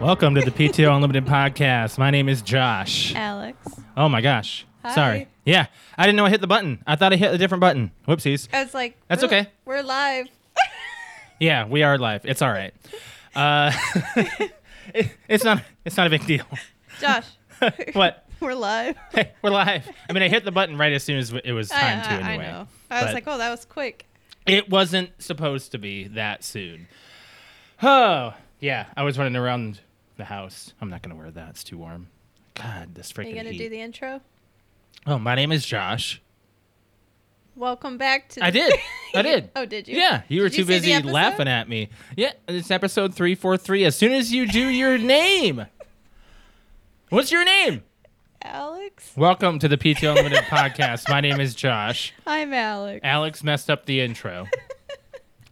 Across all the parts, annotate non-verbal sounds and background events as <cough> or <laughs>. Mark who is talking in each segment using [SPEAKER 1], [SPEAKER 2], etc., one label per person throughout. [SPEAKER 1] Welcome to the PTO Unlimited podcast. My name is Josh.
[SPEAKER 2] Alex.
[SPEAKER 1] Oh my gosh.
[SPEAKER 3] Hi.
[SPEAKER 1] Sorry. Yeah, I didn't know I hit the button. I thought I hit a different button. Whoopsies.
[SPEAKER 3] I was like,
[SPEAKER 1] That's
[SPEAKER 3] "We're-
[SPEAKER 1] okay.
[SPEAKER 3] We're live.
[SPEAKER 1] Yeah, we are live. It's all right. Uh, <laughs> it- it's not. It's not a big deal.
[SPEAKER 2] <laughs>
[SPEAKER 3] Josh,
[SPEAKER 1] What?
[SPEAKER 3] we're live.
[SPEAKER 1] Hey, we're live. I mean, I hit the button right as soon as it was time
[SPEAKER 3] I,
[SPEAKER 1] to.
[SPEAKER 3] I-
[SPEAKER 1] Anyway,
[SPEAKER 3] I know. I was
[SPEAKER 1] But-
[SPEAKER 3] like, oh, that was quick.
[SPEAKER 1] it wasn't supposed to be that soon. Oh, yeah. I was running around the house. I'm not gonna wear that. It's too warm. God, this
[SPEAKER 3] Are
[SPEAKER 1] freaking
[SPEAKER 3] you going to
[SPEAKER 1] heat.
[SPEAKER 3] do the intro?
[SPEAKER 1] oh, my name is Josh.
[SPEAKER 3] Welcome back to.
[SPEAKER 1] I
[SPEAKER 3] the-
[SPEAKER 1] did. I did.
[SPEAKER 3] oh, did <laughs> you?
[SPEAKER 1] Yeah, you were
[SPEAKER 3] Did
[SPEAKER 1] too
[SPEAKER 3] see the
[SPEAKER 1] busy
[SPEAKER 3] episode?
[SPEAKER 1] laughing at me. Yeah, it's episode 343. As soon as you do your name. What's your name?
[SPEAKER 3] Alex?
[SPEAKER 1] Welcome to the PTO Unlimited <laughs> podcast. My name is Josh.
[SPEAKER 3] I'm Alex.
[SPEAKER 1] Alex messed up the intro.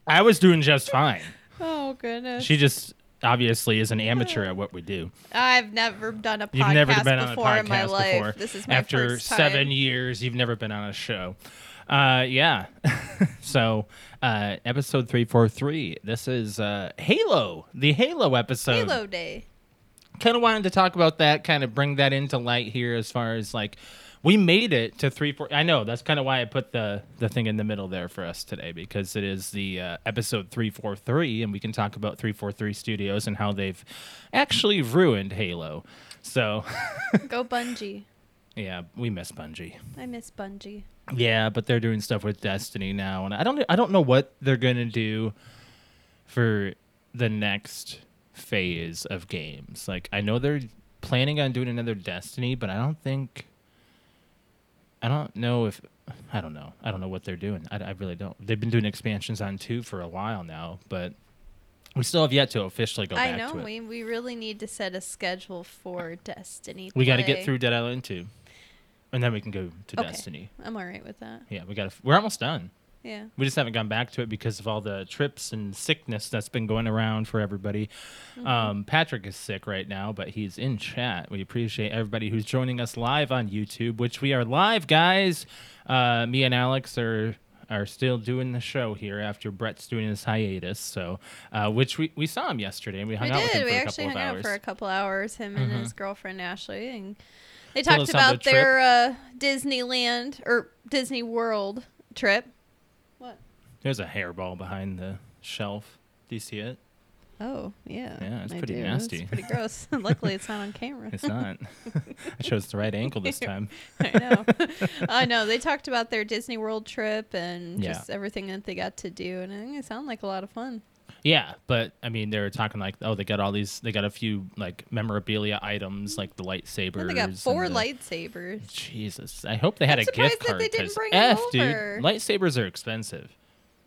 [SPEAKER 1] I was doing just fine.
[SPEAKER 3] Oh, goodness.
[SPEAKER 1] She just obviously is an amateur at what we do.
[SPEAKER 3] I've never done a podcast
[SPEAKER 1] You've never been on a
[SPEAKER 3] before
[SPEAKER 1] podcast
[SPEAKER 3] in my life.
[SPEAKER 1] before.
[SPEAKER 3] This is my
[SPEAKER 1] After
[SPEAKER 3] first time.
[SPEAKER 1] seven years, you've never been on a show. Uh, yeah. <laughs> so, uh, episode 343. This is uh, Halo, the Halo episode.
[SPEAKER 3] Halo Day.
[SPEAKER 1] Kind of wanted to talk about that, kind of bring that into light here as far as like. We made it to three four. I know that's kind of why I put the the thing in the middle there for us today because it is the uh, episode three four three, and we can talk about three four three studios and how they've actually ruined Halo. So <laughs>
[SPEAKER 3] Go Bungie.
[SPEAKER 1] yeah, we miss Bungie.
[SPEAKER 3] I miss Bungie.
[SPEAKER 1] Yeah, but they're doing stuff with Destiny now, and I don't I don't know what they're gonna do for the next phase of games. Like I know they're planning on doing another Destiny, but I don't think I don't know if I don't know I don't know what they're doing. I, I really don't. They've been doing expansions on two for a while now, but we still have yet to officially go
[SPEAKER 3] I
[SPEAKER 1] back
[SPEAKER 3] know.
[SPEAKER 1] to it.
[SPEAKER 3] We, we really need to set a schedule for Destiny.
[SPEAKER 1] We got to get
[SPEAKER 3] play.
[SPEAKER 1] through Dead Island two, and then we can go to
[SPEAKER 3] Okay.
[SPEAKER 1] Destiny.
[SPEAKER 3] I'm all right with that.
[SPEAKER 1] Yeah, we got to. We're almost done.
[SPEAKER 3] Yeah.
[SPEAKER 1] We just haven't gone back to it because of all the trips and sickness that's been going around for everybody.
[SPEAKER 3] Mm-hmm.
[SPEAKER 1] Um, Patrick is sick right now, but he's in chat. We appreciate everybody who's joining us live on YouTube, which we are live, guys. Uh, me and Alex are are still doing the show here after Brett's doing his hiatus. So, uh, which we, we saw him yesterday and we hung
[SPEAKER 3] We
[SPEAKER 1] out with him
[SPEAKER 3] did.
[SPEAKER 1] for
[SPEAKER 3] We
[SPEAKER 1] a
[SPEAKER 3] actually
[SPEAKER 1] couple
[SPEAKER 3] hung
[SPEAKER 1] of
[SPEAKER 3] out
[SPEAKER 1] hours.
[SPEAKER 3] for a couple hours, him and his girlfriend Ashley, and they
[SPEAKER 1] Told
[SPEAKER 3] talked
[SPEAKER 1] us on the
[SPEAKER 3] about their uh, Disneyland or Disney World trip. What?
[SPEAKER 1] There's a hairball behind the shelf. Do you see it?
[SPEAKER 3] Oh, yeah.
[SPEAKER 1] Yeah, it's
[SPEAKER 3] I
[SPEAKER 1] pretty
[SPEAKER 3] do.
[SPEAKER 1] nasty.
[SPEAKER 3] It's pretty
[SPEAKER 1] <laughs>
[SPEAKER 3] gross. Luckily, it's not on camera.
[SPEAKER 1] It's not. <laughs> I chose the right ankle this time.
[SPEAKER 3] <laughs> I know. <laughs> I know. They talked about their Disney World trip and
[SPEAKER 1] Yeah.
[SPEAKER 3] just everything that they got to do, and I think it sounded like a lot of fun.
[SPEAKER 1] Yeah, but I mean, they were talking like, oh, they got all these, they got a few like memorabilia items, like the lightsabers.
[SPEAKER 3] And they got
[SPEAKER 1] and
[SPEAKER 3] four
[SPEAKER 1] the-
[SPEAKER 3] lightsabers.
[SPEAKER 1] Jesus, I hope they had
[SPEAKER 3] I'm
[SPEAKER 1] a gift
[SPEAKER 3] surprised that
[SPEAKER 1] card.
[SPEAKER 3] they didn't
[SPEAKER 1] 'cause
[SPEAKER 3] bring them
[SPEAKER 1] F, dude,
[SPEAKER 3] over.
[SPEAKER 1] lightsabers are expensive,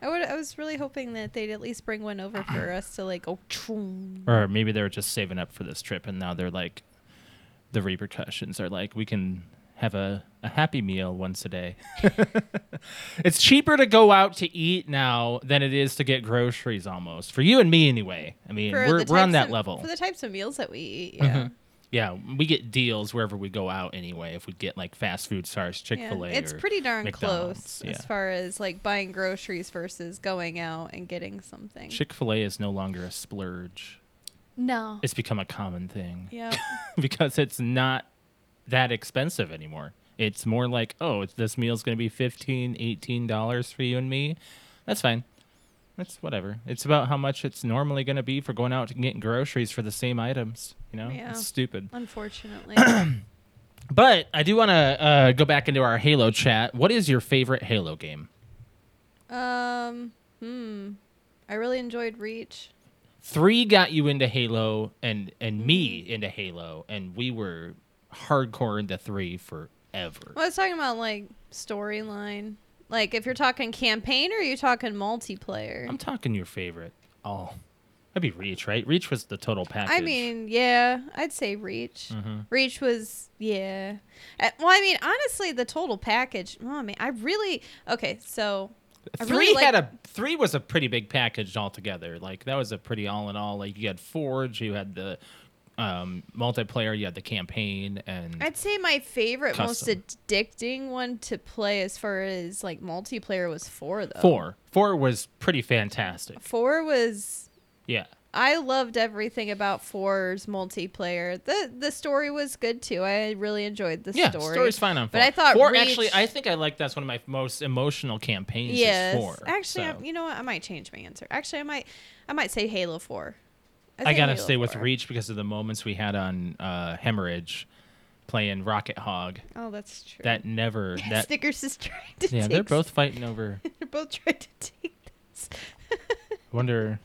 [SPEAKER 3] I would. I was really hoping that they'd at least bring one over for us to like. Oh, choom.
[SPEAKER 1] or maybe they were just saving up for this trip, and now they're like, the repercussions are like, we can have a a happy meal once a day. <laughs> it's cheaper to go out to eat now than it is to get groceries, almost for you and me, anyway. I mean,
[SPEAKER 3] for
[SPEAKER 1] we're
[SPEAKER 3] the
[SPEAKER 1] we're on
[SPEAKER 3] types
[SPEAKER 1] that
[SPEAKER 3] of-
[SPEAKER 1] level. Mm-hmm.
[SPEAKER 3] for the types of meals that we eat. Yeah,
[SPEAKER 1] Yeah, we get deals wherever we go out anyway. If we get like fast food stars, Chick
[SPEAKER 3] yeah.
[SPEAKER 1] Fil A,
[SPEAKER 3] it's pretty darn
[SPEAKER 1] McDonald's,
[SPEAKER 3] close
[SPEAKER 1] yeah.
[SPEAKER 3] as far as like buying groceries versus going out and getting something.
[SPEAKER 1] Chick Fil A is no longer a splurge.
[SPEAKER 3] no.
[SPEAKER 1] It's become a common thing <laughs> <coughs>
[SPEAKER 3] yeah.
[SPEAKER 1] because it's not that expensive anymore. It's more like, oh, it's, this meal's going to be 15 $18 for you and me. That's fine. That's whatever. It's about how much it's normally going to be for going out to get groceries for the same items. You know,
[SPEAKER 3] Yeah.
[SPEAKER 1] it's stupid.
[SPEAKER 3] Unfortunately,
[SPEAKER 1] But I do want to uh, go back into our Halo chat. What is your favorite Halo game?
[SPEAKER 3] Um, hmm. I really enjoyed Reach.
[SPEAKER 1] Three got you into Halo, and and me into Halo, and we were hardcore into three forever.
[SPEAKER 3] Well, I was talking about like storyline. Like, if you're talking campaign or are you talking multiplayer?
[SPEAKER 1] I'm talking your favorite. Oh, that'd be Reach, right? Reach was the total package. Mm-hmm.
[SPEAKER 3] I mean, yeah, I'd say Reach. Reach was, yeah. Uh, well, I mean, honestly, the total package. Oh man, I really okay. So I
[SPEAKER 1] three
[SPEAKER 3] really
[SPEAKER 1] had
[SPEAKER 3] like-
[SPEAKER 1] a three was a pretty big package altogether. Like that was a pretty all in all. Like you had Forge, you had the um, multiplayer, you had the campaign, and
[SPEAKER 3] I'd say my favorite,
[SPEAKER 1] Custom.
[SPEAKER 3] most addicting one to play as far as like multiplayer was four though.
[SPEAKER 1] four. Four was pretty fantastic.
[SPEAKER 3] Four was
[SPEAKER 1] Yeah.
[SPEAKER 3] I loved everything about Four's multiplayer. the The story was good too. I really enjoyed the
[SPEAKER 1] Yeah,
[SPEAKER 3] story.
[SPEAKER 1] story's fine on four.
[SPEAKER 3] But I thought
[SPEAKER 1] four
[SPEAKER 3] Reach-
[SPEAKER 1] actually. I think I like that's one of my most emotional campaigns. is
[SPEAKER 3] Yes,
[SPEAKER 1] four.
[SPEAKER 3] actually,
[SPEAKER 1] so.
[SPEAKER 3] I, you know what? I might change my answer. Actually, I might, I might say Halo Four.
[SPEAKER 1] I
[SPEAKER 3] say
[SPEAKER 1] gotta
[SPEAKER 3] Halo
[SPEAKER 1] stay with
[SPEAKER 3] 4.
[SPEAKER 1] Reach because of the moments we had on uh, Hemorrhage, playing Rocket Hog.
[SPEAKER 3] Oh, that's true. <laughs>
[SPEAKER 1] That never that.
[SPEAKER 3] Snickers is trying to.
[SPEAKER 1] Yeah,
[SPEAKER 3] take
[SPEAKER 1] they're both fighting over.
[SPEAKER 3] They're both trying to take this.
[SPEAKER 1] Wonder.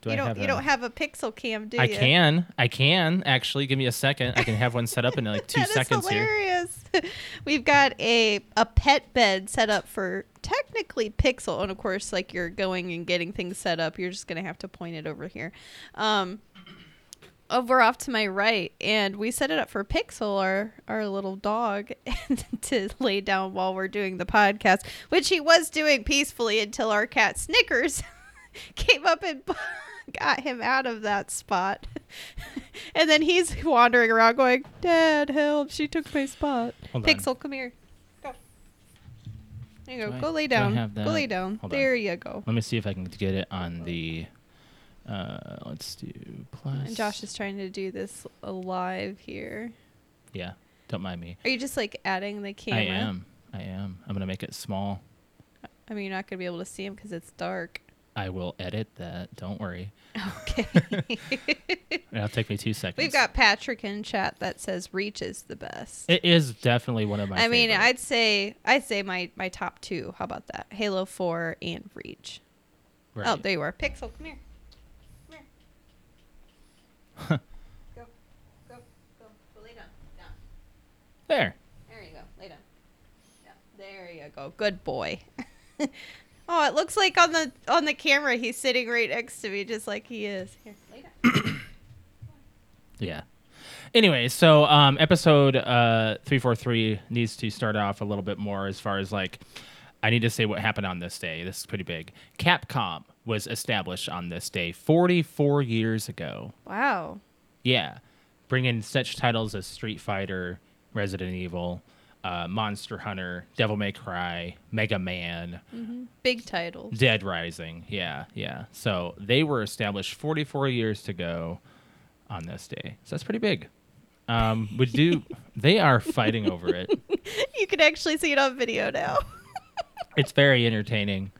[SPEAKER 1] Do
[SPEAKER 3] you
[SPEAKER 1] I
[SPEAKER 3] don't.
[SPEAKER 1] have
[SPEAKER 3] you
[SPEAKER 1] a-
[SPEAKER 3] don't have a pixel cam, do
[SPEAKER 1] I
[SPEAKER 3] you? <laughs>
[SPEAKER 1] can. I can actually. Give me a second. I can have one set up in
[SPEAKER 3] <laughs>
[SPEAKER 1] like two
[SPEAKER 3] That is
[SPEAKER 1] seconds here.
[SPEAKER 3] hilarious. <laughs> We've got a a pet bed set up for technically Pixel, and of course, like you're going and getting things set up, you're just gonna have to point it over here. Um, over Oh, off to my right, and we set it up for Pixel, our our little dog, <laughs> to lay down while we're doing the podcast, which he was doing peacefully until our cat Snickers <laughs> came up and <laughs> got him out of that spot. <laughs> and then he's wandering around going, Dad, help, she took my spot.
[SPEAKER 1] Hold on.
[SPEAKER 3] Pixel, come here. Go. There you
[SPEAKER 1] Do
[SPEAKER 3] go.
[SPEAKER 1] I-
[SPEAKER 3] go lay
[SPEAKER 1] do I
[SPEAKER 3] down.
[SPEAKER 1] have
[SPEAKER 3] Go lay
[SPEAKER 1] that?
[SPEAKER 3] down.
[SPEAKER 1] Hold on.
[SPEAKER 3] there you go.
[SPEAKER 1] Let me see if I can get it on the. Uh, let's do plus.
[SPEAKER 3] And Josh is trying to do this live here.
[SPEAKER 1] Yeah. Don't mind me.
[SPEAKER 3] Are you just like adding the camera?
[SPEAKER 1] I am. I am. I'm gonna make it small.
[SPEAKER 3] I mean, you're not gonna be able to see him because it's
[SPEAKER 1] <laughs>
[SPEAKER 3] dark.
[SPEAKER 1] I will edit that. Don't worry.
[SPEAKER 3] Okay.
[SPEAKER 1] It'll take me two seconds.
[SPEAKER 3] <laughs> We've got Patrick in chat that says reach is the best.
[SPEAKER 1] It is definitely one of my.
[SPEAKER 3] I mean,
[SPEAKER 1] favorite.
[SPEAKER 3] I'd say I'd say my my top two. How about that? Halo Four and Reach. Oh,
[SPEAKER 1] Right.
[SPEAKER 3] there you are. Pixel, come here. Come here. go, go, go, go. Lay down. Down.
[SPEAKER 1] <laughs> there.
[SPEAKER 3] There you go. Lay down. Yeah, there you go. Good boy. <laughs> oh, it looks like on the on the camera he's sitting right next to me, just like he is. Here, lay down.
[SPEAKER 1] Yeah. Anyway, so um, episode uh, 343 needs to start off a little bit more as far as like, I need to say what happened on this day. This is pretty big. Capcom was established on this day 44 years ago.
[SPEAKER 3] Wow.
[SPEAKER 1] Yeah. Bringing such titles as Street Fighter, Resident Evil, uh, Monster Hunter, Devil May Cry, Mega Man,
[SPEAKER 3] Big title.
[SPEAKER 1] Dead Rising. Yeah, yeah. So they were established 44 years to go on this day. So that's pretty big. Um, would do they are fighting over it.
[SPEAKER 3] <laughs> You can actually see it on video now.
[SPEAKER 1] It's very entertaining.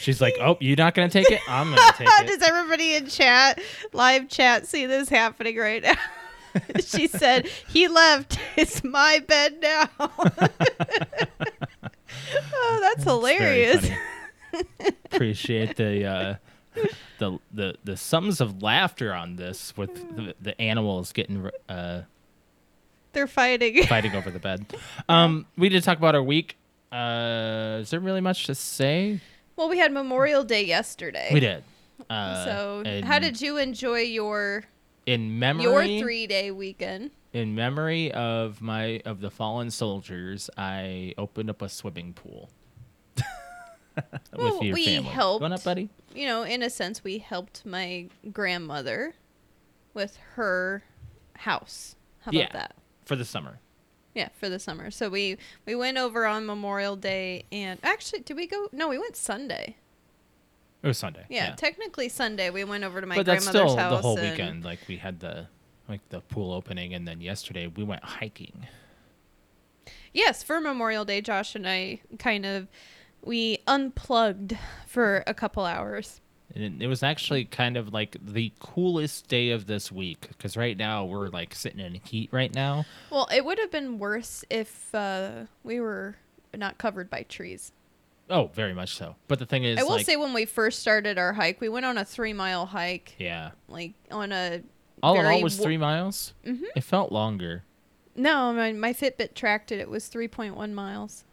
[SPEAKER 1] She's like, "Oh, you're not gonna take it? I'm gonna
[SPEAKER 3] <laughs>
[SPEAKER 1] take it."
[SPEAKER 3] Does everybody in chat, live chat, see this happening
[SPEAKER 1] <laughs>
[SPEAKER 3] right now? she said, "He left. It's my bed
[SPEAKER 1] <laughs>
[SPEAKER 3] now." <laughs> oh, that's
[SPEAKER 1] It's very
[SPEAKER 3] hilarious. <laughs>
[SPEAKER 1] funny. Appreciate the uh, the the the sums of laughter on this with the, the animals getting uh,
[SPEAKER 3] They're fighting.
[SPEAKER 1] fighting over the bed. Um, we did talk about our week. Uh, is there really much to say?
[SPEAKER 3] Well, we had Memorial Day yesterday.
[SPEAKER 1] We did. Uh,
[SPEAKER 3] Eh, so, how
[SPEAKER 1] in-
[SPEAKER 3] did you enjoy your
[SPEAKER 1] in memory
[SPEAKER 3] your three day weekend?
[SPEAKER 1] in memory of my of the fallen soldiers? I opened up a swimming pool <laughs> with
[SPEAKER 3] Well,
[SPEAKER 1] your
[SPEAKER 3] we
[SPEAKER 1] family.
[SPEAKER 3] helped.
[SPEAKER 1] Going up, buddy.
[SPEAKER 3] You know, in a sense, we helped my grandmother with her house. How about
[SPEAKER 1] Yeah.
[SPEAKER 3] that?
[SPEAKER 1] for the summer.
[SPEAKER 3] Yeah, for the summer. So we we went over on Memorial Day, and actually, did we go? No, we went Sunday.
[SPEAKER 1] It was Sunday.
[SPEAKER 3] Yeah, technically Sunday. We went over to my
[SPEAKER 1] but that's
[SPEAKER 3] grandmother's
[SPEAKER 1] still
[SPEAKER 3] house.
[SPEAKER 1] the whole
[SPEAKER 3] and-
[SPEAKER 1] weekend. Like we had the like the pool opening, and then yesterday we went hiking.
[SPEAKER 3] Yes, for Memorial Day, Josh and I kind of we unplugged for a couple hours.
[SPEAKER 1] And it was actually kind of like the coolest day of this week because right now we're like sitting in heat right now.
[SPEAKER 3] Well, it would have been worse if uh, we were not covered by trees.
[SPEAKER 1] Oh, very much so. But the thing is,
[SPEAKER 3] I will
[SPEAKER 1] like,
[SPEAKER 3] say when we first started our hike, we went on a three mile hike,
[SPEAKER 1] yeah,
[SPEAKER 3] like on a.
[SPEAKER 1] all in
[SPEAKER 3] very
[SPEAKER 1] all was
[SPEAKER 3] wo-
[SPEAKER 1] three miles.
[SPEAKER 3] Mhm.
[SPEAKER 1] It felt longer.
[SPEAKER 3] No, my, my Fitbit tracked it. It was 3.1 miles,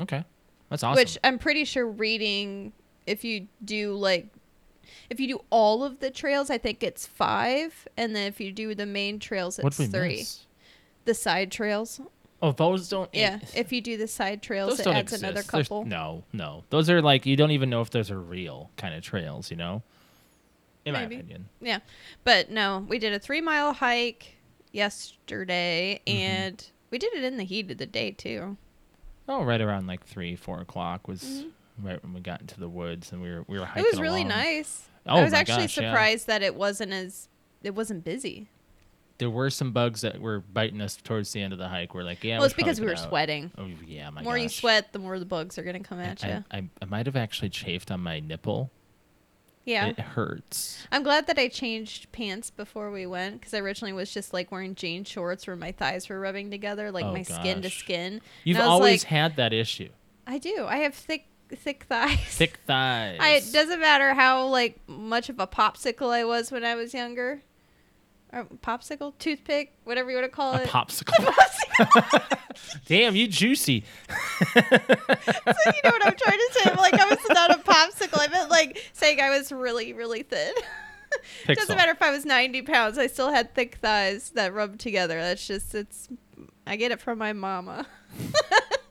[SPEAKER 1] Okay, that's awesome.
[SPEAKER 3] which I'm pretty sure reading, if you do like. If you do all of the trails, I think it's five, and then if you do the main trails, it's
[SPEAKER 1] What'd we
[SPEAKER 3] three.
[SPEAKER 1] miss?
[SPEAKER 3] The side trails,
[SPEAKER 1] Oh, those don't.
[SPEAKER 3] yeah.
[SPEAKER 1] eh,
[SPEAKER 3] If you do the side trails,
[SPEAKER 1] those
[SPEAKER 3] it
[SPEAKER 1] don't
[SPEAKER 3] adds another
[SPEAKER 1] exist. There's-
[SPEAKER 3] couple.
[SPEAKER 1] no, no, those are like you don't even know if those are real kind of trails. You know, in my
[SPEAKER 3] Maybe.
[SPEAKER 1] opinion.
[SPEAKER 3] Yeah. But no, we did a three mile hike yesterday and we did it in the heat of the day too.
[SPEAKER 1] Oh, right around like three, four o'clock was right when we got into the woods and we were we were hiking.
[SPEAKER 3] Mm-hmm. it was really
[SPEAKER 1] along.
[SPEAKER 3] nice.
[SPEAKER 1] Oh
[SPEAKER 3] I was
[SPEAKER 1] my
[SPEAKER 3] actually
[SPEAKER 1] gosh, yeah.
[SPEAKER 3] surprised that it wasn't as it wasn't busy.
[SPEAKER 1] There were some bugs that were biting us towards the end of the hike. We're like, yeah.
[SPEAKER 3] well, it's
[SPEAKER 1] should
[SPEAKER 3] because we
[SPEAKER 1] probably
[SPEAKER 3] were
[SPEAKER 1] get out.
[SPEAKER 3] sweating.
[SPEAKER 1] Oh yeah, my
[SPEAKER 3] The more you
[SPEAKER 1] gosh.
[SPEAKER 3] sweat, the more the bugs are going to come
[SPEAKER 1] I-
[SPEAKER 3] at
[SPEAKER 1] I-
[SPEAKER 3] you.
[SPEAKER 1] I, I might have actually chafed on my nipple.
[SPEAKER 3] Yeah.
[SPEAKER 1] It hurts.
[SPEAKER 3] I'm glad that I changed pants before we went because I originally was just like wearing jean shorts where my thighs were rubbing together, like
[SPEAKER 1] Oh,
[SPEAKER 3] my skin to
[SPEAKER 1] gosh.
[SPEAKER 3] skin.
[SPEAKER 1] You've
[SPEAKER 3] I was
[SPEAKER 1] always
[SPEAKER 3] like-
[SPEAKER 1] had that issue.
[SPEAKER 3] I do. I have thick, thick thighs.
[SPEAKER 1] Thick thighs.
[SPEAKER 3] <laughs> I, it doesn't matter how like much of a popsicle I was when I was younger, or popsicle, toothpick, whatever you want to call
[SPEAKER 1] a
[SPEAKER 3] <laughs> it.
[SPEAKER 1] popsicle. Damn, you juicy.
[SPEAKER 3] you know what I'm trying to say? I'm like I was not a popsicle. I meant like saying I was really, really thin.
[SPEAKER 1] Pixel.
[SPEAKER 3] doesn't matter if I was 90 pounds. I still had thick thighs that rubbed together. That's just it's. I get it from my mama.
[SPEAKER 1] <laughs>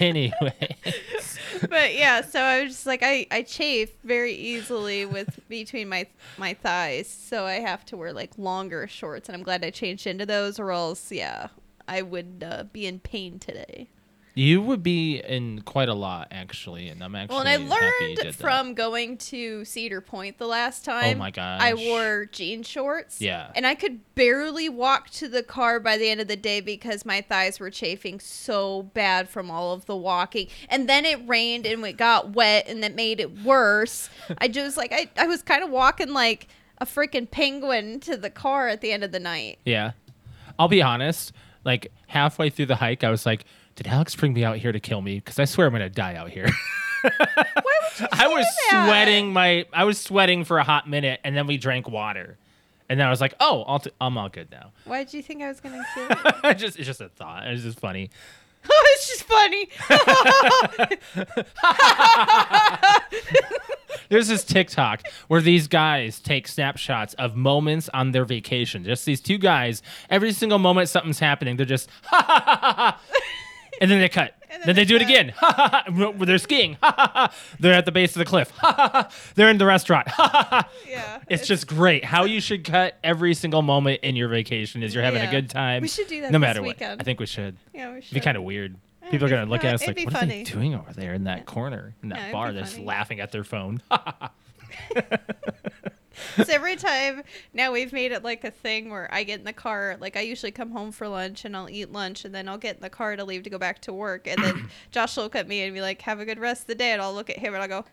[SPEAKER 1] anyway.
[SPEAKER 3] <laughs> but yeah, so I was just like I, I chafe very easily with <laughs> between my my thighs, so I have to wear like longer shorts, and I'm glad I changed into those, or else yeah, I would uh, be in pain today.
[SPEAKER 1] You would be in quite a lot, actually, and I'm actually
[SPEAKER 3] Well, and I
[SPEAKER 1] happy you
[SPEAKER 3] learned
[SPEAKER 1] did
[SPEAKER 3] from going to Cedar Point the last
[SPEAKER 1] that.
[SPEAKER 3] time.
[SPEAKER 1] Oh my gosh.
[SPEAKER 3] I wore jean shorts.
[SPEAKER 1] Yeah.
[SPEAKER 3] And I could barely walk to the car by the end of the day because my thighs were chafing so bad from all of the walking. And then it rained and it got wet and that made it
[SPEAKER 1] <laughs>
[SPEAKER 3] worse. I just like I, I was kind of walking like a freaking penguin to the car at the end of the night.
[SPEAKER 1] Yeah. I'll be honest. Like halfway through the hike, I was like, "Did Alex bring me out here to kill me? Because I swear I'm gonna die out here." I was
[SPEAKER 3] that?
[SPEAKER 1] sweating my. I was sweating for a hot minute, and then we drank water, and then I was like, "Oh, I'll t- I'm all good now." <laughs>
[SPEAKER 3] Why did you think I was gonna kill you? <laughs>
[SPEAKER 1] just it's just a thought. It's just funny.
[SPEAKER 3] it's
[SPEAKER 1] <laughs>
[SPEAKER 3] just funny.
[SPEAKER 1] There's this TikTok where these guys take snapshots of moments on their vacation. Just these two guys. Every single moment something's happening, they're just <laughs> ha ha ha ha, ha. And then they cut.
[SPEAKER 3] And
[SPEAKER 1] then,
[SPEAKER 3] then
[SPEAKER 1] they, do
[SPEAKER 3] they cut.
[SPEAKER 1] it again. <laughs> Ha ha ha. Where They're skiing. Ha ha ha. They're at the base of the cliff. Ha ha ha. They're in the restaurant. <laughs> Ha ha ha.
[SPEAKER 3] yeah.
[SPEAKER 1] It's just great. How you should cut every single moment in your vacation is you're having
[SPEAKER 3] Yeah.
[SPEAKER 1] a good time.
[SPEAKER 3] We should do that
[SPEAKER 1] No
[SPEAKER 3] this
[SPEAKER 1] matter what.
[SPEAKER 3] weekend.
[SPEAKER 1] I think we should.
[SPEAKER 3] yeah, we should.
[SPEAKER 1] It'd be kind of weird. People are
[SPEAKER 3] it'd
[SPEAKER 1] gonna
[SPEAKER 3] be
[SPEAKER 1] look
[SPEAKER 3] fun-
[SPEAKER 1] at us
[SPEAKER 3] it'd
[SPEAKER 1] like,
[SPEAKER 3] be
[SPEAKER 1] "What are
[SPEAKER 3] funny."
[SPEAKER 1] they doing over there in that corner, in
[SPEAKER 3] No, it'd
[SPEAKER 1] that
[SPEAKER 3] be
[SPEAKER 1] bar? They're just
[SPEAKER 3] funny.
[SPEAKER 1] laughing at their phone."
[SPEAKER 3] So every time now we've made it like a thing where I get in the car. Like I usually come home for lunch and I'll eat lunch and then I'll get in the car to leave to go back to work. And then Josh will look at me and be like, "Have a good rest of the day." And I'll look at him and I'll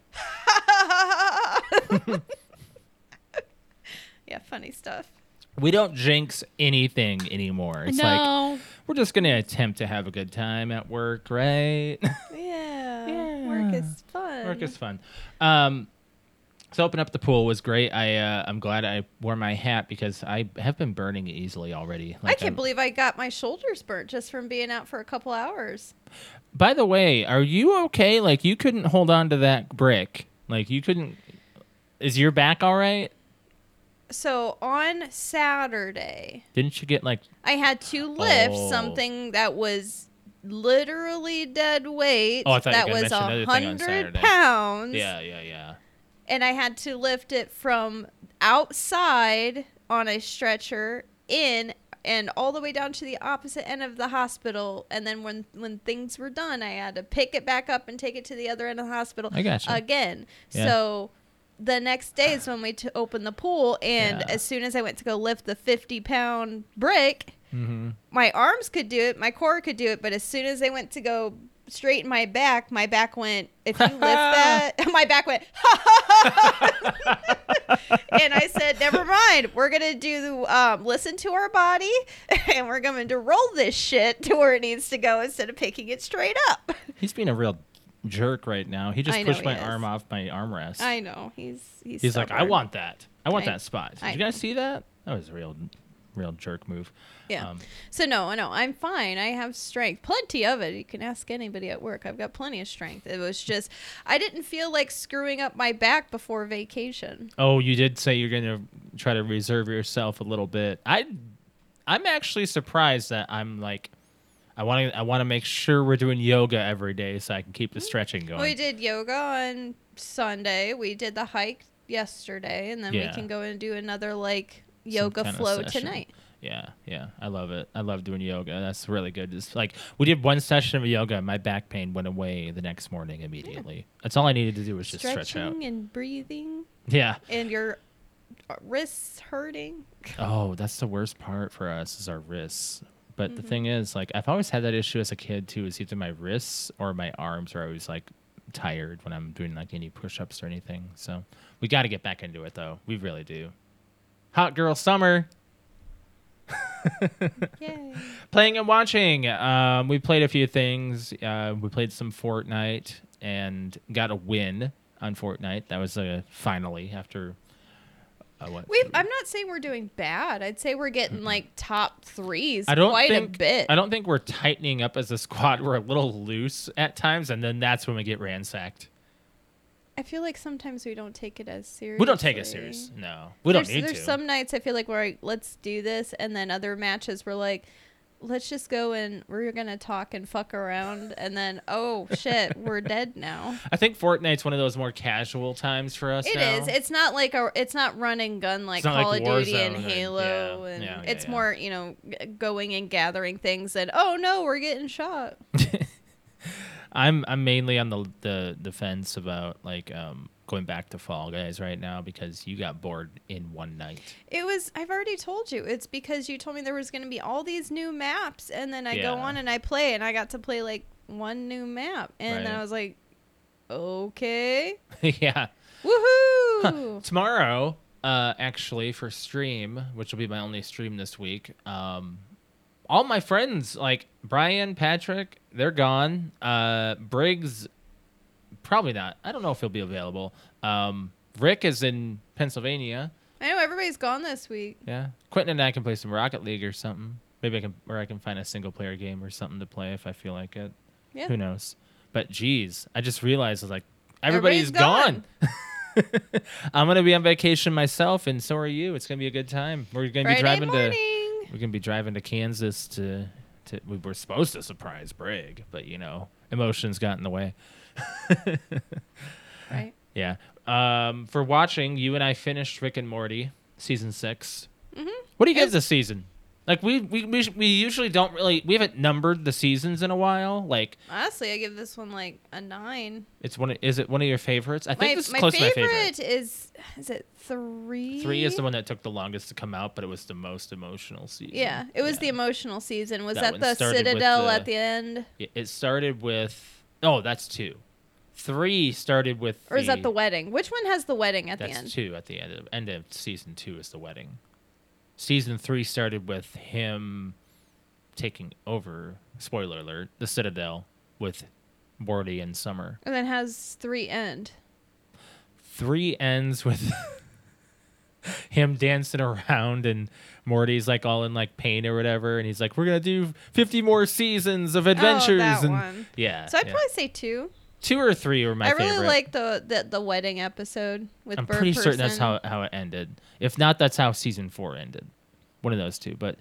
[SPEAKER 3] go, <laughs> "Yeah, funny stuff."
[SPEAKER 1] we don't jinx anything anymore. It's like we're just gonna attempt to have a good time at work, right? <laughs>
[SPEAKER 3] yeah.
[SPEAKER 1] Yeah.
[SPEAKER 3] work is fun.
[SPEAKER 1] work is fun. Um, so open up the pool was great. I uh, I'm glad I wore my hat because I have been burning easily already.
[SPEAKER 3] I
[SPEAKER 1] Like,
[SPEAKER 3] can't
[SPEAKER 1] I'm-
[SPEAKER 3] believe I got my shoulders burnt just from being out for a couple hours.
[SPEAKER 1] By the way, are you okay? Like you couldn't hold on to that brick. Like you couldn't. Is your back all right?
[SPEAKER 3] So on Saturday,
[SPEAKER 1] Didn't you get like
[SPEAKER 3] I had to lift
[SPEAKER 1] Oh.
[SPEAKER 3] something that was literally dead weight
[SPEAKER 1] Oh, I thought you
[SPEAKER 3] that
[SPEAKER 1] were gonna mention another
[SPEAKER 3] was a
[SPEAKER 1] thing on
[SPEAKER 3] hundred
[SPEAKER 1] Saturday.
[SPEAKER 3] pounds
[SPEAKER 1] yeah yeah yeah
[SPEAKER 3] and i had to lift it from outside on a stretcher in and all the way down to the opposite end of the hospital and then when when things were done i had to pick it back up and take it to the other end of the hospital
[SPEAKER 1] I gotcha.
[SPEAKER 3] again
[SPEAKER 1] Yeah.
[SPEAKER 3] so the next day is when we t- opened the pool and
[SPEAKER 1] Yeah.
[SPEAKER 3] as soon as i went to go lift the 50 pound brick
[SPEAKER 1] mm-hmm.
[SPEAKER 3] my arms could do it, my core could do it, but as soon as they went to go straighten my back, my back went.
[SPEAKER 1] <laughs>
[SPEAKER 3] If you lift that, <laughs> my back went. and I said, "Never mind. We're gonna do um, listen to our body, <laughs> and we're going to roll this shit to where it needs to go instead of picking it straight up."
[SPEAKER 1] He's being a real jerk right now. He just
[SPEAKER 3] I know
[SPEAKER 1] pushed my
[SPEAKER 3] he is.
[SPEAKER 1] arm off my armrest.
[SPEAKER 3] I know he's he's.
[SPEAKER 1] He's like, I
[SPEAKER 3] stubborn."
[SPEAKER 1] want that. I want
[SPEAKER 3] I-
[SPEAKER 1] that spot. Did
[SPEAKER 3] I
[SPEAKER 1] you guys see that? That was a real, real jerk move.
[SPEAKER 3] Yeah.
[SPEAKER 1] Um,
[SPEAKER 3] so no, no, I'm fine. I have strength, plenty of it. You can ask anybody at work. I've got plenty of strength. It was just I didn't feel like screwing up my back before vacation.
[SPEAKER 1] Oh, you did say you're gonna try to reserve yourself a little bit. I, I'm actually surprised that I'm like, I want to. I want to make sure we're doing yoga every day so I can keep the
[SPEAKER 3] Mm-hmm.
[SPEAKER 1] stretching going.
[SPEAKER 3] We did yoga on Sunday. We did the hike yesterday, and then
[SPEAKER 1] Yeah.
[SPEAKER 3] we can go and do another like
[SPEAKER 1] Some
[SPEAKER 3] yoga
[SPEAKER 1] kinda
[SPEAKER 3] flow
[SPEAKER 1] session.
[SPEAKER 3] tonight.
[SPEAKER 1] Yeah, yeah, I love it. I love doing yoga. That's really good. Just like we did one session of yoga, and my back pain went away the next morning immediately. That's all I needed to do was just stretch out.
[SPEAKER 3] Stretching and breathing,
[SPEAKER 1] Yeah.
[SPEAKER 3] and your uh, wrists
[SPEAKER 1] <laughs>
[SPEAKER 3] hurting.
[SPEAKER 1] Oh, that's the worst part for us is our wrists. But the thing is, like, I've always had that issue as a kid too. Is either my wrists or my arms are always like tired when I'm doing like any push-ups or anything. So we got to get back into it though. We really do. Hot girl summer.
[SPEAKER 3] Yay!
[SPEAKER 1] playing and watching. Um, we played a few things. Uh, we played some Fortnite and got a win on Fortnite. That was uh, finally after. Uh, what?
[SPEAKER 3] We, I'm not saying we're doing bad. I'd say we're getting like top threes
[SPEAKER 1] I don't
[SPEAKER 3] quite
[SPEAKER 1] think
[SPEAKER 3] a bit.
[SPEAKER 1] I don't think we're tightening up as a squad. <laughs> We're a little loose at times, and then that's when we get ransacked.
[SPEAKER 3] I feel like sometimes we don't take it as serious.
[SPEAKER 1] We don't take it serious. No, we don't
[SPEAKER 3] there's,
[SPEAKER 1] need
[SPEAKER 3] there's
[SPEAKER 1] to.
[SPEAKER 3] some nights I feel like we're like, let's do this, and then other matches we're like, let's just go and we're gonna talk and fuck around, and then oh shit, we're
[SPEAKER 1] <laughs>
[SPEAKER 3] dead now.
[SPEAKER 1] I think Fortnite's one of those more casual times for us.
[SPEAKER 3] It
[SPEAKER 1] now.
[SPEAKER 3] is. It's not like a. It's not run and gun like
[SPEAKER 1] It's not
[SPEAKER 3] Call
[SPEAKER 1] like
[SPEAKER 3] of Duty
[SPEAKER 1] Warzone
[SPEAKER 3] and
[SPEAKER 1] and-
[SPEAKER 3] Halo,
[SPEAKER 1] yeah,
[SPEAKER 3] and
[SPEAKER 1] yeah, yeah,
[SPEAKER 3] it's
[SPEAKER 1] yeah.
[SPEAKER 3] more you know g- going and gathering things and oh no, we're getting shot.
[SPEAKER 1] I'm I'm mainly on the the, the fence about like um, going back to Fall Guys right now because you got bored in one night. <laughs>
[SPEAKER 3] It was. I've already told you. It's because you told me there was going to be all these new maps, and then I
[SPEAKER 1] Yeah.
[SPEAKER 3] go on and I play, and I got to play like one new map, and then
[SPEAKER 1] Right.
[SPEAKER 3] I was like, okay,
[SPEAKER 1] yeah.
[SPEAKER 3] woohoo!
[SPEAKER 1] Tomorrow, uh, actually, for stream, which will be my only stream this week, um, all my friends, like Brian, Patrick, they're gone. Uh, Briggs, probably not. I don't know if he'll be available. Um, Rick is in Pennsylvania.
[SPEAKER 3] I know everybody's gone this week.
[SPEAKER 1] Yeah. Quentin and I can play some Rocket League or something. Maybe I can, or I can find a single player game or something to play if I feel like it.
[SPEAKER 3] Yeah.
[SPEAKER 1] Who knows? But geez, I just realized I was like, everybody's
[SPEAKER 3] Everybody's
[SPEAKER 1] gone. <laughs> I'm gonna be on vacation myself, and so are you. It's gonna be a good time. We're gonna be
[SPEAKER 3] Friday
[SPEAKER 1] driving
[SPEAKER 3] morning.
[SPEAKER 1] to. <laughs> We're gonna be driving to Kansas to. To, we were supposed to surprise Brig, but you know, emotions got in the way.
[SPEAKER 3] Right.
[SPEAKER 1] Yeah. Um, for watching, you and I finished Rick and Morty season 6
[SPEAKER 3] Mm-hmm.
[SPEAKER 1] What do you give this season? Like we we, we we usually don't really we haven't numbered the seasons in a while. Like
[SPEAKER 3] Honestly, I give this one like a nine.
[SPEAKER 1] it's one of- is it one of your favorites? I think
[SPEAKER 3] My,
[SPEAKER 1] this is
[SPEAKER 3] my
[SPEAKER 1] close
[SPEAKER 3] favorite,
[SPEAKER 1] to my favorite.
[SPEAKER 3] is is it three?
[SPEAKER 1] Three is the one that took the longest to come out, but it was the most emotional season.
[SPEAKER 3] Yeah, it was the emotional season. Was
[SPEAKER 1] That
[SPEAKER 3] that,
[SPEAKER 1] one
[SPEAKER 3] the
[SPEAKER 1] started with
[SPEAKER 3] Citadel
[SPEAKER 1] the-
[SPEAKER 3] at the end,
[SPEAKER 1] the it started with oh that's two, three started with
[SPEAKER 3] or is that the wedding? Which one has the wedding at the
[SPEAKER 1] That's
[SPEAKER 3] end?
[SPEAKER 1] two at the end of end of season two is the wedding. Season three started with him taking over. Spoiler alert: the Citadel with Morty and Summer.
[SPEAKER 3] And then has three end.
[SPEAKER 1] Three ends with <laughs> him dancing around and Morty's like all in like pain or whatever, and he's like, "We're gonna do fifty more seasons of adventures."
[SPEAKER 3] Oh, that
[SPEAKER 1] and
[SPEAKER 3] one.
[SPEAKER 1] yeah,
[SPEAKER 3] So I'd
[SPEAKER 1] Uh, yeah.
[SPEAKER 3] probably say two.
[SPEAKER 1] two or three were my
[SPEAKER 3] I really
[SPEAKER 1] favorite.
[SPEAKER 3] like the, the the wedding episode with.
[SPEAKER 1] I'm
[SPEAKER 3] Bird
[SPEAKER 1] pretty certain that's how
[SPEAKER 3] Person.
[SPEAKER 1] how it ended. If not, that's how season four ended. One of those two. But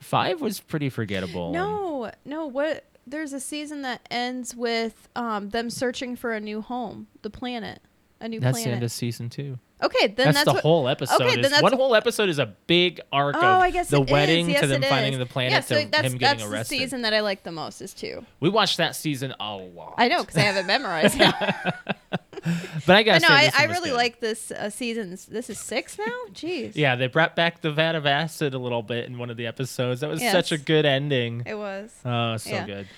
[SPEAKER 1] five was pretty forgettable. and-
[SPEAKER 3] No, no. What? There's a season that ends with um them searching for a new home, the planet, a new
[SPEAKER 1] that's the
[SPEAKER 3] planet.
[SPEAKER 1] end of season two.
[SPEAKER 3] okay, then
[SPEAKER 1] that's,
[SPEAKER 3] that's,
[SPEAKER 1] the
[SPEAKER 3] what,
[SPEAKER 1] whole episode.
[SPEAKER 3] Okay,
[SPEAKER 1] is-
[SPEAKER 3] then that's-
[SPEAKER 1] one whole episode is a big arc
[SPEAKER 3] Oh,
[SPEAKER 1] of
[SPEAKER 3] I guess
[SPEAKER 1] the
[SPEAKER 3] it is.
[SPEAKER 1] wedding
[SPEAKER 3] Yes,
[SPEAKER 1] to them
[SPEAKER 3] it
[SPEAKER 1] finding
[SPEAKER 3] is.
[SPEAKER 1] the planet
[SPEAKER 3] Yeah, so
[SPEAKER 1] to
[SPEAKER 3] that's,
[SPEAKER 1] him getting
[SPEAKER 3] that's
[SPEAKER 1] arrested.
[SPEAKER 3] the season that I like the most is two.
[SPEAKER 1] We watched that season a lot.
[SPEAKER 3] I know because I
[SPEAKER 1] <laughs>
[SPEAKER 3] have it memorized. now.
[SPEAKER 1] but I gotta
[SPEAKER 3] But no,
[SPEAKER 1] say,
[SPEAKER 3] I,
[SPEAKER 1] this one
[SPEAKER 3] I
[SPEAKER 1] was
[SPEAKER 3] really
[SPEAKER 1] good.
[SPEAKER 3] like this uh, season's. This is six now. Jeez.
[SPEAKER 1] <laughs> Yeah, they brought back the vat of acid a little bit in one of the episodes. That was
[SPEAKER 3] Yes.
[SPEAKER 1] such a good ending.
[SPEAKER 3] It was.
[SPEAKER 1] Oh, so
[SPEAKER 3] Yeah.
[SPEAKER 1] good.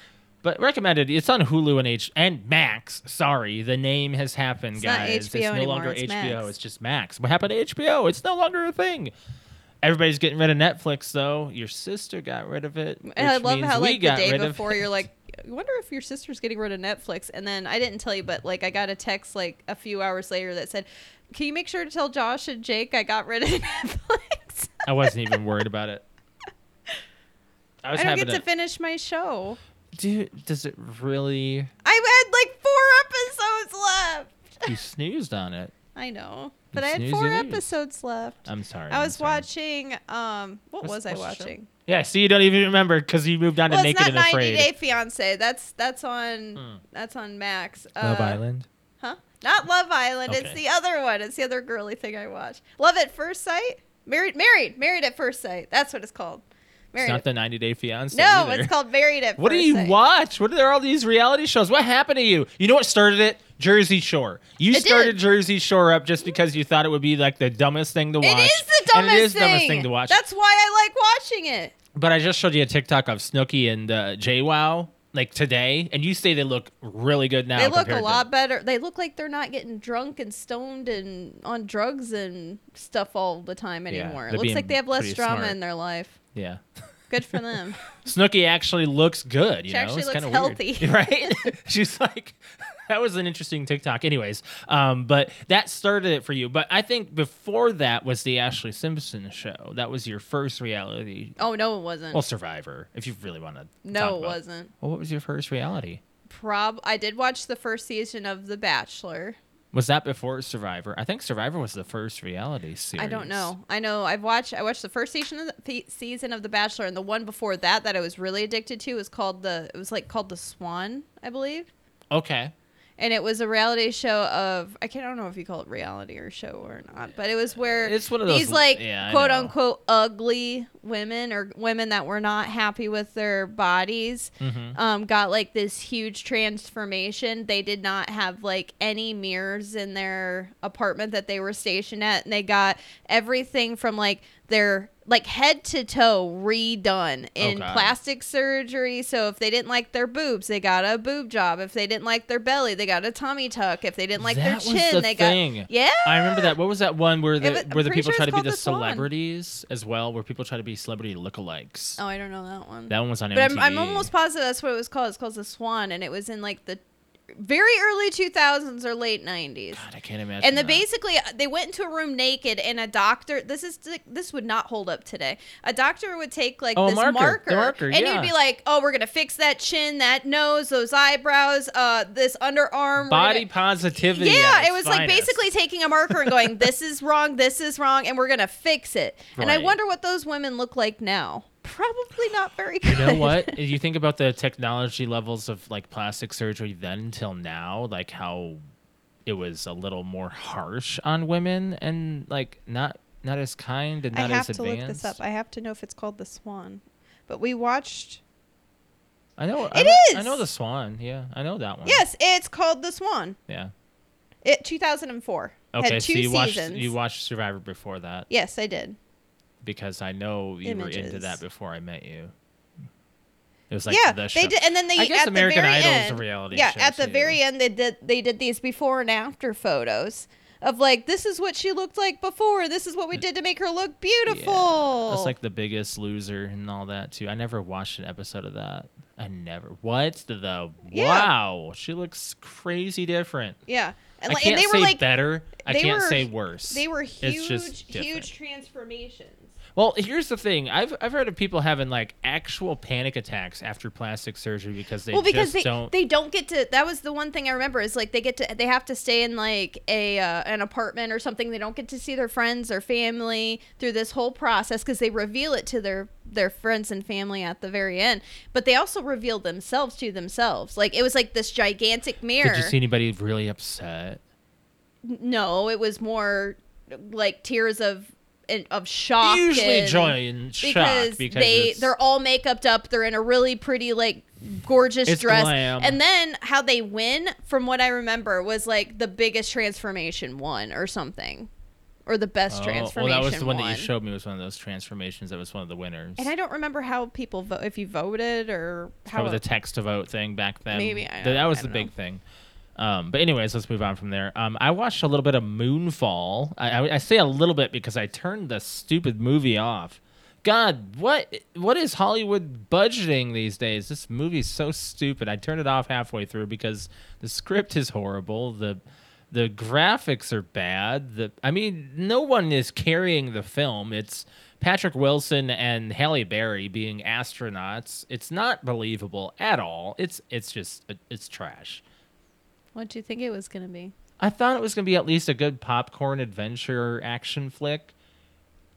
[SPEAKER 1] But recommended. It's on Hulu and H and Max. Sorry, the name has happened,
[SPEAKER 3] It's not
[SPEAKER 1] guys. it's
[SPEAKER 3] HBO
[SPEAKER 1] no
[SPEAKER 3] anymore,
[SPEAKER 1] longer
[SPEAKER 3] it's
[SPEAKER 1] HBO.
[SPEAKER 3] Max.
[SPEAKER 1] It's just Max. What happened to HBO? It's no longer a thing. Everybody's getting rid of Netflix, though. Your sister got rid of it.
[SPEAKER 3] And I
[SPEAKER 1] which
[SPEAKER 3] love
[SPEAKER 1] means
[SPEAKER 3] how
[SPEAKER 1] we
[SPEAKER 3] like the
[SPEAKER 1] got
[SPEAKER 3] day
[SPEAKER 1] rid of
[SPEAKER 3] before
[SPEAKER 1] it.
[SPEAKER 3] you're like, I wonder if your sister's getting rid of Netflix. And then I didn't tell you, but like I got a text like a few hours later that said, "Can you make sure to tell Josh and Jake I got rid of <laughs> Netflix?
[SPEAKER 1] I wasn't even worried about
[SPEAKER 3] <laughs>
[SPEAKER 1] it. I
[SPEAKER 3] I,
[SPEAKER 1] was
[SPEAKER 3] don't
[SPEAKER 1] having
[SPEAKER 3] get to
[SPEAKER 1] a,
[SPEAKER 3] finish my show.
[SPEAKER 1] dude. Does it really?
[SPEAKER 3] I had like four episodes left.
[SPEAKER 1] You snoozed on it.
[SPEAKER 3] I know, but
[SPEAKER 1] You
[SPEAKER 3] I had
[SPEAKER 1] snooze,
[SPEAKER 3] four
[SPEAKER 1] you lose.
[SPEAKER 3] episodes left.
[SPEAKER 1] I'm sorry.
[SPEAKER 3] I
[SPEAKER 1] I'm
[SPEAKER 3] was
[SPEAKER 1] sorry.
[SPEAKER 3] watching. Um, what
[SPEAKER 1] What's-
[SPEAKER 3] was I
[SPEAKER 1] what's the show?
[SPEAKER 3] watching?
[SPEAKER 1] Yeah, see, you don't even remember because you moved on to
[SPEAKER 3] Well, it's
[SPEAKER 1] Naked
[SPEAKER 3] not
[SPEAKER 1] and
[SPEAKER 3] 90
[SPEAKER 1] Afraid.
[SPEAKER 3] Day Fiance. That's that's on
[SPEAKER 1] Hmm.
[SPEAKER 3] that's on Max.
[SPEAKER 1] Love
[SPEAKER 3] Uh,
[SPEAKER 1] Island.
[SPEAKER 3] Huh? Not Love Island. It's
[SPEAKER 1] Okay.
[SPEAKER 3] the other one. It's the other girly thing I watch. Love at First Sight. Married, married, married at first sight. That's what it's called.
[SPEAKER 1] It's
[SPEAKER 3] Married.
[SPEAKER 1] not the 90 Day Fiance.
[SPEAKER 3] no,
[SPEAKER 1] either.
[SPEAKER 3] it's called Married at
[SPEAKER 1] What do
[SPEAKER 3] First
[SPEAKER 1] you
[SPEAKER 3] Sight.
[SPEAKER 1] watch? What are all these reality shows? What happened to you? You know what started it? Jersey Shore. You
[SPEAKER 3] It
[SPEAKER 1] started
[SPEAKER 3] did.
[SPEAKER 1] Jersey Shore up just because you thought it would be like the dumbest thing to watch.
[SPEAKER 3] It is the
[SPEAKER 1] and
[SPEAKER 3] dumbest
[SPEAKER 1] it is
[SPEAKER 3] thing.
[SPEAKER 1] the dumbest thing to watch.
[SPEAKER 3] That's why I like watching it.
[SPEAKER 1] but I just showed you a TikTok of Snooki and uh, JWoww like today, and you say they look really good now.
[SPEAKER 3] they look
[SPEAKER 1] compared
[SPEAKER 3] a
[SPEAKER 1] to-
[SPEAKER 3] lot better. They look like they're not getting drunk and stoned and on drugs and stuff all the time
[SPEAKER 1] Yeah,
[SPEAKER 3] anymore. it
[SPEAKER 1] they're
[SPEAKER 3] looks like
[SPEAKER 1] being
[SPEAKER 3] they have less
[SPEAKER 1] pretty
[SPEAKER 3] drama
[SPEAKER 1] smart.
[SPEAKER 3] in their life.
[SPEAKER 1] yeah.
[SPEAKER 3] Good for
[SPEAKER 1] <laughs>
[SPEAKER 3] them.
[SPEAKER 1] Snooki actually looks good. You
[SPEAKER 3] She
[SPEAKER 1] know,
[SPEAKER 3] actually
[SPEAKER 1] it's
[SPEAKER 3] looks
[SPEAKER 1] kind of
[SPEAKER 3] healthy.
[SPEAKER 1] weird, <laughs> right?
[SPEAKER 3] <laughs>
[SPEAKER 1] She's like, that was an interesting TikTok. Anyways, um, but that started it for you. But I think before that was the Ashley Simpson show. That was your first reality.
[SPEAKER 3] oh no, it wasn't.
[SPEAKER 1] Well, Survivor, if you really want to.
[SPEAKER 3] no, it wasn't.
[SPEAKER 1] Well, what was your first reality?
[SPEAKER 3] Prob. I did watch the first season of The Bachelor.
[SPEAKER 1] Was that before Survivor? I think Survivor was the first reality series.
[SPEAKER 3] I don't know. I know I've watched I watched the first season of the fe- season of The Bachelor and the one before that that I was really addicted to was called the it was like called The Swan, I believe.
[SPEAKER 1] Okay.
[SPEAKER 3] And it was a reality show of I can't I don't know if you call it reality or show or not, but it was where
[SPEAKER 1] It's one of those-
[SPEAKER 3] these like
[SPEAKER 1] yeah, I
[SPEAKER 3] quote
[SPEAKER 1] know.
[SPEAKER 3] unquote ugly women or women that were not happy with their bodies
[SPEAKER 1] Mhm.
[SPEAKER 3] um, got like this huge transformation. They did not have like any mirrors in their apartment that they were stationed at, and they got everything from like their like head to toe redone in
[SPEAKER 1] God.
[SPEAKER 3] plastic surgery. So if they didn't like their boobs, they got a boob job. If they didn't like their belly, they got a tummy tuck. If they didn't like
[SPEAKER 1] That was
[SPEAKER 3] their chin,
[SPEAKER 1] the
[SPEAKER 3] they
[SPEAKER 1] thing.
[SPEAKER 3] got yeah.
[SPEAKER 1] I remember that. What was that one where the
[SPEAKER 3] was- I'm
[SPEAKER 1] where the
[SPEAKER 3] pretty
[SPEAKER 1] people
[SPEAKER 3] sure
[SPEAKER 1] try
[SPEAKER 3] it's
[SPEAKER 1] to be
[SPEAKER 3] called
[SPEAKER 1] the
[SPEAKER 3] The Swan.
[SPEAKER 1] celebrities as well, where people try to be celebrity lookalikes?
[SPEAKER 3] Oh, I don't know that one.
[SPEAKER 1] That E. one was on
[SPEAKER 3] But
[SPEAKER 1] MTV.
[SPEAKER 3] I'm, I'm almost positive that's what it was called. It's called the Swan, and it was in like the very early 2000s or late 90s.
[SPEAKER 1] God, I can't imagine.
[SPEAKER 3] And the
[SPEAKER 1] that.
[SPEAKER 3] basically uh, they went into a room naked, and a doctor. This is this would not hold up today. A doctor would take like
[SPEAKER 1] Oh, a
[SPEAKER 3] this
[SPEAKER 1] marker.
[SPEAKER 3] marker,
[SPEAKER 1] The marker,
[SPEAKER 3] and
[SPEAKER 1] yeah.
[SPEAKER 3] you'd be like, "Oh, we're gonna fix that chin, that nose, those eyebrows, uh, this underarm, we're
[SPEAKER 1] body
[SPEAKER 3] gonna-
[SPEAKER 1] positivity. at
[SPEAKER 3] yeah,
[SPEAKER 1] its
[SPEAKER 3] it was like
[SPEAKER 1] finest.
[SPEAKER 3] basically taking a marker and going, "This is wrong, this is wrong, and we're gonna fix it." And I
[SPEAKER 1] Right.
[SPEAKER 3] wonder what those women look like now. Probably not very
[SPEAKER 1] <laughs>
[SPEAKER 3] good.
[SPEAKER 1] You know
[SPEAKER 3] <laughs>
[SPEAKER 1] what? If you think about the technology levels of like plastic surgery then till now, like how it was a little more harsh on women and like not not as kind and
[SPEAKER 3] I
[SPEAKER 1] not
[SPEAKER 3] have
[SPEAKER 1] as
[SPEAKER 3] to
[SPEAKER 1] advanced.
[SPEAKER 3] look this up. I have to know if it's called the Swan. But we watched.
[SPEAKER 1] I know
[SPEAKER 3] It
[SPEAKER 1] I know, I
[SPEAKER 3] is!
[SPEAKER 1] know the Swan. Yeah, I know that one.
[SPEAKER 3] Yes, it's called the Swan.
[SPEAKER 1] Yeah.
[SPEAKER 3] It 2004
[SPEAKER 1] Okay.
[SPEAKER 3] had
[SPEAKER 1] So
[SPEAKER 3] two
[SPEAKER 1] you watched
[SPEAKER 3] seasons.
[SPEAKER 1] you watched Survivor before that
[SPEAKER 3] yes, I did.
[SPEAKER 1] because I know you were into
[SPEAKER 3] Images.
[SPEAKER 1] that before I met you. It was like
[SPEAKER 3] yeah,
[SPEAKER 1] the show.
[SPEAKER 3] they did, and then they
[SPEAKER 1] I guess
[SPEAKER 3] at
[SPEAKER 1] American
[SPEAKER 3] the very
[SPEAKER 1] Idol
[SPEAKER 3] end,
[SPEAKER 1] is a reality
[SPEAKER 3] Yeah,
[SPEAKER 1] show,
[SPEAKER 3] at the
[SPEAKER 1] too.
[SPEAKER 3] very end, they did they did these before and after photos of like this is what she looked like before. This is what we did to make her look beautiful.
[SPEAKER 1] That's like the biggest loser and all that too. I never watched an episode of that. I never. What the, the
[SPEAKER 3] Yeah.
[SPEAKER 1] wow? She looks crazy different.
[SPEAKER 3] yeah, and,
[SPEAKER 1] I
[SPEAKER 3] like,
[SPEAKER 1] can't
[SPEAKER 3] and they
[SPEAKER 1] say
[SPEAKER 3] were like
[SPEAKER 1] better. I
[SPEAKER 3] they
[SPEAKER 1] can't
[SPEAKER 3] were-
[SPEAKER 1] say worse.
[SPEAKER 3] they were
[SPEAKER 1] It's
[SPEAKER 3] huge,
[SPEAKER 1] just different.
[SPEAKER 3] huge transformations.
[SPEAKER 1] Well, here's the thing. I've I've heard of people having like actual panic attacks after plastic surgery because they
[SPEAKER 3] well
[SPEAKER 1] just
[SPEAKER 3] because they
[SPEAKER 1] don't.
[SPEAKER 3] they don't get to that was the one thing i remember is like they get to they have to stay in like a uh, an apartment or something they don't get to see their friends or family through this whole process because they reveal it to their their friends and family at the very end but they also reveal themselves to themselves like it was like this gigantic mirror
[SPEAKER 1] Did you see anybody really upset?
[SPEAKER 3] no it was more like tears of of shock
[SPEAKER 1] Usually
[SPEAKER 3] and-
[SPEAKER 1] joy and
[SPEAKER 3] because,
[SPEAKER 1] shock because
[SPEAKER 3] they
[SPEAKER 1] it's-
[SPEAKER 3] they're all makeuped up. They're in a really pretty like gorgeous
[SPEAKER 1] It's
[SPEAKER 3] dress.
[SPEAKER 1] glam.
[SPEAKER 3] And then how they win, from what I remember, was like the biggest transformation one or something. or the best
[SPEAKER 1] Oh,
[SPEAKER 3] transformation.
[SPEAKER 1] Well, that was the one, that
[SPEAKER 3] one.
[SPEAKER 1] you showed me was one of those transformations. That was one of the winners.
[SPEAKER 3] And I don't remember how people vote if you voted or
[SPEAKER 1] How
[SPEAKER 3] how.
[SPEAKER 1] was the text to vote thing back then?
[SPEAKER 3] Maybe, I-
[SPEAKER 1] Th- that was
[SPEAKER 3] I
[SPEAKER 1] the
[SPEAKER 3] don't know.
[SPEAKER 1] big thing. Um, but anyways, let's move on from there. Um, I watched a little bit of Moonfall. I, I, I say a little bit because I turned the stupid movie off. God, what what is Hollywood budgeting these days? This movie's so stupid. I turned it off halfway through because the script is horrible. The the graphics are bad. The I mean, no one is carrying the film. It's Patrick Wilson and Halle Berry being astronauts. It's not believable at all. It's it's just it's trash.
[SPEAKER 3] what do you think it was going to be?
[SPEAKER 1] I thought it was going to be at least a good popcorn adventure action flick.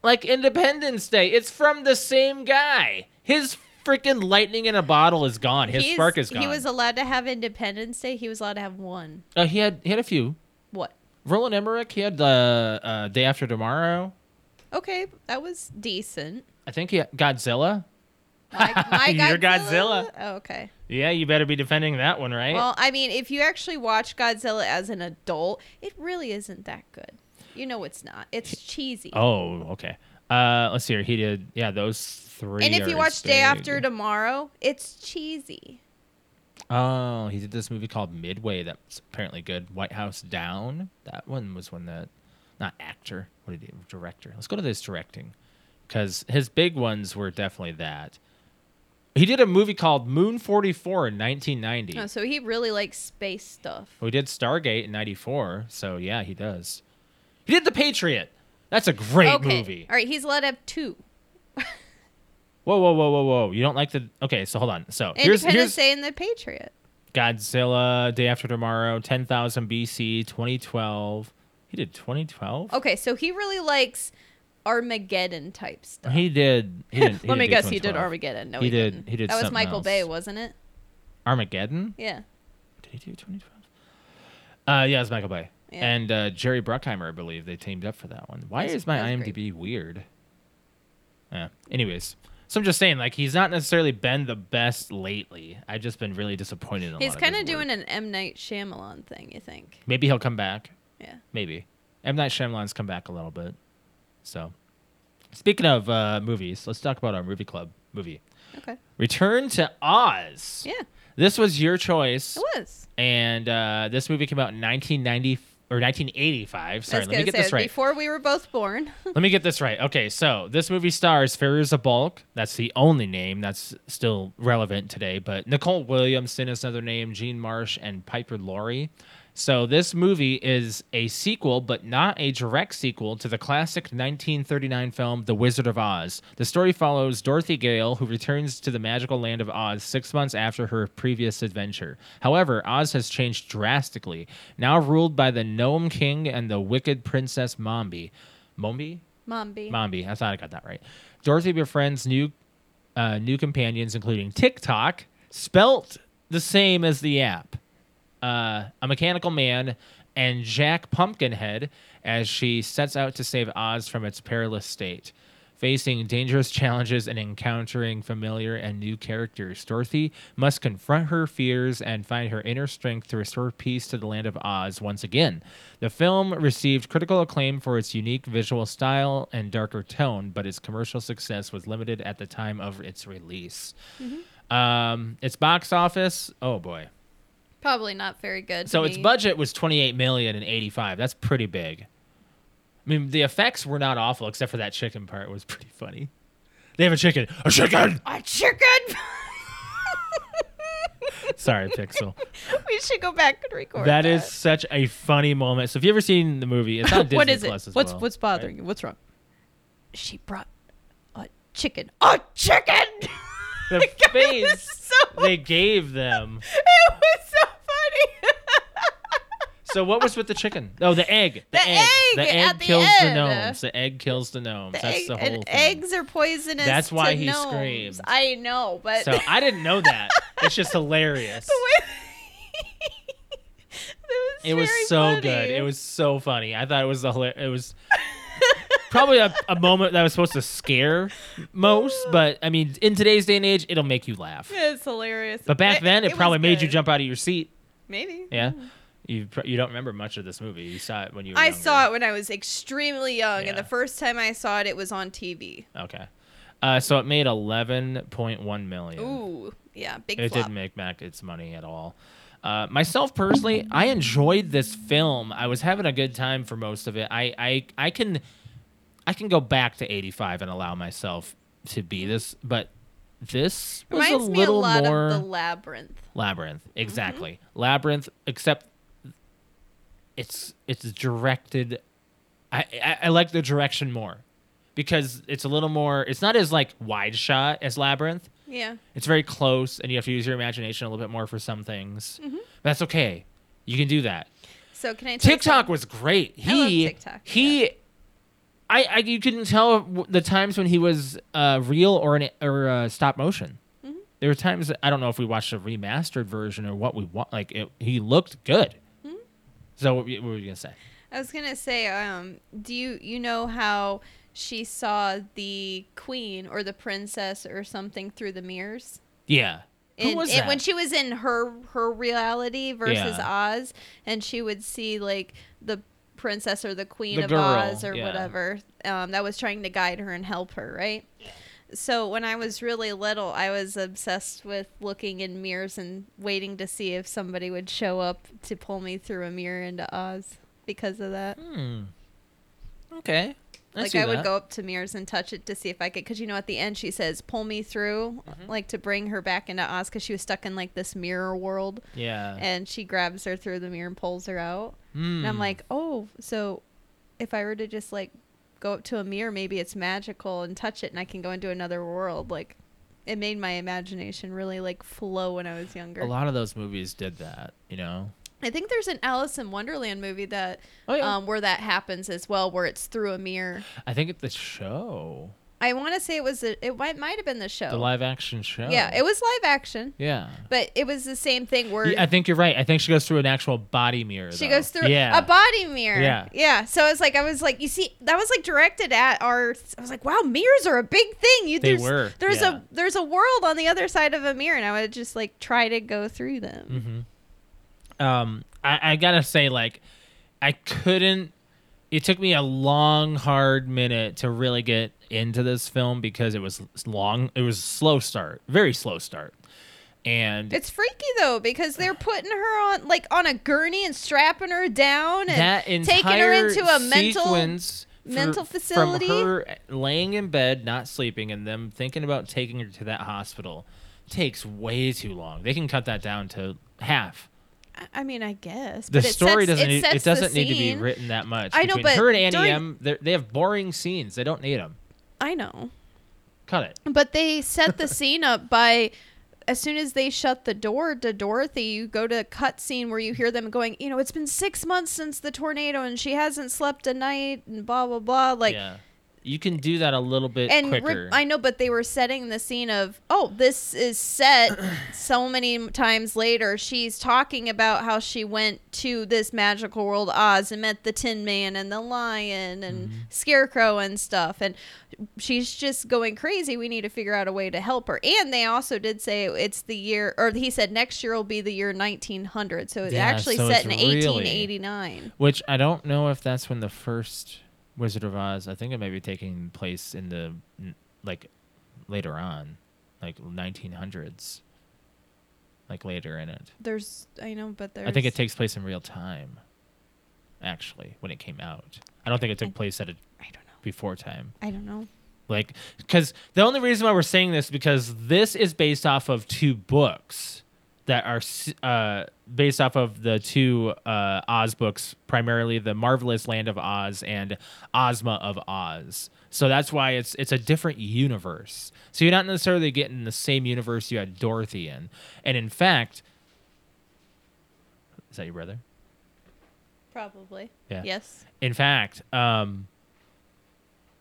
[SPEAKER 1] Like Independence Day, it's from the same guy. His freaking lightning in a bottle is gone. His
[SPEAKER 3] He's-
[SPEAKER 1] spark is gone.
[SPEAKER 3] He was allowed to have Independence Day. He was allowed to have one.
[SPEAKER 1] uh, he had he had a few.
[SPEAKER 3] What?
[SPEAKER 1] Roland Emmerich, he had the uh, Day After Tomorrow.
[SPEAKER 3] Okay, that was decent.
[SPEAKER 1] I think he had Godzilla. <laughs>
[SPEAKER 3] My, my
[SPEAKER 1] You're Godzilla.
[SPEAKER 3] Oh, okay.
[SPEAKER 1] Yeah, you better be defending that one, right?
[SPEAKER 3] Well, I mean, if you actually watch Godzilla as an adult, it really isn't that good. You know, it's not. It's cheesy.
[SPEAKER 1] oh, okay. Uh, let's see here. He did yeah those three.
[SPEAKER 3] and if you
[SPEAKER 1] are
[SPEAKER 3] watch
[SPEAKER 1] big.
[SPEAKER 3] Day After Tomorrow, it's cheesy.
[SPEAKER 1] Oh, he did this movie called Midway that's apparently good. White House Down. That one was one that, not actor. What did he? Director. Let's go to this directing, because his big ones were definitely that. He did a movie called Moon 44 in 1990.
[SPEAKER 3] Oh, so he really likes space stuff.
[SPEAKER 1] We did Stargate in 94. So yeah, he does. He did The Patriot. That's a great
[SPEAKER 3] okay.
[SPEAKER 1] movie.
[SPEAKER 3] All right, he's allowed to have two.
[SPEAKER 1] Whoa, whoa, whoa, whoa, whoa. You don't like the. Okay, so hold on. So here's, here's
[SPEAKER 3] Independence Day and the Patriot.
[SPEAKER 1] Godzilla, Day After Tomorrow, 10,000 BC, 2012. He did 2012?
[SPEAKER 3] Okay, so he really likes Armageddon type stuff.
[SPEAKER 1] He did. He didn't, he
[SPEAKER 3] <laughs> Let
[SPEAKER 1] didn't
[SPEAKER 3] me
[SPEAKER 1] do
[SPEAKER 3] guess, he did
[SPEAKER 1] 2012.
[SPEAKER 3] Armageddon. No,
[SPEAKER 1] He
[SPEAKER 3] he,
[SPEAKER 1] did-
[SPEAKER 3] Didn't.
[SPEAKER 1] he did
[SPEAKER 3] That was
[SPEAKER 1] something
[SPEAKER 3] Michael
[SPEAKER 1] else.
[SPEAKER 3] Bay, wasn't it?
[SPEAKER 1] Armageddon?
[SPEAKER 3] Yeah.
[SPEAKER 1] Did he do 2012? Uh, yeah, it was Michael Bay.
[SPEAKER 3] Yeah.
[SPEAKER 1] And uh, Jerry Bruckheimer, I believe, they teamed up for that one. Why
[SPEAKER 3] That's-
[SPEAKER 1] is my
[SPEAKER 3] that's great.
[SPEAKER 1] IMDb weird? Yeah. Anyways, so I'm just saying, like, he's not necessarily been the best lately. I've just been really disappointed in a
[SPEAKER 3] He's
[SPEAKER 1] lot
[SPEAKER 3] kind
[SPEAKER 1] of
[SPEAKER 3] of
[SPEAKER 1] his
[SPEAKER 3] doing
[SPEAKER 1] work.
[SPEAKER 3] an M Night Shyamalan thing. You think?
[SPEAKER 1] Maybe he'll come back.
[SPEAKER 3] Yeah.
[SPEAKER 1] Maybe. M. Night Shyamalan's come back a little bit. So, speaking of uh, movies, let's talk about our movie club movie.
[SPEAKER 3] Okay.
[SPEAKER 1] Return to Oz.
[SPEAKER 3] Yeah.
[SPEAKER 1] This was your choice,
[SPEAKER 3] It was.
[SPEAKER 1] and uh, this movie came out in 1990 or 1985.
[SPEAKER 3] I
[SPEAKER 1] Sorry,
[SPEAKER 3] was
[SPEAKER 1] let me
[SPEAKER 3] gonna
[SPEAKER 1] get
[SPEAKER 3] say,
[SPEAKER 1] this right.
[SPEAKER 3] Before we were both born.
[SPEAKER 1] let me get this right. Okay, so this movie stars Fairuza Balk. That's the only name that's still relevant today, but Nicole Williamson is another name, Gene Marsh, and Piper Laurie. So this movie is a sequel, but not a direct sequel to the classic 1939 film The Wizard of Oz. The story follows Dorothy Gale, who returns to the magical land of Oz six months after her previous adventure. However, Oz has changed drastically, now ruled by the Gnome King and the wicked Princess Mombi. Mombi?
[SPEAKER 3] <laughs> Mom B.
[SPEAKER 1] Mombi. I thought I got that right. Dorothy befriends new uh, new companions, including TikTok, spelt the same as the app, uh, a mechanical man, and Jack Pumpkinhead as she sets out to save Oz from its perilous state. Facing dangerous challenges and encountering familiar and new characters, Dorothy must confront her fears and find her inner strength to restore peace to the land of Oz once again. The film received critical acclaim for its unique visual style and darker tone, but its commercial success was limited at the time of its release. Um, its box office, oh boy.
[SPEAKER 3] Probably not very good. to
[SPEAKER 1] So its
[SPEAKER 3] me. <laughs>
[SPEAKER 1] budget was 28 million and 85. That's pretty big. I mean, the effects were not awful except for that chicken part was <laughs> pretty funny. They have a chicken. A chicken.
[SPEAKER 3] A <laughs> chicken.
[SPEAKER 1] Sorry,
[SPEAKER 3] <laughs>
[SPEAKER 1] Pixel.
[SPEAKER 3] we should go back and record.
[SPEAKER 1] that is such a funny moment. So if you ever seen the movie, it's on Disney
[SPEAKER 3] <laughs> what is it?
[SPEAKER 1] Plus as
[SPEAKER 3] what's
[SPEAKER 1] well,
[SPEAKER 3] what's
[SPEAKER 1] right?
[SPEAKER 3] bothering you? What's wrong? She brought a chicken. A chicken. <laughs>
[SPEAKER 1] The
[SPEAKER 3] God, it
[SPEAKER 1] face
[SPEAKER 3] was so-
[SPEAKER 1] they gave them.
[SPEAKER 3] It was so funny.
[SPEAKER 1] So what was with the chicken? Oh, the egg. The,
[SPEAKER 3] The
[SPEAKER 1] egg.
[SPEAKER 3] egg
[SPEAKER 1] The egg
[SPEAKER 3] at the
[SPEAKER 1] kills the
[SPEAKER 3] end.
[SPEAKER 1] gnomes. The egg kills the gnomes. That's
[SPEAKER 3] Egg-
[SPEAKER 1] the whole
[SPEAKER 3] and
[SPEAKER 1] thing.
[SPEAKER 3] eggs are poisonous.
[SPEAKER 1] That's why
[SPEAKER 3] to
[SPEAKER 1] he
[SPEAKER 3] gnomes.
[SPEAKER 1] screamed.
[SPEAKER 3] I know, but <laughs>
[SPEAKER 1] So I didn't know that. It's just hilarious.
[SPEAKER 3] <laughs> That
[SPEAKER 1] It was
[SPEAKER 3] very
[SPEAKER 1] so
[SPEAKER 3] funny.
[SPEAKER 1] good. It was so funny. I thought it was the hilar- it was <laughs> probably a, a moment that was supposed to scare
[SPEAKER 3] <laughs>
[SPEAKER 1] most, but I mean, in today's day and age, it'll make you laugh.
[SPEAKER 3] It's hilarious.
[SPEAKER 1] But back then, it,
[SPEAKER 3] was
[SPEAKER 1] probably made you
[SPEAKER 3] good.
[SPEAKER 1] jump out of your seat.
[SPEAKER 3] Maybe.
[SPEAKER 1] Yeah. You pr- you don't remember much of this movie. You saw it when you. Were
[SPEAKER 3] I
[SPEAKER 1] younger.
[SPEAKER 3] saw it when I was extremely young, and
[SPEAKER 1] Yeah.
[SPEAKER 3] the first time I saw it, it was on TV.
[SPEAKER 1] Okay, uh, so it made eleven point one million.
[SPEAKER 3] Ooh, yeah, big
[SPEAKER 1] it
[SPEAKER 3] flop.
[SPEAKER 1] didn't make back its money at all. Uh, myself personally, I enjoyed this film. I was having a good time for most of it. I I, I can I can go back to eighty five and allow myself to be this, but this was
[SPEAKER 3] Reminds
[SPEAKER 1] a
[SPEAKER 3] me a
[SPEAKER 1] little
[SPEAKER 3] lot
[SPEAKER 1] more
[SPEAKER 3] of the Mm-hmm. labyrinth.
[SPEAKER 1] labyrinth. Exactly, labyrinth. Except it's it's directed. I, I I like the direction more because it's a little more. It's not as like wide shot as labyrinth
[SPEAKER 3] Yeah,
[SPEAKER 1] it's very close and you have to use your imagination a little bit more for some things that's okay you can do that
[SPEAKER 3] Mm-hmm. so can I tell you
[SPEAKER 1] tiktok was great
[SPEAKER 3] I love
[SPEAKER 1] he
[SPEAKER 3] TikTok,
[SPEAKER 1] he I, I you couldn't tell w- the times when he was uh real or an or uh, stop motion
[SPEAKER 3] Mm-hmm.
[SPEAKER 1] there were times i don't know if we watched a remastered version or what we want like it, he looked good
[SPEAKER 3] Mm-hmm.
[SPEAKER 1] so what, were you- what were you gonna say
[SPEAKER 3] I was gonna say, um, do you you know how she saw the queen or the princess or something through the mirrors?
[SPEAKER 1] yeah
[SPEAKER 3] In,
[SPEAKER 1] who was
[SPEAKER 3] in-
[SPEAKER 1] that?
[SPEAKER 3] when she was in her her reality versus
[SPEAKER 1] Yeah.
[SPEAKER 3] Oz, and she would see like the princess or the queen
[SPEAKER 1] The
[SPEAKER 3] of
[SPEAKER 1] girl,
[SPEAKER 3] Oz or
[SPEAKER 1] yeah.
[SPEAKER 3] whatever um, that was trying to guide her and help her, right? So when I was really little, I was obsessed with looking in mirrors and waiting to see if somebody would show up to pull me through a mirror into Oz because of that
[SPEAKER 1] hmm. okay I
[SPEAKER 3] like
[SPEAKER 1] see
[SPEAKER 3] I would
[SPEAKER 1] that.
[SPEAKER 3] go up to mirrors and touch it to see if I could, because you know at the end she says pull me through,
[SPEAKER 1] Mm-hmm.
[SPEAKER 3] like to bring her back into Oz, because she was stuck in like this mirror world,
[SPEAKER 1] yeah
[SPEAKER 3] and she grabs her through the mirror and pulls her out, and I'm
[SPEAKER 1] Hmm.
[SPEAKER 3] like, oh, so if I were to just like go up to a mirror, maybe it's magical and touch it, and I can go into another world. Like it made my imagination really like flow when I was younger.
[SPEAKER 1] a lot of those movies did that you know
[SPEAKER 3] I think there's an Alice in Wonderland movie that
[SPEAKER 1] Oh, yeah.
[SPEAKER 3] um, where that happens as well, where it's through a mirror.
[SPEAKER 1] I think it's the show,
[SPEAKER 3] I want to say it was a, it might, might have been the show.
[SPEAKER 1] the live action show.
[SPEAKER 3] Oh. Yeah, it was live action,
[SPEAKER 1] yeah.
[SPEAKER 3] but it was the same thing where
[SPEAKER 1] Yeah, I think you're right. I think she goes through an actual body mirror.
[SPEAKER 3] she
[SPEAKER 1] though.
[SPEAKER 3] goes through
[SPEAKER 1] yeah.
[SPEAKER 3] a body mirror.
[SPEAKER 1] Yeah.
[SPEAKER 3] yeah. So it's like I was like, you see, that was like directed at our. I was like, wow, mirrors are a big thing. You
[SPEAKER 1] They
[SPEAKER 3] there's,
[SPEAKER 1] were,
[SPEAKER 3] There's
[SPEAKER 1] yeah.
[SPEAKER 3] a there's a world on the other side of a mirror, and I would just like try to go through them.
[SPEAKER 1] Mm-hmm. Um, I, I gotta say, like, I couldn't. It took me a long, hard minute to really get into this film because it was long. It was a slow start, very slow start, and
[SPEAKER 3] It's freaky though because they're putting her on like on a gurney and strapping her down and
[SPEAKER 1] that entire
[SPEAKER 3] taking her into a mental.
[SPEAKER 1] sequence for-
[SPEAKER 3] mental facility?
[SPEAKER 1] from her laying in bed not sleeping and them thinking about taking her to that hospital takes way too long they can cut that down to half
[SPEAKER 3] I- I mean, I guess
[SPEAKER 1] the
[SPEAKER 3] but it
[SPEAKER 1] story
[SPEAKER 3] sets-
[SPEAKER 1] doesn't need,
[SPEAKER 3] sets
[SPEAKER 1] it
[SPEAKER 3] the
[SPEAKER 1] doesn't need to be
[SPEAKER 3] scene.
[SPEAKER 1] written that much
[SPEAKER 3] I know,
[SPEAKER 1] Between
[SPEAKER 3] but
[SPEAKER 1] her and annie
[SPEAKER 3] during-
[SPEAKER 1] m they're- they have boring scenes they don't need them
[SPEAKER 3] I know.
[SPEAKER 1] cut it
[SPEAKER 3] But they set the scene up by as soon as they shut the door to Dorothy, you go to a cut scene where you hear them going, you know, it's been six months since the tornado and she hasn't slept a night and blah blah blah. Like
[SPEAKER 1] yeah you can do that a little bit
[SPEAKER 3] and re-
[SPEAKER 1] quicker
[SPEAKER 3] I know, but they were setting the scene of, oh, this is
[SPEAKER 1] <clears throat>
[SPEAKER 3] set so many times later. She's talking about how she went to this magical world, Oz, and met the Tin Man and the Lion and
[SPEAKER 1] Mm-hmm.
[SPEAKER 3] Scarecrow and stuff. And she's just going crazy. We need to figure out a way to help her. And they also did say it's the year, or he said next year will be the year 1900. So it's
[SPEAKER 1] Yeah,
[SPEAKER 3] actually
[SPEAKER 1] so
[SPEAKER 3] set in
[SPEAKER 1] it's really-
[SPEAKER 3] 1889.
[SPEAKER 1] which i don't know if that's when the first wizard of oz i think it may be taking place in the n- like later on like 1900s like later in it
[SPEAKER 3] There's, I know, but there's.
[SPEAKER 1] i think it takes place in real time actually when it came out i don't think it took place at a
[SPEAKER 3] I don't know.
[SPEAKER 1] before time
[SPEAKER 3] I don't know.
[SPEAKER 1] like because the only reason why we're saying this because this is based off of two books that are s- uh, based off of the two uh, oz books primarily the marvelous land of oz and ozma of oz so that's why it's it's a different universe so you're not necessarily getting the same universe you had dorothy in and in fact is that your brother
[SPEAKER 3] Probably.
[SPEAKER 1] Yeah.
[SPEAKER 3] Yes.
[SPEAKER 1] in fact um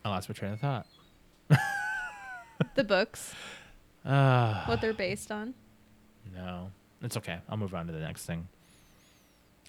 [SPEAKER 1] i lost my train of thought
[SPEAKER 3] the books,
[SPEAKER 1] uh,
[SPEAKER 3] what they're based on.
[SPEAKER 1] No, it's okay. I'll move on to the next thing.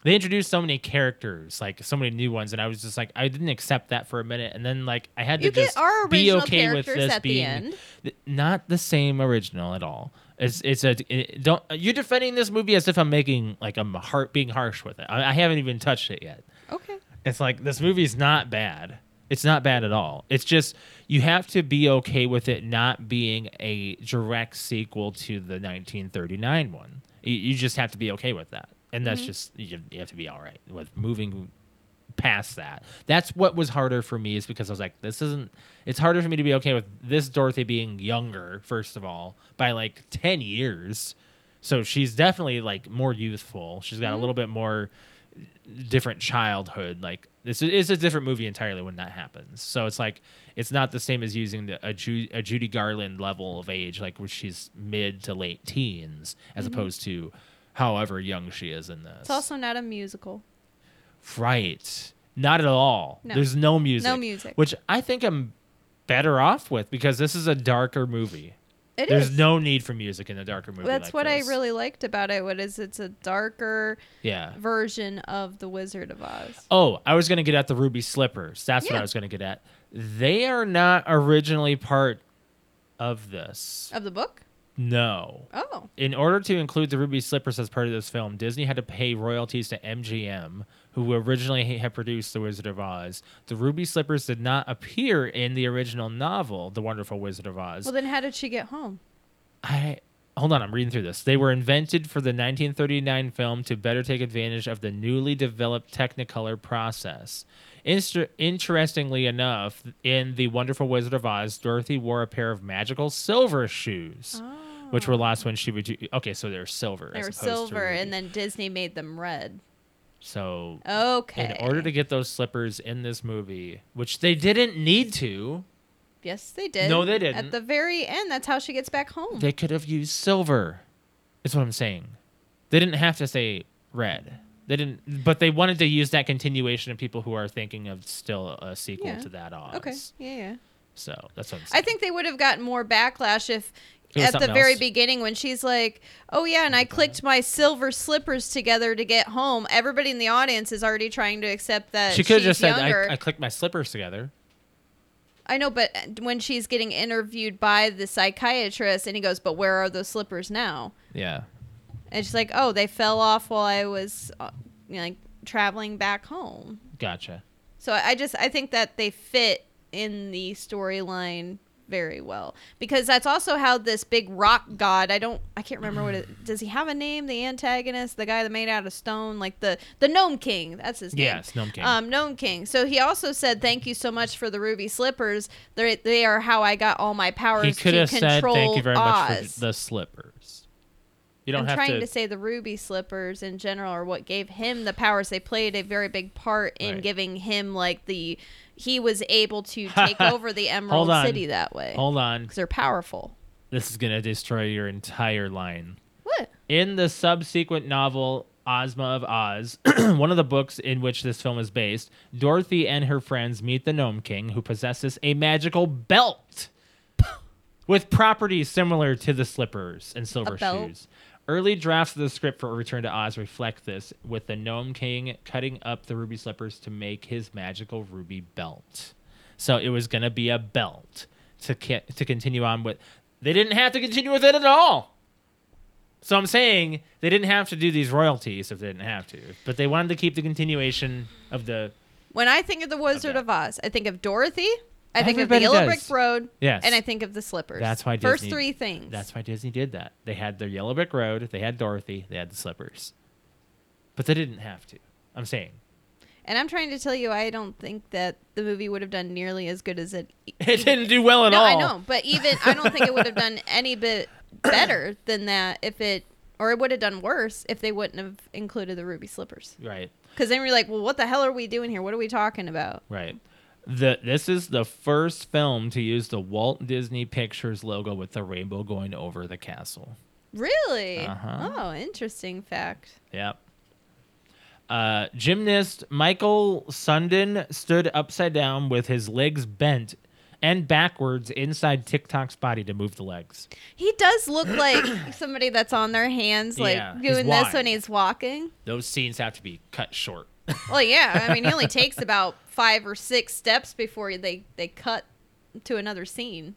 [SPEAKER 1] they introduced so many characters, like so many new ones, and I was just like, I didn't accept that for a minute, and then like I had
[SPEAKER 3] You
[SPEAKER 1] to
[SPEAKER 3] get
[SPEAKER 1] just
[SPEAKER 3] our
[SPEAKER 1] be
[SPEAKER 3] original
[SPEAKER 1] okay with
[SPEAKER 3] characters
[SPEAKER 1] this
[SPEAKER 3] at the
[SPEAKER 1] being
[SPEAKER 3] end.
[SPEAKER 1] th- not the same original at all. It's it's a it, don't you're defending this movie as if I'm making like I'm heart being harsh with it. I, I haven't even touched it yet.
[SPEAKER 3] Okay.
[SPEAKER 1] It's like this movie's not bad. It's not bad at all. It's just you have to be okay with it not being a direct sequel to the 1939 one. You, you just have to be okay with that, and that's just you, you have to be all right with moving past that. That's what was harder for me is because I was like, this isn't. It's harder for me to be okay with this Dorothy being younger, first of all, by like ten years. So she's definitely like more youthful. She's
[SPEAKER 3] Mm-hmm.
[SPEAKER 1] got a little bit more different childhood. Like this is it's a different movie entirely when that happens. So it's like it's not the same as using the, a, Ju- a Judy Garland level of age, like where she's mid to late teens, as opposed to however young she is in this.
[SPEAKER 3] Mm-hmm. It's also not a musical.
[SPEAKER 1] right, not at all.
[SPEAKER 3] No.
[SPEAKER 1] There's no music.
[SPEAKER 3] No music.
[SPEAKER 1] Which I think I'm better off with because this is a darker movie.
[SPEAKER 3] It is.
[SPEAKER 1] There's no need for music in a darker movie.
[SPEAKER 3] That's
[SPEAKER 1] like
[SPEAKER 3] what
[SPEAKER 1] this.
[SPEAKER 3] I really liked about it. What is it's a darker
[SPEAKER 1] yeah.
[SPEAKER 3] version of the Wizard of Oz.
[SPEAKER 1] Oh, I was gonna get at the ruby slippers. That's what
[SPEAKER 3] Yeah.
[SPEAKER 1] I was gonna get at. They are not originally part of this.
[SPEAKER 3] Of the book?
[SPEAKER 1] No.
[SPEAKER 3] Oh.
[SPEAKER 1] In order to include the ruby slippers as part of this film, Disney had to pay royalties to MGM, who originally ha- had produced The Wizard of Oz. The ruby slippers did not appear in the original novel, The Wonderful Wizard of Oz.
[SPEAKER 3] Well, then how did she get home?
[SPEAKER 1] I hold on, I'm reading through this. They were invented for the 1939 film to better take advantage of the newly developed Technicolor process. Inster- interestingly enough, in The Wonderful Wizard of Oz, Dorothy wore a pair of magical silver shoes,
[SPEAKER 3] Oh.
[SPEAKER 1] which were lost when she would. Okay, so they're silver.
[SPEAKER 3] They
[SPEAKER 1] as
[SPEAKER 3] were
[SPEAKER 1] opposed to
[SPEAKER 3] silver,
[SPEAKER 1] ruby.
[SPEAKER 3] and then Disney made them red.
[SPEAKER 1] so
[SPEAKER 3] Okay.
[SPEAKER 1] in order to get those slippers in this movie, which they didn't need to,
[SPEAKER 3] Yes, they did.
[SPEAKER 1] No, they didn't.
[SPEAKER 3] At the very end, that's how she gets back home.
[SPEAKER 1] They could have used silver. Is what I'm saying. They didn't have to say red. They didn't, but they wanted to use that continuation of people who are thinking of still a sequel
[SPEAKER 3] Yeah.
[SPEAKER 1] to that Oz.
[SPEAKER 3] okay. Yeah, yeah.
[SPEAKER 1] So that's what I'm
[SPEAKER 3] I
[SPEAKER 1] saying.
[SPEAKER 3] think they would have gotten more backlash if
[SPEAKER 1] It was
[SPEAKER 3] at the
[SPEAKER 1] something
[SPEAKER 3] very
[SPEAKER 1] else.
[SPEAKER 3] beginning when she's like, "Oh yeah, and I clicked my silver slippers together to get home." Everybody in the audience is already trying to accept that
[SPEAKER 1] she could have
[SPEAKER 3] she's
[SPEAKER 1] just said,
[SPEAKER 3] younger.
[SPEAKER 1] I, "I clicked my slippers together."
[SPEAKER 3] I know, but when she's getting interviewed by the psychiatrist and he goes, "But where are those slippers now?"
[SPEAKER 1] Yeah.
[SPEAKER 3] And she's like, "Oh, they fell off while I was uh, you know, like traveling back home."
[SPEAKER 1] Gotcha.
[SPEAKER 3] So I I just I think that they fit in the storyline very well because that's also how this big rock god I don't I can't remember
[SPEAKER 1] <clears throat>
[SPEAKER 3] what it does he have a name the antagonist the guy that made out of stone like the the gnome king that's his name
[SPEAKER 1] Yes, Gnome King.
[SPEAKER 3] um gnome king so he also said thank you so much for the ruby slippers they they are how I got all my powers
[SPEAKER 1] He could
[SPEAKER 3] to
[SPEAKER 1] have said,
[SPEAKER 3] control
[SPEAKER 1] "Thank you very
[SPEAKER 3] Oz
[SPEAKER 1] much for the slippers." You don't
[SPEAKER 3] I'm
[SPEAKER 1] have
[SPEAKER 3] trying
[SPEAKER 1] to.
[SPEAKER 3] to... say the ruby slippers in general are what gave him the powers. They played a very big part in
[SPEAKER 1] Right.
[SPEAKER 3] giving him like the he was
[SPEAKER 1] <laughs>
[SPEAKER 3] able to take over the Emerald
[SPEAKER 1] on.
[SPEAKER 3] City that way
[SPEAKER 1] hold on.
[SPEAKER 3] because they're powerful.
[SPEAKER 1] This is gonna destroy your entire line.
[SPEAKER 3] What?
[SPEAKER 1] In the subsequent novel Ozma of Oz, <clears throat> one of the books in which this film is based, Dorothy and her friends meet the Gnome King, who possesses a magical belt <laughs> with properties similar to the slippers and silver
[SPEAKER 3] A belt?
[SPEAKER 1] shoes. Early drafts of the script for Return to Oz reflect this, with the Gnome King cutting up the ruby slippers to make his magical ruby belt. So it was going to be a belt to ca- to continue on with. They didn't have to continue with it at all. So I'm saying they didn't have to do these royalties if they didn't have to, but they wanted to keep the continuation of the
[SPEAKER 3] When I think of the Wizard
[SPEAKER 1] Okay.
[SPEAKER 3] of Oz, I think of Dorothy. I think of the
[SPEAKER 1] Everybody does.
[SPEAKER 3] Yellow Brick Road.
[SPEAKER 1] Yes.
[SPEAKER 3] And I think of the slippers.
[SPEAKER 1] That's why
[SPEAKER 3] first
[SPEAKER 1] Disney-
[SPEAKER 3] three things.
[SPEAKER 1] That's why Disney did that. They had their Yellow Brick Road, they had Dorothy, they had the slippers. But they didn't have to. I'm saying. <laughs>
[SPEAKER 3] and I'm trying to tell you, I don't think that the movie would have done nearly as good as it.
[SPEAKER 1] It didn't do well at
[SPEAKER 3] no,
[SPEAKER 1] all.
[SPEAKER 3] I know, but even I don't think it would have done any bit better than that if it, or it would have done worse if they wouldn't have included the ruby slippers.
[SPEAKER 1] Right.
[SPEAKER 3] Because then you're like, well, what the hell are we doing here? What are we talking about?
[SPEAKER 1] Right. The this is the first film to use the Walt Disney Pictures logo with the rainbow going over the castle.
[SPEAKER 3] Really?
[SPEAKER 1] Uh-huh.
[SPEAKER 3] Oh, interesting fact.
[SPEAKER 1] Yep. Uh, gymnast Michael Sundin stood upside down with his legs bent and backwards inside TikTok's body to move the legs.
[SPEAKER 3] He does look like <coughs> somebody that's on their hands, like
[SPEAKER 1] Yeah, he's
[SPEAKER 3] doing this
[SPEAKER 1] wide.
[SPEAKER 3] when he's walking.
[SPEAKER 4] Those scenes have to be cut short.
[SPEAKER 3] Well, yeah. I mean, he only takes about five or six steps before they they cut to another scene.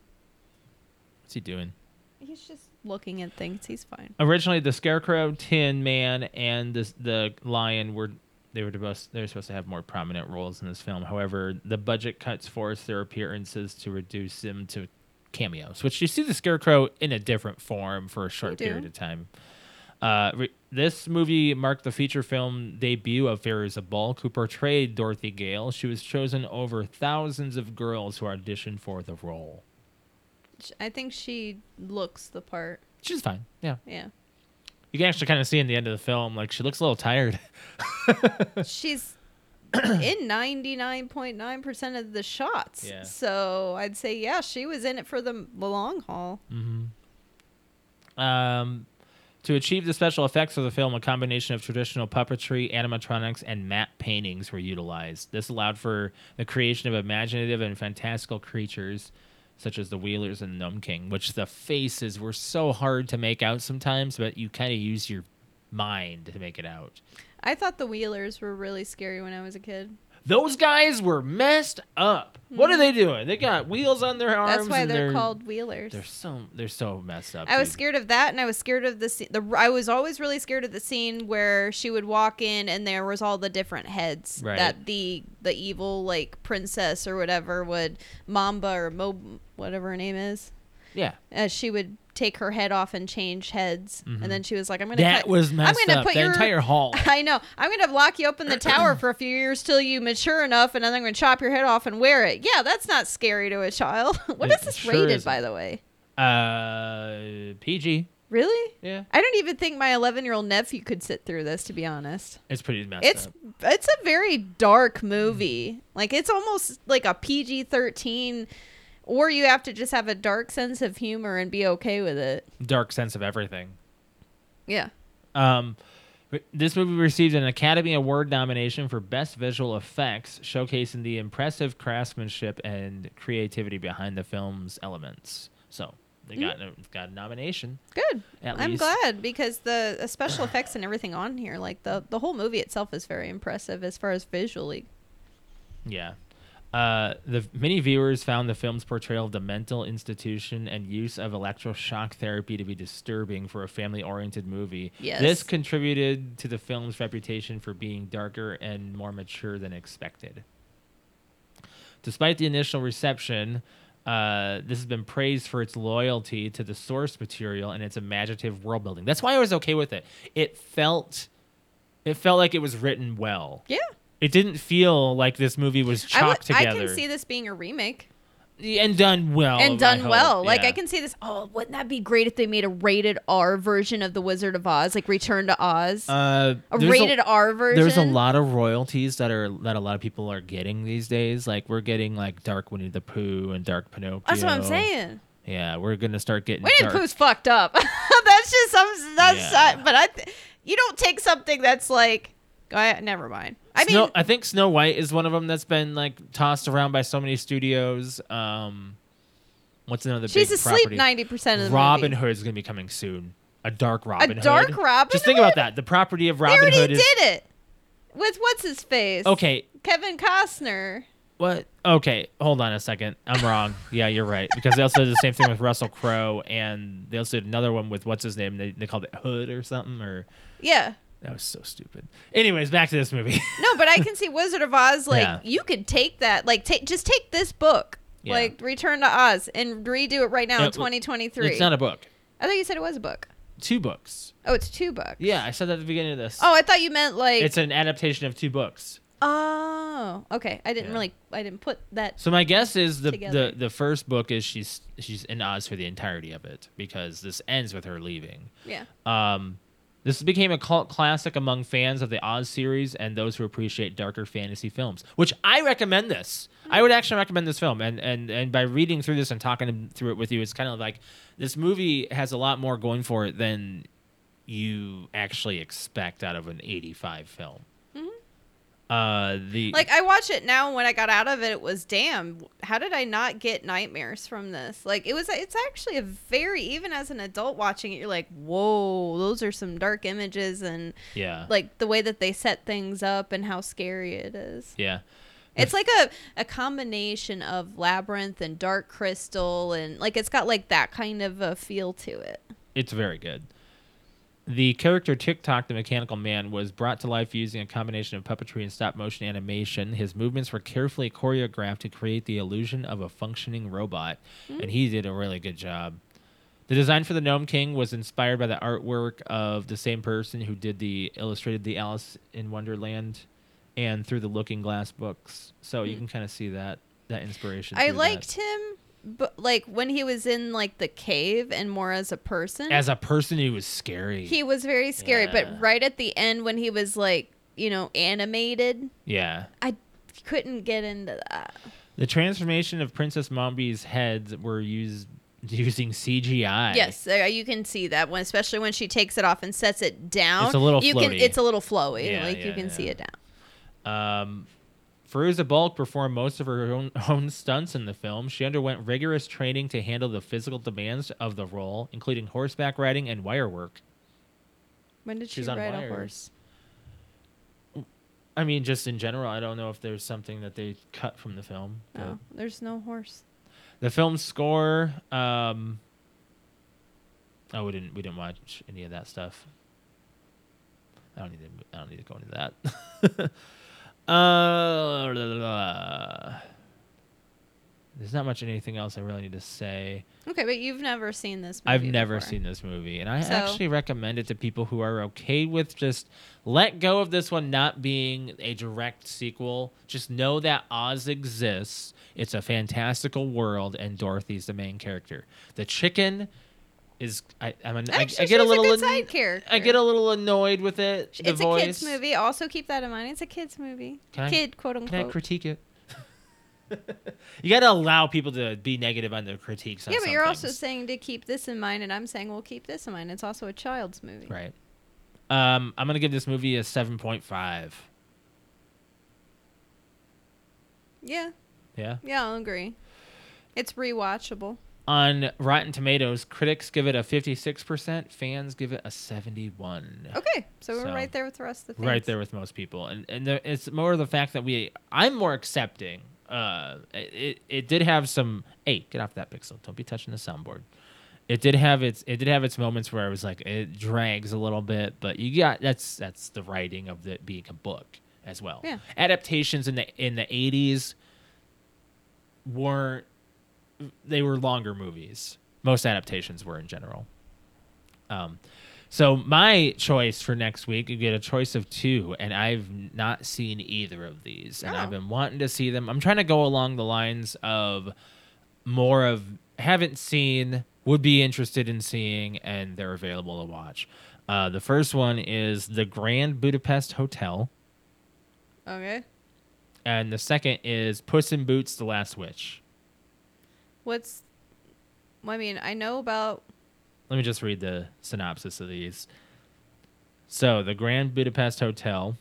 [SPEAKER 4] What's he doing?
[SPEAKER 3] He's just looking at things. He's fine.
[SPEAKER 1] Originally, the Scarecrow, Tin Man, and the the Lion were they were supposed they were supposed to have more prominent roles in this film. However, the budget cuts forced their appearances to reduce them to cameos, which you see the Scarecrow in a different form for a short
[SPEAKER 3] do.
[SPEAKER 1] period of time. Uh, re- this movie marked the feature film debut of Fairies of Bulk, who portrayed Dorothy Gale. She was chosen over thousands of girls who auditioned for the role.
[SPEAKER 3] Sh- I think she looks the part.
[SPEAKER 1] She's fine. Yeah. <laughs>
[SPEAKER 3] Yeah.
[SPEAKER 1] You can actually kind of see in the end of the film, like, she looks a little tired. <laughs> <coughs>
[SPEAKER 3] She's in 99.9% of the shots.
[SPEAKER 1] Yeah.
[SPEAKER 3] So I'd say, yeah, she was in it for the m- the long haul.
[SPEAKER 1] Um, to achieve the special effects of the film, a combination of traditional puppetry, animatronics, and matte paintings were utilized. This allowed for the creation of imaginative and fantastical creatures, such as the Wheelers and Gnome King, which the faces were so hard to make out sometimes, but you kind of use your mind to make it out.
[SPEAKER 3] I thought the Wheelers were really scary when I was a kid.
[SPEAKER 1] Those guys were messed up. What are they doing? They got wheels on their arms.
[SPEAKER 3] Hmm. That's why
[SPEAKER 1] and
[SPEAKER 3] they're, called Wheelers.
[SPEAKER 1] They're so they're so messed up.
[SPEAKER 3] I was
[SPEAKER 1] dude.
[SPEAKER 3] scared of that, and I was scared of the, scene. the. I was always really scared of the scene where she would walk in, and there was all the different heads
[SPEAKER 1] Right.
[SPEAKER 3] that the the evil like princess or whatever would Mamba or Mo whatever her name is.
[SPEAKER 1] Yeah.
[SPEAKER 3] Uh, she would take her head off and change heads, and then she was like, "I'm gonna."
[SPEAKER 1] Mm-hmm. That
[SPEAKER 3] cut-
[SPEAKER 1] was messed
[SPEAKER 3] I'm gonna
[SPEAKER 1] up.
[SPEAKER 3] Put
[SPEAKER 1] the
[SPEAKER 3] your,
[SPEAKER 1] entire hall.
[SPEAKER 3] <laughs> I know. I'm gonna lock you up in the tower for a few years till you mature enough, and then I'm gonna chop your head off and wear it. Yeah, that's not scary to a child. <laughs> what
[SPEAKER 1] It
[SPEAKER 3] is this
[SPEAKER 1] sure
[SPEAKER 3] rated,
[SPEAKER 1] isn't.
[SPEAKER 3] by the way?
[SPEAKER 1] Uh, PG.
[SPEAKER 3] Really?
[SPEAKER 1] Yeah,
[SPEAKER 3] I don't even think my 11 year old nephew could sit through this, to be honest.
[SPEAKER 1] it's pretty messed
[SPEAKER 3] It's
[SPEAKER 1] up.
[SPEAKER 3] it's a very dark movie. Like it's almost like a PG thirteen, or you have to just have a dark sense of humor and be okay with it.
[SPEAKER 1] Dark sense of everything.
[SPEAKER 3] Yeah.
[SPEAKER 1] Um, re- this movie received an Academy Award nomination for Best Visual Effects, showcasing the impressive craftsmanship and creativity behind the film's elements. So they got a, got a nomination.
[SPEAKER 3] Good.
[SPEAKER 1] At
[SPEAKER 3] Mm-hmm. I'm
[SPEAKER 1] least.
[SPEAKER 3] glad because the uh, special effects and everything on here, like the the whole movie itself, is very impressive as far as visually.
[SPEAKER 1] Yeah. Uh, the many viewers found the film's portrayal of the mental institution and use of electroshock therapy to be disturbing for a family-oriented movie.
[SPEAKER 3] Yes.
[SPEAKER 1] This contributed to the film's reputation for being darker and more mature than expected. Despite the initial reception, uh, this has been praised for its loyalty to the source material and its imaginative world building. That's why I was okay with it. It felt, it felt like it was written well.
[SPEAKER 3] Yeah.
[SPEAKER 1] It didn't feel like this movie was
[SPEAKER 3] I would-
[SPEAKER 1] chopped together
[SPEAKER 3] I can see this being a remake.
[SPEAKER 1] and done well. I
[SPEAKER 3] and done
[SPEAKER 1] hope.
[SPEAKER 3] well. Like
[SPEAKER 1] Yeah.
[SPEAKER 3] I can see this. Oh, wouldn't that be great if they made a rated R version of The Wizard of Oz, like Return to Oz,
[SPEAKER 1] Uh,
[SPEAKER 3] a
[SPEAKER 1] there's
[SPEAKER 3] rated R version.
[SPEAKER 1] There's a lot of royalties that are that a lot of people are getting these days. Like we're getting like Dark Winnie the Pooh and Dark Pinocchio.
[SPEAKER 3] That's what I'm saying.
[SPEAKER 1] Yeah, we're gonna start getting.
[SPEAKER 3] Winnie the
[SPEAKER 1] dark.
[SPEAKER 3] Pooh's fucked up. <laughs> that's just some. That's
[SPEAKER 1] Yeah.
[SPEAKER 3] uh, but I. Th- you don't take something that's like. I, never mind. I mean,
[SPEAKER 1] Snow, uh, I think Snow White is one of them that's been like tossed around by so many studios. Um, what's another?
[SPEAKER 3] she's
[SPEAKER 1] big
[SPEAKER 3] asleep
[SPEAKER 1] property?
[SPEAKER 3] ninety percent of the
[SPEAKER 1] Robin
[SPEAKER 3] movie.
[SPEAKER 1] Hood is gonna be coming soon. A dark Robin Hood.
[SPEAKER 3] dark Robin
[SPEAKER 1] Just think
[SPEAKER 3] Hood?
[SPEAKER 1] about that. The property of
[SPEAKER 3] They
[SPEAKER 1] Robin
[SPEAKER 3] already
[SPEAKER 1] Hood
[SPEAKER 3] did
[SPEAKER 1] is
[SPEAKER 3] it with what's his face.
[SPEAKER 1] okay.
[SPEAKER 3] Kevin Costner.
[SPEAKER 1] What? Okay, hold on a second. I'm
[SPEAKER 3] <laughs>
[SPEAKER 1] wrong. yeah, you're right. Because they also did the same thing with Russell Crowe, and they also did another one with what's his name? They, they called it Hood or something. Or
[SPEAKER 3] Yeah.
[SPEAKER 1] that was so stupid. Anyways, back to this movie. <laughs>
[SPEAKER 3] No, but I can see Wizard of Oz. Like
[SPEAKER 1] Yeah.
[SPEAKER 3] you could take that. Like take just take this book.
[SPEAKER 1] Yeah.
[SPEAKER 3] Like Return to Oz and redo it right now in
[SPEAKER 1] It w-
[SPEAKER 3] 2023.
[SPEAKER 1] it's not a book.
[SPEAKER 3] I thought you said it was a book.
[SPEAKER 1] Two books.
[SPEAKER 3] Oh, it's two books.
[SPEAKER 1] Yeah, I said that at the beginning of this.
[SPEAKER 3] Oh, I thought you meant like.
[SPEAKER 1] it's an adaptation of two books.
[SPEAKER 3] oh, okay. I didn't
[SPEAKER 1] Yeah.
[SPEAKER 3] really. I didn't put that.
[SPEAKER 1] So my guess is the,
[SPEAKER 3] Together.
[SPEAKER 1] the the first book is she's she's in Oz for the entirety of it because this ends with her leaving.
[SPEAKER 3] Yeah.
[SPEAKER 1] Um, this became a cult classic among fans of the Oz series and those who appreciate darker fantasy films, which I recommend this. I would actually recommend this film. And, and, and by reading through this and talking through it with you, it's kind of like this movie has a lot more going for it than you actually expect out of an 85 film. Uh, the
[SPEAKER 3] Mm-hmm. Like I watch it now. and When I got out of it, it was damn. How did I not get nightmares from this? Like it was. It's actually a very even as an adult watching it, you're like, whoa, those are some dark images and
[SPEAKER 1] yeah,
[SPEAKER 3] like the way that they set things up and how scary it is.
[SPEAKER 1] yeah,
[SPEAKER 3] It's like a, a combination of labyrinth and dark crystal and like it's got like that kind of a feel to it.
[SPEAKER 1] it's very good. The character TikTok, the Mechanical Man, was brought to life using a combination of puppetry and stop motion animation. His movements were carefully choreographed to create the illusion of a functioning robot, and he did a really good job. The design for the Gnome King was inspired by the artwork of the same person who did the illustrated the Alice in Wonderland and through the Looking Glass books. So you can kind of see that that inspiration.
[SPEAKER 3] Hmm. I
[SPEAKER 1] through that.
[SPEAKER 3] liked him but like when he was in like the cave and more as a person.
[SPEAKER 1] as a person he was scary.
[SPEAKER 3] he was very scary,
[SPEAKER 1] Yeah.
[SPEAKER 3] but right at the end when he was like, you know, animated,
[SPEAKER 1] yeah.
[SPEAKER 3] I couldn't get into that.
[SPEAKER 1] The transformation of Princess Mombi's heads were used <laughs> using CGI.
[SPEAKER 3] Yes, uh, you can see that one, especially when she takes it off and sets it down.
[SPEAKER 1] It's a little
[SPEAKER 3] you can
[SPEAKER 1] floaty.
[SPEAKER 3] it's a little flowy.
[SPEAKER 1] Yeah,
[SPEAKER 3] like
[SPEAKER 1] yeah,
[SPEAKER 3] you can see
[SPEAKER 1] yeah.
[SPEAKER 3] it down.
[SPEAKER 1] Um, Feruza Balk performed most of her own, <laughs> own stunts in the film. She underwent rigorous training to handle the physical demands of the role, including horseback riding and wire work.
[SPEAKER 3] When did
[SPEAKER 1] She's
[SPEAKER 3] she
[SPEAKER 1] on
[SPEAKER 3] ride
[SPEAKER 1] wires.
[SPEAKER 3] a horse?
[SPEAKER 1] I mean, just in general, I don't know if there's something that they cut from the film. but-
[SPEAKER 3] No, Oh, there's no horse.
[SPEAKER 1] The film score. Um, oh, we didn't we didn't watch any of that stuff. I don't need to. I don't need to go into that. <laughs> uh, la, la, la. There's not much anything else I really need to say.
[SPEAKER 3] Okay, but you've never seen this movie.
[SPEAKER 1] I've never
[SPEAKER 3] before.
[SPEAKER 1] seen this movie, and I
[SPEAKER 3] So-
[SPEAKER 1] actually recommend it to people who are okay with just let go of this one not being a direct sequel. Just know that Oz exists. It's a fantastical world, and Dorothy's the main character. The chicken is I, I'm an, I,
[SPEAKER 3] Actually,
[SPEAKER 1] I get a
[SPEAKER 3] she's a
[SPEAKER 1] little
[SPEAKER 3] good
[SPEAKER 1] an-
[SPEAKER 3] side character.
[SPEAKER 1] I get a little annoyed with it. the
[SPEAKER 3] It's
[SPEAKER 1] voice.
[SPEAKER 3] a kids movie. Also keep that in mind. It's a kids movie.
[SPEAKER 1] Can I-
[SPEAKER 3] Kid, quote
[SPEAKER 1] Can I
[SPEAKER 3] unquote.
[SPEAKER 1] critique it? <laughs> you got to allow people to be negative on their critiques. On
[SPEAKER 3] yeah, but
[SPEAKER 1] some
[SPEAKER 3] you're also
[SPEAKER 1] things.
[SPEAKER 3] saying to keep this in mind, and I'm saying we'll keep this in mind. It's also a child's movie.
[SPEAKER 1] Right. Um, I'm gonna give this movie a seven point five.
[SPEAKER 3] Yeah,
[SPEAKER 1] Yeah.
[SPEAKER 3] yeah, I'll agree. It's rewatchable.
[SPEAKER 1] On Rotten Tomatoes, critics give it a fifty six percent, fans give it a seventy one.
[SPEAKER 3] Okay, so we're
[SPEAKER 1] So-
[SPEAKER 3] right there with the rest of the things.
[SPEAKER 1] Right there with most people, and and there, it's more the fact that we I'm more accepting. Uh, it it did have some. Hey, get off that pixel! Don't be touching the soundboard. It did have its it did have its moments where I was like it drags a little bit, but you got that's that's the writing of it being a book as well.
[SPEAKER 3] Yeah.
[SPEAKER 1] Adaptations in the in the eighties weren't they were longer movies. Most adaptations were in general. Um, so my choice for next week, you get a choice of two, and I've not seen either of these, and I've
[SPEAKER 3] Oh.
[SPEAKER 1] been wanting to see them. I'm trying to go along the lines of more of haven't seen, would be interested in seeing, and they're available to watch. Uh, the first one is the Grand Budapest Hotel,
[SPEAKER 3] Okay,
[SPEAKER 1] and the second is Puss in Boots: The Last Witch.
[SPEAKER 3] what's? well, I mean, I know about.
[SPEAKER 1] let me just read the synopsis of these. So, the Grand Budapest Hotel.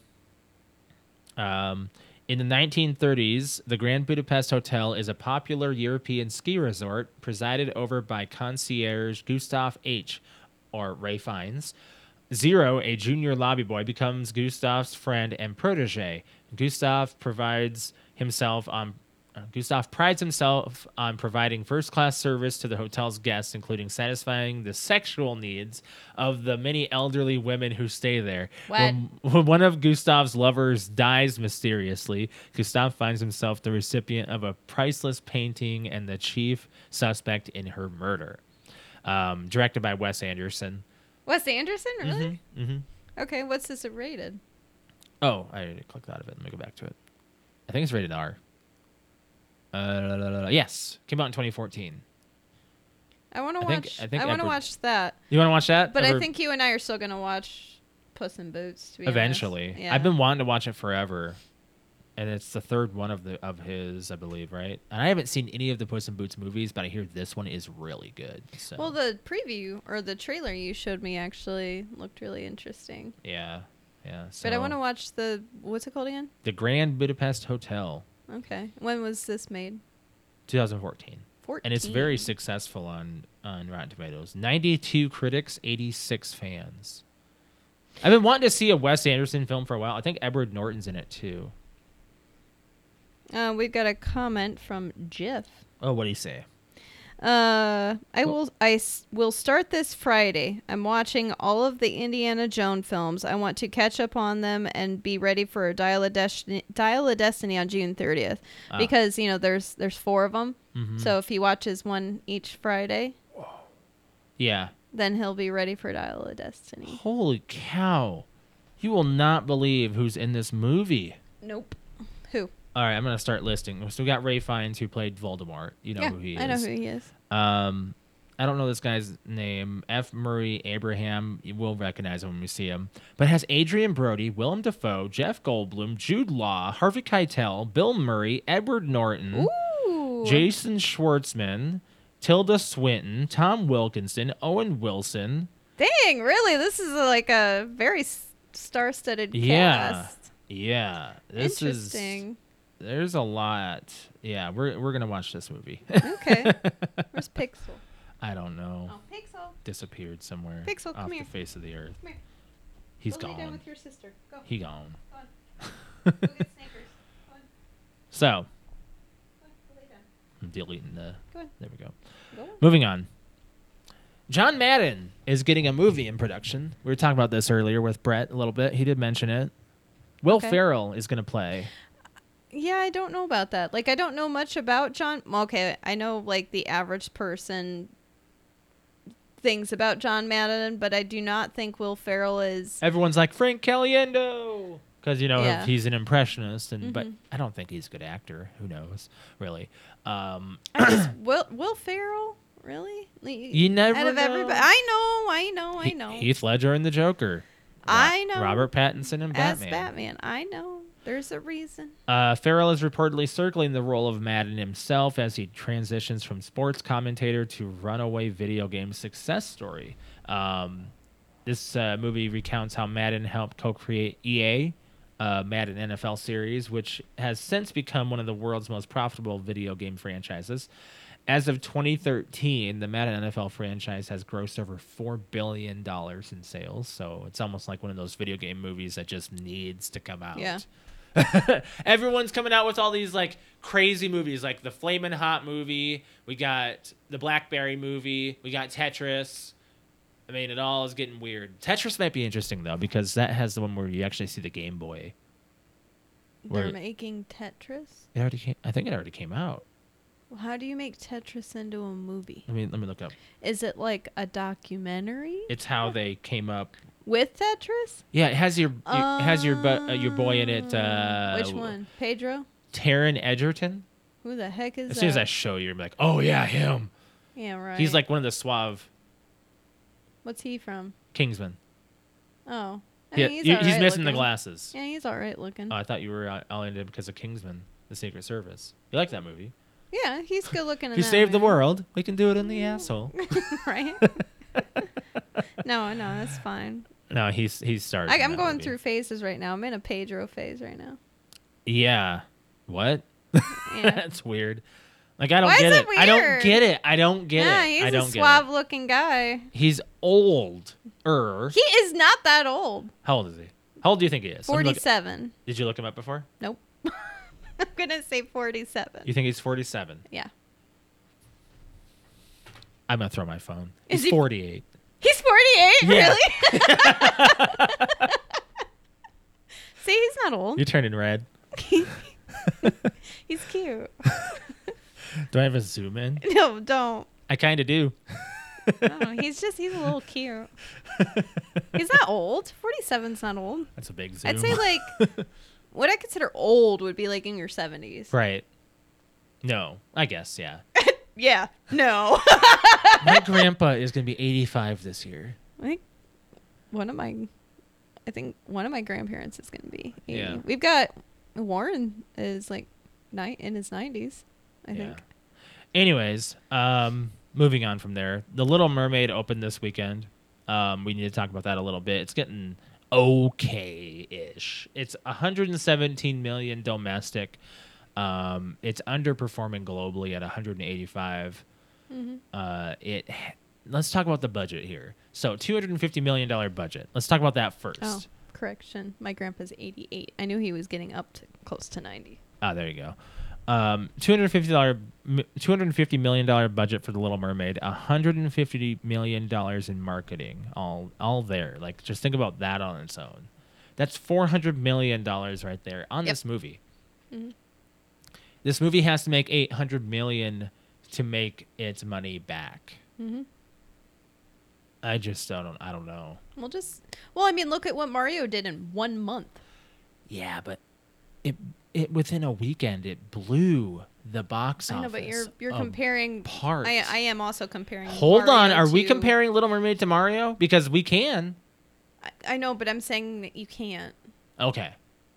[SPEAKER 1] Um, in the 1930s, the Grand Budapest Hotel is a popular European ski resort presided over by concierge Gustav H., or Ray Fiennes. Zero, a junior lobby boy, becomes Gustav's friend and protege. Gustav provides himself on uh, Gustav prides himself on providing first class service to the hotel's guests, including satisfying the sexual needs of the many elderly women who stay there.
[SPEAKER 3] What?
[SPEAKER 1] When, when one of Gustav's lovers dies mysteriously, Gustav finds himself the recipient of a priceless painting and the chief suspect in her murder. Um, directed by Wes Anderson.
[SPEAKER 3] Wes Anderson, really?
[SPEAKER 1] Mm-hmm.
[SPEAKER 3] Okay, what's this rated?
[SPEAKER 1] Oh, I already clicked out of it. Let me go back to it. I think it's rated R. Uh, la, la, la, la. yes, came out in 2014.
[SPEAKER 3] I want
[SPEAKER 1] I
[SPEAKER 3] to
[SPEAKER 1] think-
[SPEAKER 3] watch.
[SPEAKER 1] I
[SPEAKER 3] I,
[SPEAKER 1] think
[SPEAKER 3] want
[SPEAKER 1] Edward-
[SPEAKER 3] to watch that,
[SPEAKER 1] You want to watch that?
[SPEAKER 3] but
[SPEAKER 1] Or-
[SPEAKER 3] I think you and I are still gonna watch Puss in Boots. To be honest.
[SPEAKER 1] eventually.
[SPEAKER 3] Yeah.
[SPEAKER 1] I've been wanting to watch it forever, and it's the third one of the of his, I believe, right? And I haven't seen any of the Puss in Boots movies, but I hear this one is really good. So
[SPEAKER 3] Well, the preview or the trailer you showed me actually looked really interesting.
[SPEAKER 1] yeah, Yeah. So
[SPEAKER 3] But I want to watch the what's it called again?
[SPEAKER 1] the Grand Budapest Hotel,
[SPEAKER 3] Okay. When was this made?
[SPEAKER 1] 2014.
[SPEAKER 3] 14.
[SPEAKER 1] and it's very successful on on Rotten Tomatoes. Ninety two critics, eighty six fans. I've been wanting to see a Wes Anderson film for a while. I think Edward Norton's in it too.
[SPEAKER 3] Uh, we've got a comment from Jiff.
[SPEAKER 1] Oh, what do you say?
[SPEAKER 3] Uh, I
[SPEAKER 1] Well-
[SPEAKER 3] will. I s- will start this Friday. I'm watching all of the Indiana Jones films. I want to catch up on them and be ready for a Dial of Destiny, Dial of Destiny on June 30th,
[SPEAKER 1] Ah.
[SPEAKER 3] because you know there's there's four of them.
[SPEAKER 1] Mhm.
[SPEAKER 3] So if he watches one each Friday,
[SPEAKER 1] Yeah.
[SPEAKER 3] then he'll be ready for Dial of Destiny.
[SPEAKER 1] Holy cow! You will not believe who's in this movie.
[SPEAKER 3] Nope. Who?
[SPEAKER 1] All right, I'm gonna start listing. So we got Ray Fiennes who played Voldemort. You know
[SPEAKER 3] yeah,
[SPEAKER 1] who he is.
[SPEAKER 3] I know who he is.
[SPEAKER 1] Um, I don't know this guy's name. F. Murray Abraham. You will recognize him when we see him. But it has Adrian Brody, Willem Dafoe, Jeff Goldblum, Jude Law, Harvey Keitel, Bill Murray, Edward Norton,
[SPEAKER 3] Ooh.
[SPEAKER 1] Jason Schwartzman, Tilda Swinton, Tom Wilkinson, Owen Wilson.
[SPEAKER 3] Dang, really? This is uh, like a very s- star-studded
[SPEAKER 1] Yeah.
[SPEAKER 3] cast.
[SPEAKER 1] Yeah, this is
[SPEAKER 3] Interesting.
[SPEAKER 1] there's a lot. Yeah, we're we're gonna watch this movie. <laughs>
[SPEAKER 3] okay. Where's Pixel?
[SPEAKER 1] I don't know.
[SPEAKER 3] Oh, Pixel.
[SPEAKER 1] Disappeared somewhere
[SPEAKER 3] Pixel, come
[SPEAKER 1] off
[SPEAKER 3] here.
[SPEAKER 1] the face of the earth.
[SPEAKER 3] Come here.
[SPEAKER 1] He's
[SPEAKER 3] Go lay down
[SPEAKER 1] gone.
[SPEAKER 3] with your sister. Go.
[SPEAKER 1] He gone.
[SPEAKER 3] Go on. Go get Snickers. Go on.
[SPEAKER 1] <laughs> So
[SPEAKER 3] Go on. Go lay down.
[SPEAKER 1] I'm deleting the.
[SPEAKER 3] Go on.
[SPEAKER 1] There we go.
[SPEAKER 3] Go on.
[SPEAKER 1] Moving on. John Madden is getting a movie in production. We were talking about this earlier with Brett a little bit. He did mention it. Will
[SPEAKER 3] Okay.
[SPEAKER 1] Farrell is going to play.
[SPEAKER 3] Yeah, I don't know about that. Like, I don't know much about John. Okay, I know like the average person things about John Madden, but I do not think Will Ferrell is.
[SPEAKER 1] Everyone's like Frank Caliendo because you know
[SPEAKER 3] Yeah. Mm-hmm.
[SPEAKER 1] he's an impressionist, and but I don't think he's a good actor. Who knows, really? Um,
[SPEAKER 3] I just, Will Will Ferrell really? Like,
[SPEAKER 1] You never
[SPEAKER 3] out of everybody.
[SPEAKER 1] know.
[SPEAKER 3] I know, I know, Oh, I
[SPEAKER 1] He-
[SPEAKER 3] know.
[SPEAKER 1] Heath Ledger and the Joker. Ro-
[SPEAKER 3] I know.
[SPEAKER 1] Robert Pattinson and
[SPEAKER 3] As
[SPEAKER 1] Batman.
[SPEAKER 3] Batman, I know. There's a reason.
[SPEAKER 1] Uh, Farrell is reportedly circling the role of Madden himself as he transitions from sports commentator to runaway video game success story. Um, this uh, movie recounts how Madden helped co create EA, uh, Madden NFL series, which has since become one of the world's most profitable video game franchises. As of 2013, the Madden NFL franchise has grossed over $4 billion in sales. So it's almost like one of those video game movies that just needs to come out.
[SPEAKER 3] Yeah.
[SPEAKER 1] Everyone's coming out with all these like crazy movies, like the Flamin' Hot movie. We got the Blackberry movie. We got Tetris. I mean, it all is getting weird. Tetris might be interesting though because that has the one where you actually see the Game Boy.
[SPEAKER 3] They're
[SPEAKER 1] Where-
[SPEAKER 3] making Tetris.
[SPEAKER 1] It already came. I think it already came out.
[SPEAKER 3] Well, how do you make Tetris into a movie?
[SPEAKER 1] Let me let me look up.
[SPEAKER 3] Is it like a documentary
[SPEAKER 1] It's how they came up.
[SPEAKER 3] with Tetris?
[SPEAKER 1] Yeah, it has your it has your bu- uh, your boy in it.
[SPEAKER 3] Oh,
[SPEAKER 1] Uh,
[SPEAKER 3] Which one? Pedro?
[SPEAKER 1] Taryn Edgerton.
[SPEAKER 3] Who the heck is
[SPEAKER 1] As soon as
[SPEAKER 3] that?
[SPEAKER 1] I show you, you're like, oh yeah, him.
[SPEAKER 3] yeah, right.
[SPEAKER 1] He's like one of the suave
[SPEAKER 3] what's he from?
[SPEAKER 1] Kingsmen.
[SPEAKER 3] Oh, I
[SPEAKER 1] Yeah,
[SPEAKER 3] mean,
[SPEAKER 1] you- he's
[SPEAKER 3] alright
[SPEAKER 1] missing the
[SPEAKER 3] looking.
[SPEAKER 1] glasses.
[SPEAKER 3] Yeah, he's all right looking.
[SPEAKER 1] Oh, I thought you were uh, all into it because of Kingsman, The Secret Service. You like that movie?
[SPEAKER 3] yeah, he's good looking. in
[SPEAKER 1] If you
[SPEAKER 3] that
[SPEAKER 1] save the
[SPEAKER 3] movie.
[SPEAKER 1] world, we can do it in the
[SPEAKER 3] Mm-hmm.
[SPEAKER 1] asshole.
[SPEAKER 3] <laughs>
[SPEAKER 1] <laughs>
[SPEAKER 3] right? no, no, that's fine.
[SPEAKER 1] no, he's he's starting.
[SPEAKER 3] I, I'm going through phases right now. I'm in a Pedro phase right
[SPEAKER 1] <laughs>
[SPEAKER 3] now.
[SPEAKER 1] Yeah. What?
[SPEAKER 3] <laughs> Yeah,
[SPEAKER 1] That's weird. Like I don't
[SPEAKER 3] Why is
[SPEAKER 1] get
[SPEAKER 3] it
[SPEAKER 1] it. I don't
[SPEAKER 3] weird?
[SPEAKER 1] get it. I don't get
[SPEAKER 3] yeah
[SPEAKER 1] it.
[SPEAKER 3] he's
[SPEAKER 1] I don't
[SPEAKER 3] a
[SPEAKER 1] get
[SPEAKER 3] suave
[SPEAKER 1] it.
[SPEAKER 3] looking guy.
[SPEAKER 1] He's old. Er.
[SPEAKER 3] He is not that old.
[SPEAKER 1] How old is he? How old do you think he is? Let me look-
[SPEAKER 3] Forty-seven.
[SPEAKER 1] did you look him up before?
[SPEAKER 3] Nope. <laughs> I'm gonna say forty-seven.
[SPEAKER 1] You think he's 47?
[SPEAKER 3] yeah,
[SPEAKER 1] I'm gonna throw my phone.
[SPEAKER 3] Is
[SPEAKER 1] He's
[SPEAKER 3] he- <laughs>
[SPEAKER 1] 48.
[SPEAKER 3] he's forty-eight.
[SPEAKER 1] Yeah.
[SPEAKER 3] Really? <laughs> See, he's not old.
[SPEAKER 1] <laughs> You're
[SPEAKER 3] <laughs>
[SPEAKER 1] turning red. <laughs>
[SPEAKER 3] He's cute. <laughs>
[SPEAKER 1] Do I have a zoom in?
[SPEAKER 3] No, don't.
[SPEAKER 1] I kind of do.
[SPEAKER 3] No, he's just he's a little cute. He's not old. Forty-seven's not old.
[SPEAKER 1] That's a big zoom.
[SPEAKER 3] I'd say
[SPEAKER 1] <laughs>
[SPEAKER 3] like what I consider old would be like in your seventies.
[SPEAKER 1] Right. No, I guess,
[SPEAKER 3] <laughs>
[SPEAKER 1] yeah.
[SPEAKER 3] Yeah. No. <laughs>
[SPEAKER 1] My grandpa is going to be 85 this year.
[SPEAKER 3] I think one of my, I think one of my grandparents is gonna be. 80.
[SPEAKER 1] Yeah.
[SPEAKER 3] We've got Warren is like night in his nineties. I think.
[SPEAKER 1] Anyways, um, moving on from there, The Little Mermaid opened this weekend. Um, we need to talk about that a little bit. It's getting okay-ish. It's 117 million domestic. Um, it's underperforming globally at 185.
[SPEAKER 3] Mm-hmm.
[SPEAKER 1] Uh, it let's talk about the budget here. So 250 million dollar budget. Let's talk about that first.
[SPEAKER 3] Oh, correction. My grandpa's 88. I knew he was getting up to close to 90.
[SPEAKER 1] Ah, there you go. Um, two hundred fifty dollar, two hundred fifty million dollar budget for the Little Mermaid. hundred and fifty million dollars in marketing. All, all there. Like, just think about that on its own. That's four hundred million dollars right there on
[SPEAKER 3] Yep.
[SPEAKER 1] this movie.
[SPEAKER 3] Mm-hmm.
[SPEAKER 1] This movie has to make eight hundred million to make its money back.
[SPEAKER 3] Mm-hmm.
[SPEAKER 1] I just don't. I don't know.
[SPEAKER 3] Well, just well, I mean, look at what Mario did in one month.
[SPEAKER 1] Yeah, but it it within a weekend it blew the box
[SPEAKER 3] I
[SPEAKER 1] office.
[SPEAKER 3] know, but you're you're
[SPEAKER 1] a
[SPEAKER 3] comparing.
[SPEAKER 1] part.
[SPEAKER 3] I I am also comparing.
[SPEAKER 1] Hold on,
[SPEAKER 3] Mario
[SPEAKER 1] are we
[SPEAKER 3] to-
[SPEAKER 1] comparing Little Mermaid to Mario? Because we can.
[SPEAKER 3] I, I know, but I'm saying that you can't.
[SPEAKER 1] Okay.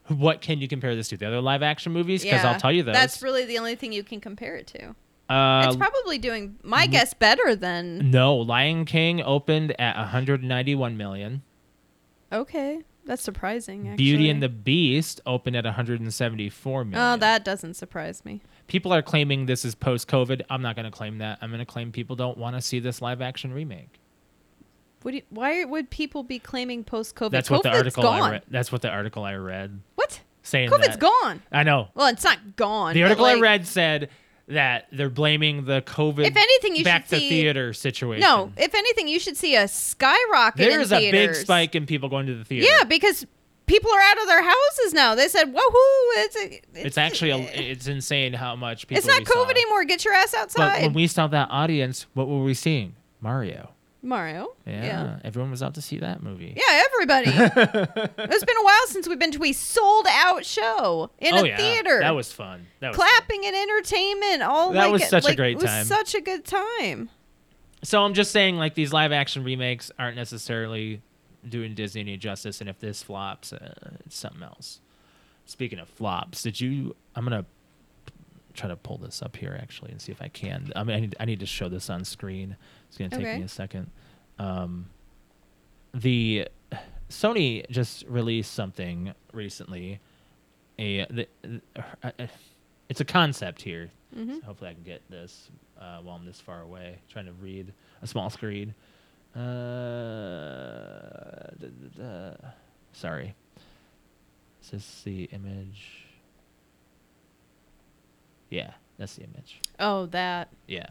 [SPEAKER 1] What can you compare this to? The other live action movies? Because
[SPEAKER 3] Yeah.
[SPEAKER 1] I'll tell you those.
[SPEAKER 3] That's really the only thing you can compare it to.
[SPEAKER 1] uh,
[SPEAKER 3] it's probably doing my guess better than
[SPEAKER 1] no, Lion King opened at 191 million.
[SPEAKER 3] okay. That's surprising. Actually.
[SPEAKER 1] Beauty and the Beast opened at 174 million.
[SPEAKER 3] oh, that doesn't surprise me.
[SPEAKER 1] People are claiming this is post COVID. I'm not going to claim that. I'm going to claim people don't want to see this live action remake.
[SPEAKER 3] Would you, why would people be claiming post COVID?
[SPEAKER 1] That's what
[SPEAKER 3] COVID's
[SPEAKER 1] the article I
[SPEAKER 3] gone.
[SPEAKER 1] read. That's what the article I read
[SPEAKER 3] What?
[SPEAKER 1] saying
[SPEAKER 3] COVID's
[SPEAKER 1] that-
[SPEAKER 3] gone.
[SPEAKER 1] I know.
[SPEAKER 3] Well, it's not gone.
[SPEAKER 1] The
[SPEAKER 3] but,
[SPEAKER 1] article I
[SPEAKER 3] like-
[SPEAKER 1] read said that they're blaming the COVID.
[SPEAKER 3] If anything, you
[SPEAKER 1] back
[SPEAKER 3] should
[SPEAKER 1] to
[SPEAKER 3] see-
[SPEAKER 1] theater situation.
[SPEAKER 3] No, if anything, you should see a skyrocket.
[SPEAKER 1] there
[SPEAKER 3] in
[SPEAKER 1] is a big
[SPEAKER 3] theaters.
[SPEAKER 1] spike in people going to the theater.
[SPEAKER 3] Yeah, because people are out of their houses now. They said, "Woohoo!" It's a, it's, eh.
[SPEAKER 1] it's actually a, it's insane how much people.
[SPEAKER 3] it's not
[SPEAKER 1] we saw.
[SPEAKER 3] COVID anymore. Get your ass
[SPEAKER 1] But
[SPEAKER 3] outside,
[SPEAKER 1] when we saw that audience, what were we seeing? Mario.
[SPEAKER 3] Mario.
[SPEAKER 1] Yeah,
[SPEAKER 3] yeah.
[SPEAKER 1] everyone was out to see that movie.
[SPEAKER 3] Yeah,
[SPEAKER 1] <laughs>
[SPEAKER 3] everybody. it's been a while since we've been to a sold out show in
[SPEAKER 1] oh
[SPEAKER 3] a
[SPEAKER 1] yeah,
[SPEAKER 3] theater.
[SPEAKER 1] That was fun. That was fun.
[SPEAKER 3] clapping and entertainment. All
[SPEAKER 1] That
[SPEAKER 3] like
[SPEAKER 1] was
[SPEAKER 3] it-
[SPEAKER 1] such a
[SPEAKER 3] like,
[SPEAKER 1] great
[SPEAKER 3] it was
[SPEAKER 1] time.
[SPEAKER 3] Such a good time.
[SPEAKER 1] So I'm just saying, like these live action remakes aren't necessarily doing Disney any justice, and if this flops, uh, it's something else. Speaking of flops, did you? I'm gonna try to pull this up here actually and see if I can. I mean, I need, I need to show this on screen. It's gonna take
[SPEAKER 3] Okay.
[SPEAKER 1] me a second. Um, the Sony just released something recently. A the, uh, uh, it's a concept here.
[SPEAKER 3] Mm-hmm.
[SPEAKER 1] So hopefully, I can get this uh, while I'm this far away. Trying to read a small screen. Uh, d- d- d- sorry. Is this the image? Yeah, that's the image.
[SPEAKER 3] Oh, that
[SPEAKER 1] Yeah.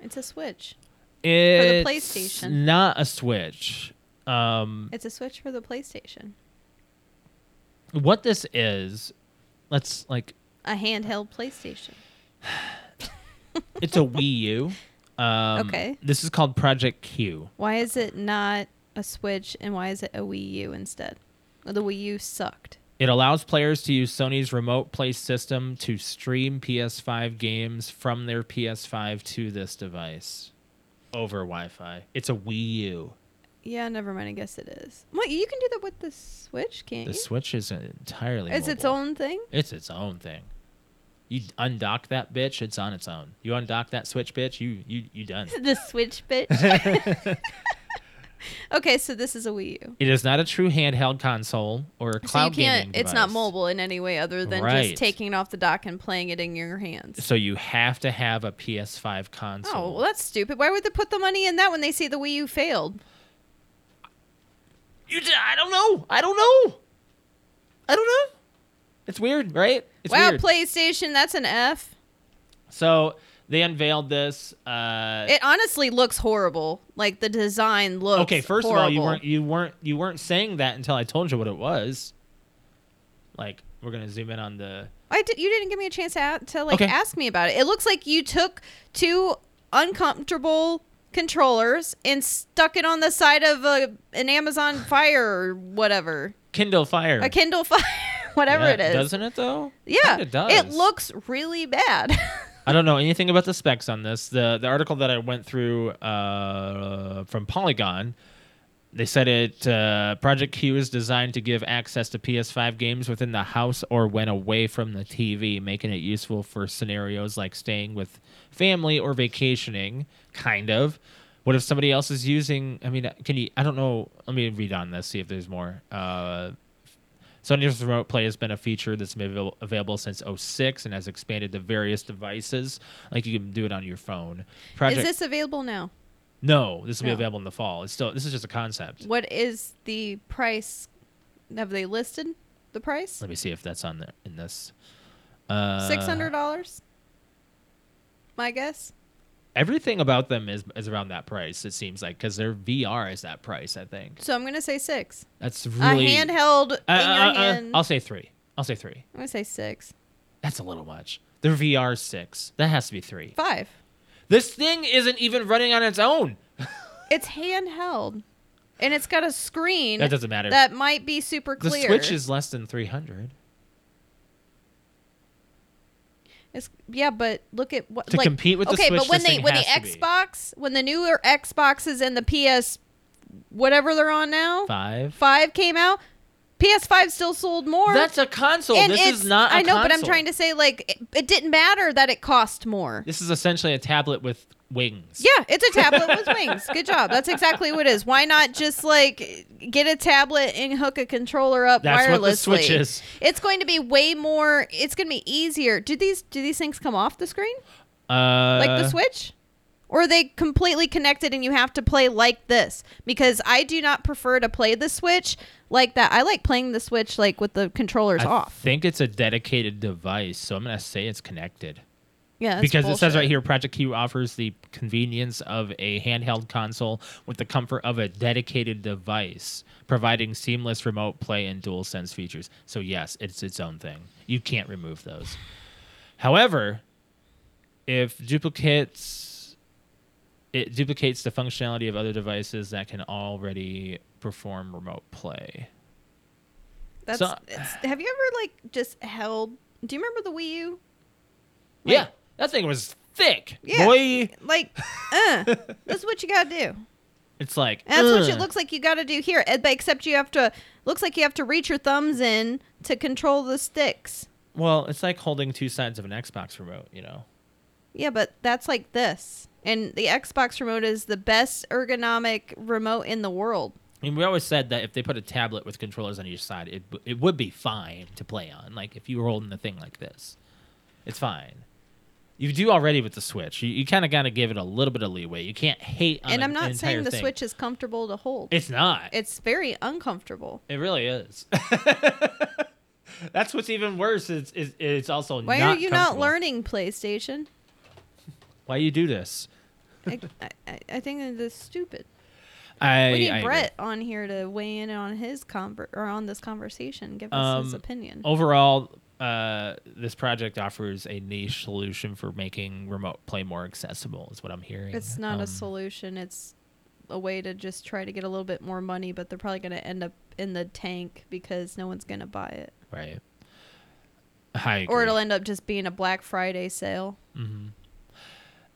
[SPEAKER 3] it's a switch.
[SPEAKER 1] It's
[SPEAKER 3] PlayStation.
[SPEAKER 1] Not a Switch. Um,
[SPEAKER 3] It's a switch for the PlayStation.
[SPEAKER 1] what this is, let's like,
[SPEAKER 3] A handheld PlayStation.
[SPEAKER 1] it's
[SPEAKER 3] <laughs>
[SPEAKER 1] a Wii U. Um,
[SPEAKER 3] Okay.
[SPEAKER 1] This is called Project Q.
[SPEAKER 3] Why is it not a Switch and why is it a Wii U instead? Well, the Wii U sucked.
[SPEAKER 1] It allows players to use Sony's remote play system to stream PS5 games from their PS5 to this device over Wi-Fi. It's a Wii U.
[SPEAKER 3] Yeah, never mind. I guess it is. What you can do that with the Switch, can't
[SPEAKER 1] The
[SPEAKER 3] you?
[SPEAKER 1] Switch is entirely
[SPEAKER 3] it's its
[SPEAKER 1] mobile.
[SPEAKER 3] own thing.
[SPEAKER 1] It's its own thing. You undock that bitch, it's on its own. You undock that switch, bitch, you you you
[SPEAKER 3] <laughs>
[SPEAKER 1] done.
[SPEAKER 3] the Switch, bitch. okay, so this is a Wii U.
[SPEAKER 1] It is not a true handheld console or a
[SPEAKER 3] So you
[SPEAKER 1] cloud
[SPEAKER 3] can't.
[SPEAKER 1] gaming
[SPEAKER 3] It's not
[SPEAKER 1] device.
[SPEAKER 3] mobile in any way other than
[SPEAKER 1] Right.
[SPEAKER 3] just taking it off the dock and playing it in your hands.
[SPEAKER 1] So you have to have a PS5
[SPEAKER 3] Oh,
[SPEAKER 1] console.
[SPEAKER 3] well, that's stupid. Why would they put the money in that when they see the Wii U failed?
[SPEAKER 1] you d- I don't know. I don't know. I don't know. It's weird, right? It's
[SPEAKER 3] wow,
[SPEAKER 1] weird.
[SPEAKER 3] PlayStation, that's an F.
[SPEAKER 1] so they unveiled this uh
[SPEAKER 3] It honestly looks horrible. Like the design looks.
[SPEAKER 1] Okay, first
[SPEAKER 3] horrible.
[SPEAKER 1] of all, you weren't you weren't you weren't saying that until I told you what it was. Like we're going to zoom in on the
[SPEAKER 3] I did. You didn't give me a chance to, a- to like
[SPEAKER 1] Okay.
[SPEAKER 3] ask me about it. It looks like you took two uncomfortable controllers and stuck it on the side of a, an Amazon Fire or whatever,
[SPEAKER 1] Kindle Fire.
[SPEAKER 3] a Kindle <laughs> Fire, whatever
[SPEAKER 1] Yeah,
[SPEAKER 3] it is.
[SPEAKER 1] Doesn't it though?
[SPEAKER 3] yeah,
[SPEAKER 1] Kinda does.
[SPEAKER 3] it looks really bad. <laughs>
[SPEAKER 1] I don't know anything about the specs on this. The the article that I went through uh, from Polygon, they said it uh, Project Q is designed to give access to PS5 games within the house or when away from the TV, making it useful for scenarios like staying with family or vacationing, kind of. What if somebody else is using? I mean, uh, can you? I don't know. Let me read on this. See if there's more. Uh, Sonya's Remote Play has been a feature that's been avail- available since 06 and has expanded to various devices. Like you can do it on your phone. Project
[SPEAKER 3] Is this available now?
[SPEAKER 1] No, this will be
[SPEAKER 3] No.
[SPEAKER 1] available in the fall. It's still this is just a concept.
[SPEAKER 3] What is the price? Have they listed the price?
[SPEAKER 1] Let me see if that's on there in this. Uh,
[SPEAKER 3] Six hundred dollars. My guess.
[SPEAKER 1] Uh, Everything about them is is around that price. It seems like because their VR is that price. I think
[SPEAKER 3] So I'm gonna say six.
[SPEAKER 1] that's really.
[SPEAKER 3] A handheld
[SPEAKER 1] Uh,
[SPEAKER 3] in your
[SPEAKER 1] uh, uh,
[SPEAKER 3] hand.
[SPEAKER 1] I'll say three. I'll say three.
[SPEAKER 3] I'm gonna say six,
[SPEAKER 1] That's a little much. Their VR six. That has to be three.
[SPEAKER 3] five.
[SPEAKER 1] This thing isn't even running on its own.
[SPEAKER 3] It's handheld, and it's got a screen
[SPEAKER 1] That doesn't matter.
[SPEAKER 3] that might be super
[SPEAKER 1] the
[SPEAKER 3] clear.
[SPEAKER 1] Switch is less than three hundred.
[SPEAKER 3] It's, yeah, but look at what
[SPEAKER 1] To
[SPEAKER 3] like,
[SPEAKER 1] compete with the
[SPEAKER 3] okay,
[SPEAKER 1] Switch,
[SPEAKER 3] but when
[SPEAKER 1] this
[SPEAKER 3] they
[SPEAKER 1] thing
[SPEAKER 3] when the
[SPEAKER 1] has to be.
[SPEAKER 3] Xbox, when the newer Xboxes and the PS, whatever they're on now,
[SPEAKER 1] Five.
[SPEAKER 3] five came out, PS5 still sold more.
[SPEAKER 1] That's a console.
[SPEAKER 3] and
[SPEAKER 1] this
[SPEAKER 3] it's,
[SPEAKER 1] is not. I
[SPEAKER 3] I know, but I'm trying to say like it, it didn't matter that it cost more.
[SPEAKER 1] This is essentially a tablet with wings.
[SPEAKER 3] Yeah, it's a
[SPEAKER 1] <laughs>
[SPEAKER 3] tablet with wings. Good job. That's exactly what it is. Why not just like get a tablet and hook a controller up
[SPEAKER 1] That's
[SPEAKER 3] wirelessly?
[SPEAKER 1] what the Switch is.
[SPEAKER 3] It's going to be way more. It's going to be easier. Do these do these things come off the screen
[SPEAKER 1] Uh,
[SPEAKER 3] like the Switch? Or are they completely connected and you have to play like this? Because I do not prefer to play the Switch like that. I like playing the Switch like with the controllers
[SPEAKER 1] I
[SPEAKER 3] off.
[SPEAKER 1] think it's a dedicated device, so I'm gonna say it's connected.
[SPEAKER 3] Yeah, that's
[SPEAKER 1] because it says right
[SPEAKER 3] bullshit.
[SPEAKER 1] here, Project Q offers the convenience of a handheld console with the comfort of a dedicated device, providing seamless remote play and dual sense features. So yes, it's its own thing. You can't remove those. However, if duplicates it duplicates the functionality of other devices that can already perform remote play.
[SPEAKER 3] That's,
[SPEAKER 1] So-
[SPEAKER 3] it's- have you ever like just held? Do you remember the Wii U?
[SPEAKER 1] yeah, that thing was thick.
[SPEAKER 3] Yeah.
[SPEAKER 1] Boy,
[SPEAKER 3] Like, uh, that's what you gotta do.
[SPEAKER 1] it's like
[SPEAKER 3] And that's what it
[SPEAKER 1] "Ugh."
[SPEAKER 3] looks like you gotta do here. eh, But except you have to looks like you have to reach your thumbs in to control the sticks.
[SPEAKER 1] Well, it's like holding two sides of an Xbox remote, you know.
[SPEAKER 3] Yeah, but that's like this. And the Xbox remote is the best ergonomic remote in the world.
[SPEAKER 1] I mean, we always said that if they put a tablet with controllers on each side, it it would be fine to play on. Like if you were holding the thing like this, it's fine. You do already with the Switch. You, you kind of got to give it a little bit of leeway. You can't hate. On
[SPEAKER 3] and
[SPEAKER 1] an
[SPEAKER 3] I'm not saying
[SPEAKER 1] entire
[SPEAKER 3] the
[SPEAKER 1] thing.
[SPEAKER 3] Switch is comfortable to hold.
[SPEAKER 1] It's not. It,
[SPEAKER 3] it's very uncomfortable.
[SPEAKER 1] really is. <laughs> That's what's even worse. It's it's, it's also
[SPEAKER 3] Why
[SPEAKER 1] not
[SPEAKER 3] are you not
[SPEAKER 1] comfortable.
[SPEAKER 3] learning PlayStation?
[SPEAKER 1] Why you do this?
[SPEAKER 3] I, I, I think this is stupid.
[SPEAKER 1] I
[SPEAKER 3] We need
[SPEAKER 1] I agree.
[SPEAKER 3] Brett on here to weigh in on his conver- or on this conversation, give us his
[SPEAKER 1] Um,
[SPEAKER 3] opinion.
[SPEAKER 1] Overall, uh, this project offers a niche solution for making remote play more accessible. Is what I'm hearing.
[SPEAKER 3] It's not
[SPEAKER 1] Um,
[SPEAKER 3] a solution. It's a way to just try to get a little bit more money, but they're probably going to end up in the tank because no one's going to buy it.
[SPEAKER 1] right? I
[SPEAKER 3] Or
[SPEAKER 1] agree.
[SPEAKER 3] it'll end up just being a Black Friday sale.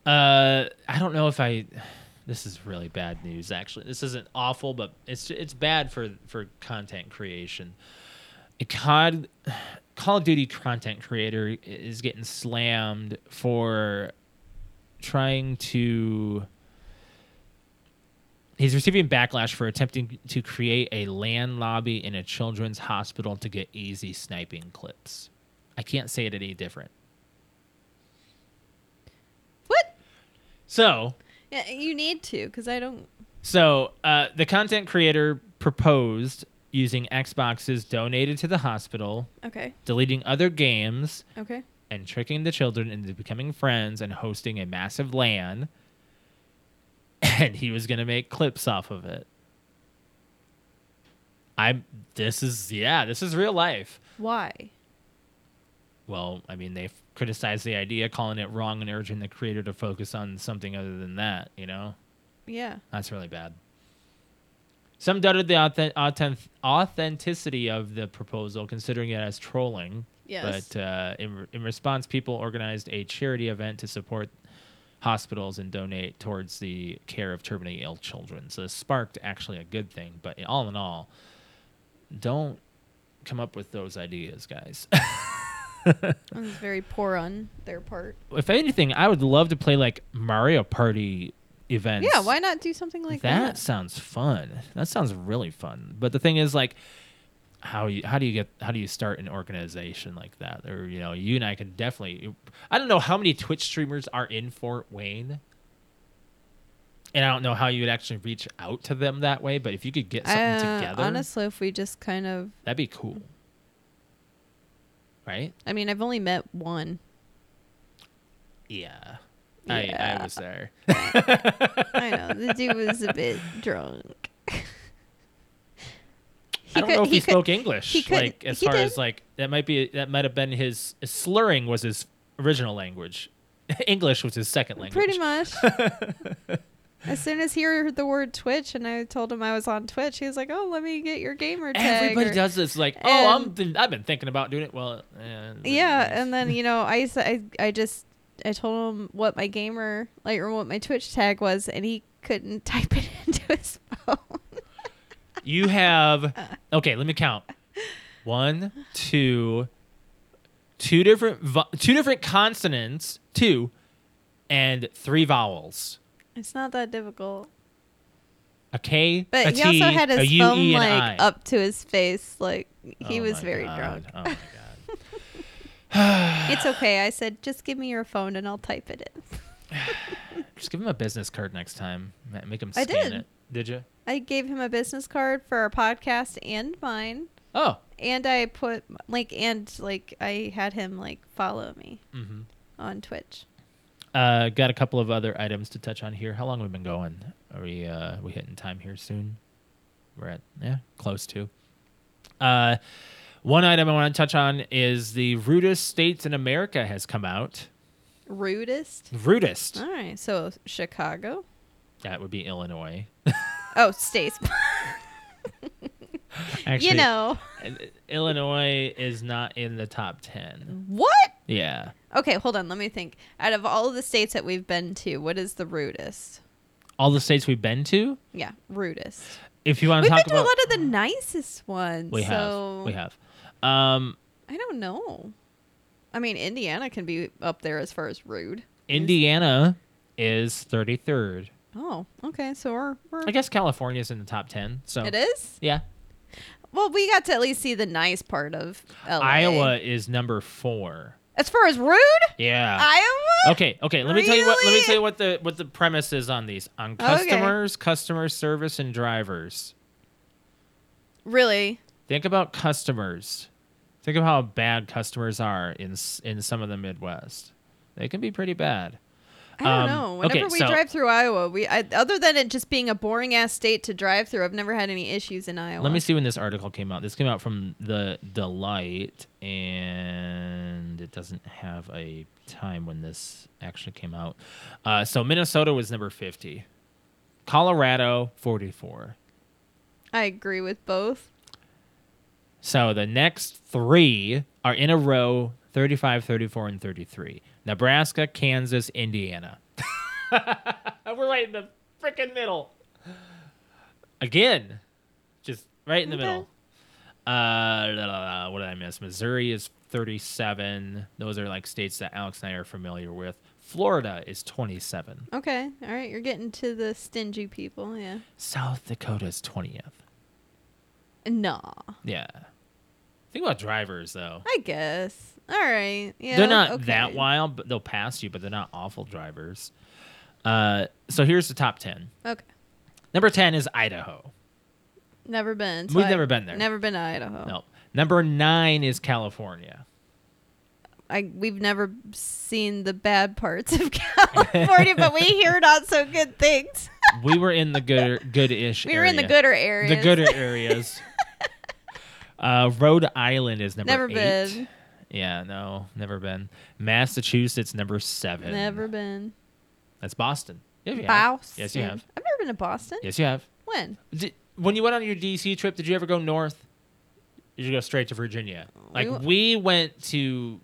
[SPEAKER 1] Uh, I don't know if I. This is really bad news. Actually, this isn't awful, but it's it's bad for for content creation. COD, Call of Duty content creator is getting slammed for trying to. He's receiving backlash for attempting to create a land lobby in a children's hospital to get easy sniping clips. I can't say it any different.
[SPEAKER 3] What?
[SPEAKER 1] So,
[SPEAKER 3] Yeah, you need to because I don't.
[SPEAKER 1] So uh, the content creator proposed using Xboxes donated to the hospital,
[SPEAKER 3] Okay.
[SPEAKER 1] deleting other games,
[SPEAKER 3] Okay.
[SPEAKER 1] and tricking the children into becoming friends and hosting a massive LAN. <laughs> And he was gonna make clips off of it. I'm. This is yeah. This is real life.
[SPEAKER 3] Why?
[SPEAKER 1] Well, I mean, they criticized the idea, calling it wrong and urging the creator to focus on something other than that. You know.
[SPEAKER 3] Yeah.
[SPEAKER 1] That's really bad. Some doubted the authen- authentic- authenticity of the proposal, considering it as trolling.
[SPEAKER 3] Yes.
[SPEAKER 1] But uh, in, re- in response, people organized a charity event to support hospitals and donate towards the care of terminally ill children. So this sparked actually a good thing. But in- all in all, don't come up with those ideas, guys. <laughs>
[SPEAKER 3] It was very poor on their part.
[SPEAKER 1] if anything, I would love to play like Mario Party events.
[SPEAKER 3] Yeah, why not do something like
[SPEAKER 1] that,
[SPEAKER 3] that?
[SPEAKER 1] sounds fun. That sounds really fun. But the thing is, like, how you how do you get how do you start an organization like that? Or you know, you and I could definitely. I don't know how many Twitch streamers are in Fort Wayne, and I don't know how you would actually reach out to them that way. But if you could get something
[SPEAKER 3] Uh,
[SPEAKER 1] together,
[SPEAKER 3] Honestly, if we just kind of,
[SPEAKER 1] that'd be cool, right?
[SPEAKER 3] I mean, I've only met one.
[SPEAKER 1] Yeah. I, I
[SPEAKER 3] Yeah.
[SPEAKER 1] was there.
[SPEAKER 3] I know the dude was a bit <laughs> drunk. he
[SPEAKER 1] I don't know if he,
[SPEAKER 3] could-
[SPEAKER 1] spoke English.
[SPEAKER 3] he could-
[SPEAKER 1] like as
[SPEAKER 3] he
[SPEAKER 1] far
[SPEAKER 3] did.
[SPEAKER 1] as like that might be that might have been his slurring was his original language. <laughs> English was his second language.
[SPEAKER 3] Pretty
[SPEAKER 1] <laughs>
[SPEAKER 3] much. as soon as he heard the word Twitch and I told him I was on Twitch, he was like, "Oh, let me get your gamer tag."
[SPEAKER 1] Everybody
[SPEAKER 3] or-
[SPEAKER 1] does this. Like, oh, I'm
[SPEAKER 3] And-
[SPEAKER 1] th- I've been thinking about doing it. Well, eh,
[SPEAKER 3] Yeah, and then you know, I used to- I I just I told him what my gamer like or what my Twitch tag was, and he couldn't <laughs> type it into his phone.
[SPEAKER 1] <laughs> you
[SPEAKER 3] <laughs>
[SPEAKER 1] have okay. Let me count. One, two, two different vo- two different consonants, two, and three vowels.
[SPEAKER 3] It's not that difficult.
[SPEAKER 1] A K,
[SPEAKER 3] But
[SPEAKER 1] a
[SPEAKER 3] he also
[SPEAKER 1] T,
[SPEAKER 3] had
[SPEAKER 1] a
[SPEAKER 3] his
[SPEAKER 1] U,
[SPEAKER 3] phone
[SPEAKER 1] E, and
[SPEAKER 3] like
[SPEAKER 1] I.
[SPEAKER 3] up to his face, like he
[SPEAKER 1] Oh
[SPEAKER 3] was
[SPEAKER 1] my
[SPEAKER 3] very
[SPEAKER 1] God.
[SPEAKER 3] drunk.
[SPEAKER 1] Oh my god.
[SPEAKER 3] It's okay. I said, just give me your phone and I'll type it in.
[SPEAKER 1] Just give him a business card next time. Ma- Make him
[SPEAKER 3] I
[SPEAKER 1] scan
[SPEAKER 3] did.
[SPEAKER 1] it. Did you?
[SPEAKER 3] I gave him a business card for our podcast and mine,
[SPEAKER 1] Oh.
[SPEAKER 3] and I put like and like I had him like follow me
[SPEAKER 1] hmm
[SPEAKER 3] on Twitch.
[SPEAKER 1] Uh, got a couple of other items to touch on here. How long have we been going? Are we uh, we hitting time here soon? We're at yeah, close to. Uh, one item I want to touch on is the rudest states in America has come out.
[SPEAKER 3] Rudest.
[SPEAKER 1] Rudest.
[SPEAKER 3] All right, so Chicago.
[SPEAKER 1] That would be Illinois.
[SPEAKER 3] Oh, states.
[SPEAKER 1] Actually,
[SPEAKER 3] <laughs> you know
[SPEAKER 1] uh, Illinois is not in the top
[SPEAKER 3] Mm.
[SPEAKER 1] ten.
[SPEAKER 3] what?
[SPEAKER 1] Yeah.
[SPEAKER 3] Okay, hold on. Let me think. Out of all of the states that we've been to, what is the rudest?
[SPEAKER 1] All the states we've been to.
[SPEAKER 3] Yeah, rudest.
[SPEAKER 1] If you want to
[SPEAKER 3] We've
[SPEAKER 1] talk
[SPEAKER 3] been to
[SPEAKER 1] about
[SPEAKER 3] a lot of the nicest ones.
[SPEAKER 1] We
[SPEAKER 3] so
[SPEAKER 1] have. We have. Um,
[SPEAKER 3] I don't know. I mean, Indiana can be up there as far as rude.
[SPEAKER 1] Indiana is 33rd.
[SPEAKER 3] Oh, okay. So we're, we're
[SPEAKER 1] I guess California's in the top 10. So
[SPEAKER 3] it is.
[SPEAKER 1] Yeah.
[SPEAKER 3] Well, we got to at least see the nice part of LA.
[SPEAKER 1] Iowa is number 4.
[SPEAKER 3] As far as rude,
[SPEAKER 1] Yeah.
[SPEAKER 3] Iowa.
[SPEAKER 1] Okay, okay. Let me tell you what let me
[SPEAKER 3] Uh, Really?
[SPEAKER 1] tell you what the what the premise is on these. On
[SPEAKER 3] Okay.
[SPEAKER 1] customers, customer service and drivers.
[SPEAKER 3] Really?
[SPEAKER 1] Think about customers. Think of how bad customers are in s- in some of the Midwest. They can be pretty bad.
[SPEAKER 3] I don't
[SPEAKER 1] Um,
[SPEAKER 3] know.
[SPEAKER 1] okay,
[SPEAKER 3] Whenever we
[SPEAKER 1] so-
[SPEAKER 3] drive through Iowa, we I, other than it just being a boring ass state to drive through, I've never had any issues in Iowa.
[SPEAKER 1] Let me see when this article came out. This came out from the Delight, and it doesn't have a time when this actually came out. Uh, so Minnesota was number fifty, Colorado forty-four.
[SPEAKER 3] I agree with both.
[SPEAKER 1] So the next three are in a row: 35, 34, and thirty-three. Nebraska, Kansas, Indiana. <laughs> We're right in the freaking middle. Again, just right in the
[SPEAKER 3] Okay.
[SPEAKER 1] middle. Uh, la, la, la, what did I miss? Missouri is 37. Those are like states that Alex and I are familiar with. Florida is 27.
[SPEAKER 3] Okay, all right. You're getting to the stingy people. Yeah.
[SPEAKER 1] South Dakota is 20th.
[SPEAKER 3] Nah.
[SPEAKER 1] Yeah. Think about drivers though.
[SPEAKER 3] I guess. All right. Yeah.
[SPEAKER 1] they're not
[SPEAKER 3] okay.
[SPEAKER 1] that wild, but they'll pass you. But they're not awful drivers. Uh, so here's the top 10.
[SPEAKER 3] Okay.
[SPEAKER 1] Number 10 is Idaho.
[SPEAKER 3] Never been. so
[SPEAKER 1] We've
[SPEAKER 3] I-
[SPEAKER 1] never been there.
[SPEAKER 3] Never been to Idaho.
[SPEAKER 1] No. Number nine is California.
[SPEAKER 3] I we've never seen the bad parts of <laughs> California, but we hear not so good things. <laughs>
[SPEAKER 1] We were in the good goodish.
[SPEAKER 3] We were in the
[SPEAKER 1] area.
[SPEAKER 3] gooder areas.
[SPEAKER 1] The
[SPEAKER 3] <laughs>
[SPEAKER 1] gooder areas. uh, Rhode Island is number
[SPEAKER 3] Never
[SPEAKER 1] eight.
[SPEAKER 3] been.
[SPEAKER 1] Yeah, no, never been. Massachusetts number seven.
[SPEAKER 3] Never been.
[SPEAKER 1] That's Boston. Yeah, you have.
[SPEAKER 3] Boston.
[SPEAKER 1] Yes, you have.
[SPEAKER 3] I've never been to Boston.
[SPEAKER 1] Yes, you have.
[SPEAKER 3] When?
[SPEAKER 1] Did, when you went on your DC trip, did you ever go north? Did you go straight to Virginia? Like
[SPEAKER 3] w-
[SPEAKER 1] we went to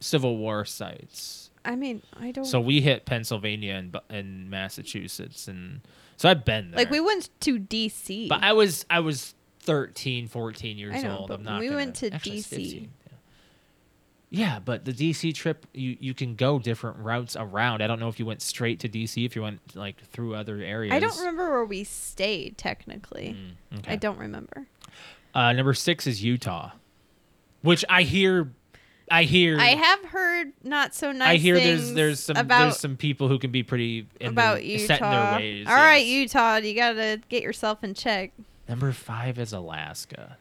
[SPEAKER 1] Civil War sites.
[SPEAKER 3] I mean, I don't.
[SPEAKER 1] So we hit Pennsylvania and, Bu- and Massachusetts and so I've been there.
[SPEAKER 3] like we went to DC.
[SPEAKER 1] But I was I was 13, 14 years
[SPEAKER 3] I know,
[SPEAKER 1] old.
[SPEAKER 3] but
[SPEAKER 1] I'm not.
[SPEAKER 3] we
[SPEAKER 1] gonna-
[SPEAKER 3] went to
[SPEAKER 1] actually, it's
[SPEAKER 3] DC.
[SPEAKER 1] 15, yeah. Yeah, but the DC trip, you, you can go different routes around. I don't know if you went straight to DC, if you went like through other areas.
[SPEAKER 3] I don't remember where we stayed technically.
[SPEAKER 1] Mm, okay.
[SPEAKER 3] I don't remember.
[SPEAKER 1] Uh, number six is Utah, which I hear, I hear,
[SPEAKER 3] I have heard not so nice.
[SPEAKER 1] I hear there's
[SPEAKER 3] things
[SPEAKER 1] there's some
[SPEAKER 3] about
[SPEAKER 1] there's some people who can be pretty in
[SPEAKER 3] about
[SPEAKER 1] their,
[SPEAKER 3] Utah.
[SPEAKER 1] set in their ways.
[SPEAKER 3] All right,
[SPEAKER 1] yes.
[SPEAKER 3] Utah, you gotta get yourself in check.
[SPEAKER 1] Number five is Alaska.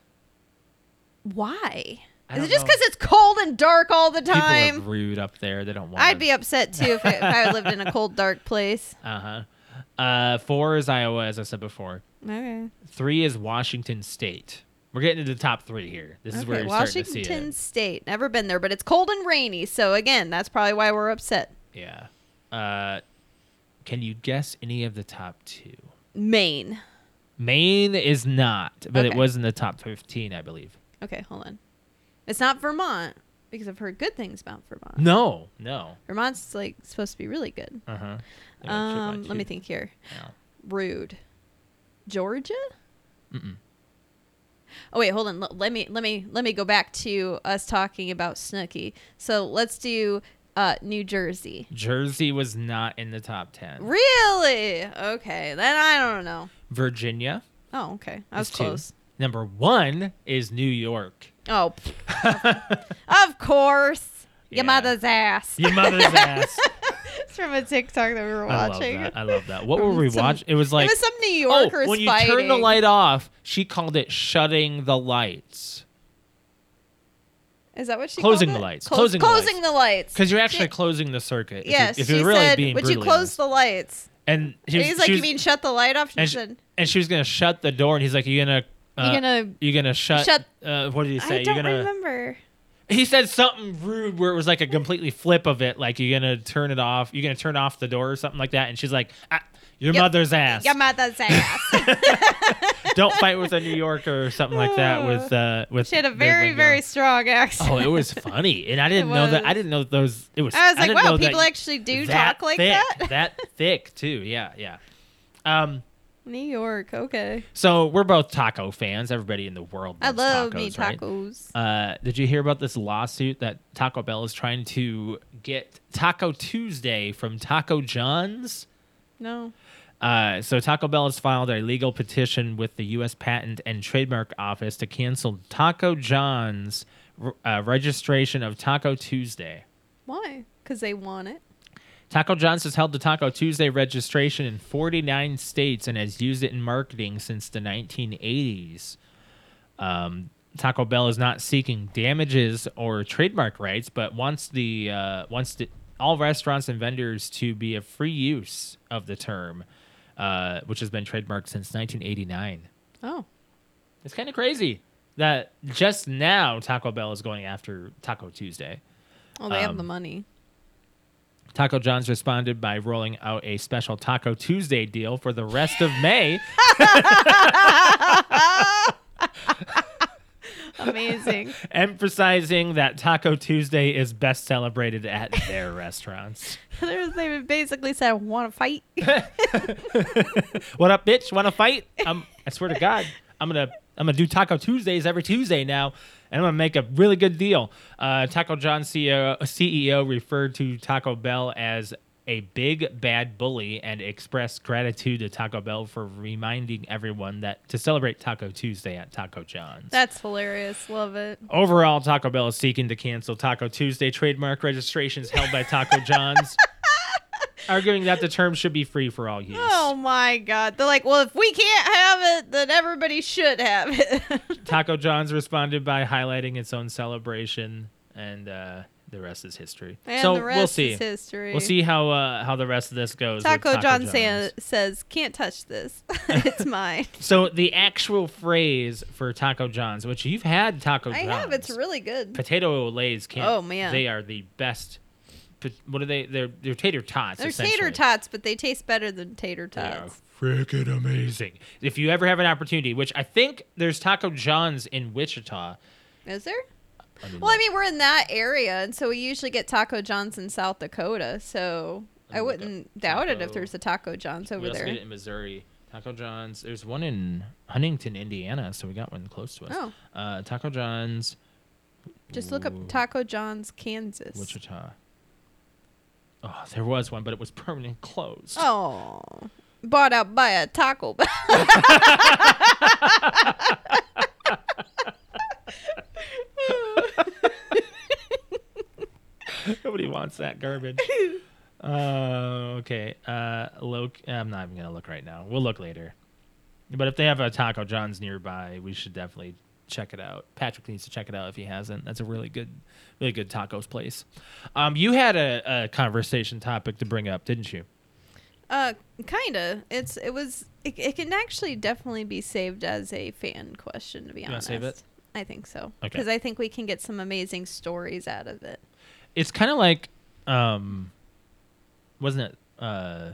[SPEAKER 3] Why?
[SPEAKER 1] I
[SPEAKER 3] Is it
[SPEAKER 1] don't
[SPEAKER 3] just
[SPEAKER 1] know.
[SPEAKER 3] because it's cold and dark all the time?
[SPEAKER 1] People are rude up there. They don't want.
[SPEAKER 3] I'd be upset too if, I- if I lived in a cold, dark place.
[SPEAKER 1] <laughs> Uh huh. Uh, four is Iowa, as I said before.
[SPEAKER 3] Okay.
[SPEAKER 1] Three is Washington State. We're getting into the top three here. This is where
[SPEAKER 3] okay.
[SPEAKER 1] you're starting to see
[SPEAKER 3] Washington
[SPEAKER 1] it.
[SPEAKER 3] State. Never been there, but it's cold and rainy. So again, that's probably why we're upset.
[SPEAKER 1] Yeah. Uh, can you guess any of the top two?
[SPEAKER 3] Maine.
[SPEAKER 1] Maine is not, but it
[SPEAKER 3] Okay.
[SPEAKER 1] was in the top fifteen, I believe.
[SPEAKER 3] Okay, hold on. It's not Vermont because I've heard good things about Vermont.
[SPEAKER 1] No, no.
[SPEAKER 3] Vermont's like supposed to be really good.
[SPEAKER 1] Uh huh.
[SPEAKER 3] Um, let me think here. Rude. Georgia?
[SPEAKER 1] Mm-mm.
[SPEAKER 3] Oh wait, hold on. L- let me let me let me go back to us talking about Snooky. So let's do uh, New Jersey.
[SPEAKER 1] Jersey was not in the top ten.
[SPEAKER 3] Really? Okay, then I don't know.
[SPEAKER 1] Virginia.
[SPEAKER 3] Oh, okay, I was
[SPEAKER 1] is two.
[SPEAKER 3] close.
[SPEAKER 1] Number one is New York.
[SPEAKER 3] Oh,
[SPEAKER 1] <laughs>
[SPEAKER 3] pff. of course,
[SPEAKER 1] Yeah.
[SPEAKER 3] your mother's ass.
[SPEAKER 1] Your
[SPEAKER 3] <laughs>
[SPEAKER 1] mother's ass.
[SPEAKER 3] It's from a TikTok that we were
[SPEAKER 1] I love
[SPEAKER 3] watching.
[SPEAKER 1] that. I love that.
[SPEAKER 3] <laughs>
[SPEAKER 1] What were we
[SPEAKER 3] Some-
[SPEAKER 1] watching? It was like
[SPEAKER 3] it was some New
[SPEAKER 1] oh,
[SPEAKER 3] Yorkers
[SPEAKER 1] when you
[SPEAKER 3] fighting.
[SPEAKER 1] turn the light off, she called it shutting the lights
[SPEAKER 3] Is that what she
[SPEAKER 1] Closing
[SPEAKER 3] called
[SPEAKER 1] the
[SPEAKER 3] it?
[SPEAKER 1] lights.
[SPEAKER 3] Clo-
[SPEAKER 1] Closing the
[SPEAKER 3] closing the lights.
[SPEAKER 1] because you're actually
[SPEAKER 3] She-
[SPEAKER 1] closing the circuit. if you-
[SPEAKER 3] yes.
[SPEAKER 1] if
[SPEAKER 3] she
[SPEAKER 1] you're really
[SPEAKER 3] said,
[SPEAKER 1] being
[SPEAKER 3] "Would you
[SPEAKER 1] brutally
[SPEAKER 3] close
[SPEAKER 1] honest."
[SPEAKER 3] the lights?"
[SPEAKER 1] And he
[SPEAKER 3] And
[SPEAKER 1] was-
[SPEAKER 3] he's like,
[SPEAKER 1] she
[SPEAKER 3] "You
[SPEAKER 1] was-
[SPEAKER 3] mean shut the light off?" She
[SPEAKER 1] and she,
[SPEAKER 3] said,
[SPEAKER 1] and she was gonna shut the door, and he's like, "You gonna." Uh,
[SPEAKER 3] "You gonna?"
[SPEAKER 1] you gonna shut,
[SPEAKER 3] shut-
[SPEAKER 1] uh what did he say
[SPEAKER 3] I
[SPEAKER 1] you
[SPEAKER 3] don't
[SPEAKER 1] gonna
[SPEAKER 3] remember.
[SPEAKER 1] he said something rude where it was like a completely flip of it like you're gonna turn it off you're gonna turn off the door or something like that and she's like ah, your
[SPEAKER 3] Yep.
[SPEAKER 1] mother's ass
[SPEAKER 3] Your mother's ass.
[SPEAKER 1] <laughs>
[SPEAKER 3] <laughs>
[SPEAKER 1] don't fight with a new yorker or something like that
[SPEAKER 3] <laughs>
[SPEAKER 1] with uh with
[SPEAKER 3] she had a
[SPEAKER 1] the
[SPEAKER 3] very,
[SPEAKER 1] lingo.
[SPEAKER 3] very strong
[SPEAKER 1] <laughs>
[SPEAKER 3] accent.
[SPEAKER 1] oh it was funny and i didn't know that i
[SPEAKER 3] was.
[SPEAKER 1] didn't know those it was
[SPEAKER 3] I was like,
[SPEAKER 1] didn't
[SPEAKER 3] "Wow,
[SPEAKER 1] know that
[SPEAKER 3] people actually do
[SPEAKER 1] that
[SPEAKER 3] talk like
[SPEAKER 1] thick, <laughs>
[SPEAKER 3] that."
[SPEAKER 1] that thick too yeah yeah um
[SPEAKER 3] New York, okay.
[SPEAKER 1] so we're both taco fans everybody in the world
[SPEAKER 3] I
[SPEAKER 1] loves
[SPEAKER 3] love
[SPEAKER 1] tacos,
[SPEAKER 3] me
[SPEAKER 1] right?
[SPEAKER 3] tacos.
[SPEAKER 1] Uh, did you hear about this lawsuit that Taco Bell is trying to get Taco Tuesday from Taco John's?
[SPEAKER 3] No.
[SPEAKER 1] Uh, so Taco Bell has filed a legal petition with the U.S. Patent and Trademark Office to cancel Taco John's r- uh, registration of Taco Tuesday.
[SPEAKER 3] Why? Because they want it.
[SPEAKER 1] Taco John's has held the Taco Tuesday registration in 49 states and has used it in marketing since the 1980s. Um, Taco Bell is not seeking damages or trademark rights, but wants the uh, wants the, all restaurants and vendors to be a free use of the term, uh, which has been trademarked since 1989.
[SPEAKER 3] Oh.
[SPEAKER 1] It's kind of crazy that just now Taco Bell is going after Taco Tuesday.
[SPEAKER 3] Oh, they have the
[SPEAKER 1] Um,
[SPEAKER 3] money.
[SPEAKER 1] <laughs> Taco John's responded by rolling out a special Taco Tuesday deal for the rest of <laughs> May.
[SPEAKER 3] Amazing. <laughs>
[SPEAKER 1] emphasizing that Taco Tuesday is best celebrated at their <laughs> restaurants.
[SPEAKER 3] There's- they basically said, I want
[SPEAKER 1] <laughs>
[SPEAKER 3] to fight.
[SPEAKER 1] What up, bitch? Want to fight? Um, I swear <laughs> to God, I'm gonna I'm gonna do Taco Tuesdays every Tuesday now, and I'm gonna make a really good deal. Uh, Taco John CEO, CEO E referred to Taco Bell as a big bad bully and expressed gratitude to Taco Bell for reminding everyone that to celebrate Taco Tuesday at Taco John's.
[SPEAKER 3] That's hilarious. Love it.
[SPEAKER 1] Overall, Taco Bell is seeking to cancel Taco Tuesday trademark registrations held by Taco
[SPEAKER 3] <laughs>
[SPEAKER 1] John's, arguing that the term should be free for all use.
[SPEAKER 3] Oh my God. They're like, well, if we can't have it, then everybody should have it. <laughs>
[SPEAKER 1] Taco John's responded by highlighting its own celebration, and uh, the rest is history.
[SPEAKER 3] and
[SPEAKER 1] so
[SPEAKER 3] the rest
[SPEAKER 1] we'll see.
[SPEAKER 3] is history.
[SPEAKER 1] We'll see how uh, how the rest of this goes. with
[SPEAKER 3] Taco, John
[SPEAKER 1] John's.
[SPEAKER 3] sa- says, can't touch this. <laughs>
[SPEAKER 1] <laughs>
[SPEAKER 3] it's mine.
[SPEAKER 1] So the actual phrase for Taco John's, which you've had Taco
[SPEAKER 3] I
[SPEAKER 1] John's,
[SPEAKER 3] have. It's really good.
[SPEAKER 1] potato lays can't.
[SPEAKER 3] Oh, man.
[SPEAKER 1] they are the best. pot- What are they? They're they're tater tots.
[SPEAKER 3] They're tater
[SPEAKER 1] essentially.
[SPEAKER 3] tots, but they taste better than tater
[SPEAKER 1] They are
[SPEAKER 3] tots.
[SPEAKER 1] freaking amazing. If you ever have an opportunity, which I think there's Taco John's in Wichita.
[SPEAKER 3] Is there?
[SPEAKER 1] I mean,
[SPEAKER 3] Well, I mean, we're in that area, and so we usually get Taco John's in South Dakota. So
[SPEAKER 1] Let me
[SPEAKER 3] I
[SPEAKER 1] look
[SPEAKER 3] wouldn't
[SPEAKER 1] up
[SPEAKER 3] doubt it if
[SPEAKER 1] Taco-
[SPEAKER 3] there's a Taco John's
[SPEAKER 1] we
[SPEAKER 3] over
[SPEAKER 1] also get it
[SPEAKER 3] there.
[SPEAKER 1] in Missouri. Taco John's. There's one in Huntington, Indiana, so we got one close to us.
[SPEAKER 3] Oh.
[SPEAKER 1] Uh, Taco John's.
[SPEAKER 3] Just look
[SPEAKER 1] Ooh.
[SPEAKER 3] up Taco John's, Kansas.
[SPEAKER 1] Wichita. Oh, there was one, but it was permanently closed.
[SPEAKER 3] Oh, bought out by a
[SPEAKER 1] <laughs>
[SPEAKER 3] Taco Bell.
[SPEAKER 1] Nobody wants that
[SPEAKER 3] <laughs>
[SPEAKER 1] garbage. uh, okay. Uh, look, I'm not even gonna look right now. We'll look later. But if they have a Taco John's nearby, we should definitely check it out. Patrick needs to check it out if he hasn't. That's a really good, really good tacos place. Um, you had a, a conversation topic to bring up, didn't you?
[SPEAKER 3] Uh, kinda. It's it was. It, it can actually definitely be saved as a fan question. To be
[SPEAKER 1] You wanna
[SPEAKER 3] honest,
[SPEAKER 1] save it?
[SPEAKER 3] I think so.
[SPEAKER 1] Okay.
[SPEAKER 3] Because I think we can get some amazing stories out of it.
[SPEAKER 1] It's kind of like, um, wasn't it? Uh,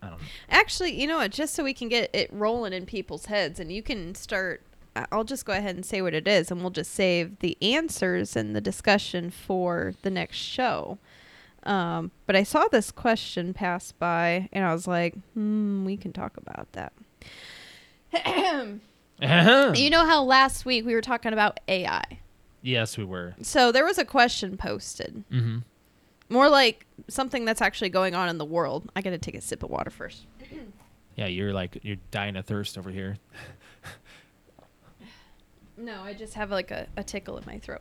[SPEAKER 1] I don't know.
[SPEAKER 3] Actually, you know what? Just so we can get it rolling in people's heads, and you can start. I- I'll just go ahead and say what it is, and we'll just save the answers and the discussion for the next show. Um, but I saw this question pass by, and I was like, hmm, we can talk about that.
[SPEAKER 1] <laughs>
[SPEAKER 3] You know how last week we were talking about AI?
[SPEAKER 1] yes, we were.
[SPEAKER 3] So there was a question posted,
[SPEAKER 1] Mm-hmm.
[SPEAKER 3] more like something that's actually going on in the world. I gotta take a sip of water first.
[SPEAKER 1] Yeah, you're like you're dying of thirst over here. <laughs>
[SPEAKER 3] No, I just have like a, a tickle in my throat.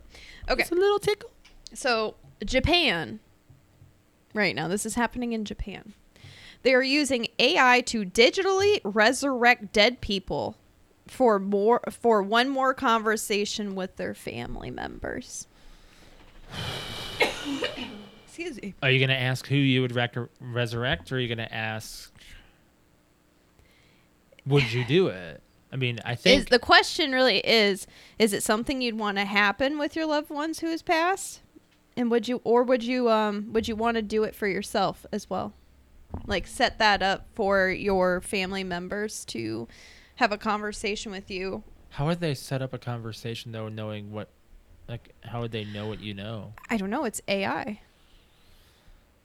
[SPEAKER 3] Okay. It's a little tickle. So, Japan, right now, this is happening in Japan. They are using AI to digitally resurrect dead people for more for one more conversation with their family members. <coughs> Excuse me.
[SPEAKER 1] Are you gonna ask who you would rec- resurrect, or are you gonna ask would you do it? I mean, I think
[SPEAKER 3] Is the question really is is it something you'd want to happen with your loved ones who has passed? And would you or would you um would you want to do it for yourself as well? Like set that up for your family members to have a conversation with you.
[SPEAKER 1] how would they set up a conversation though, knowing what, like, how would they know what you know?
[SPEAKER 3] I don't know, it's AI.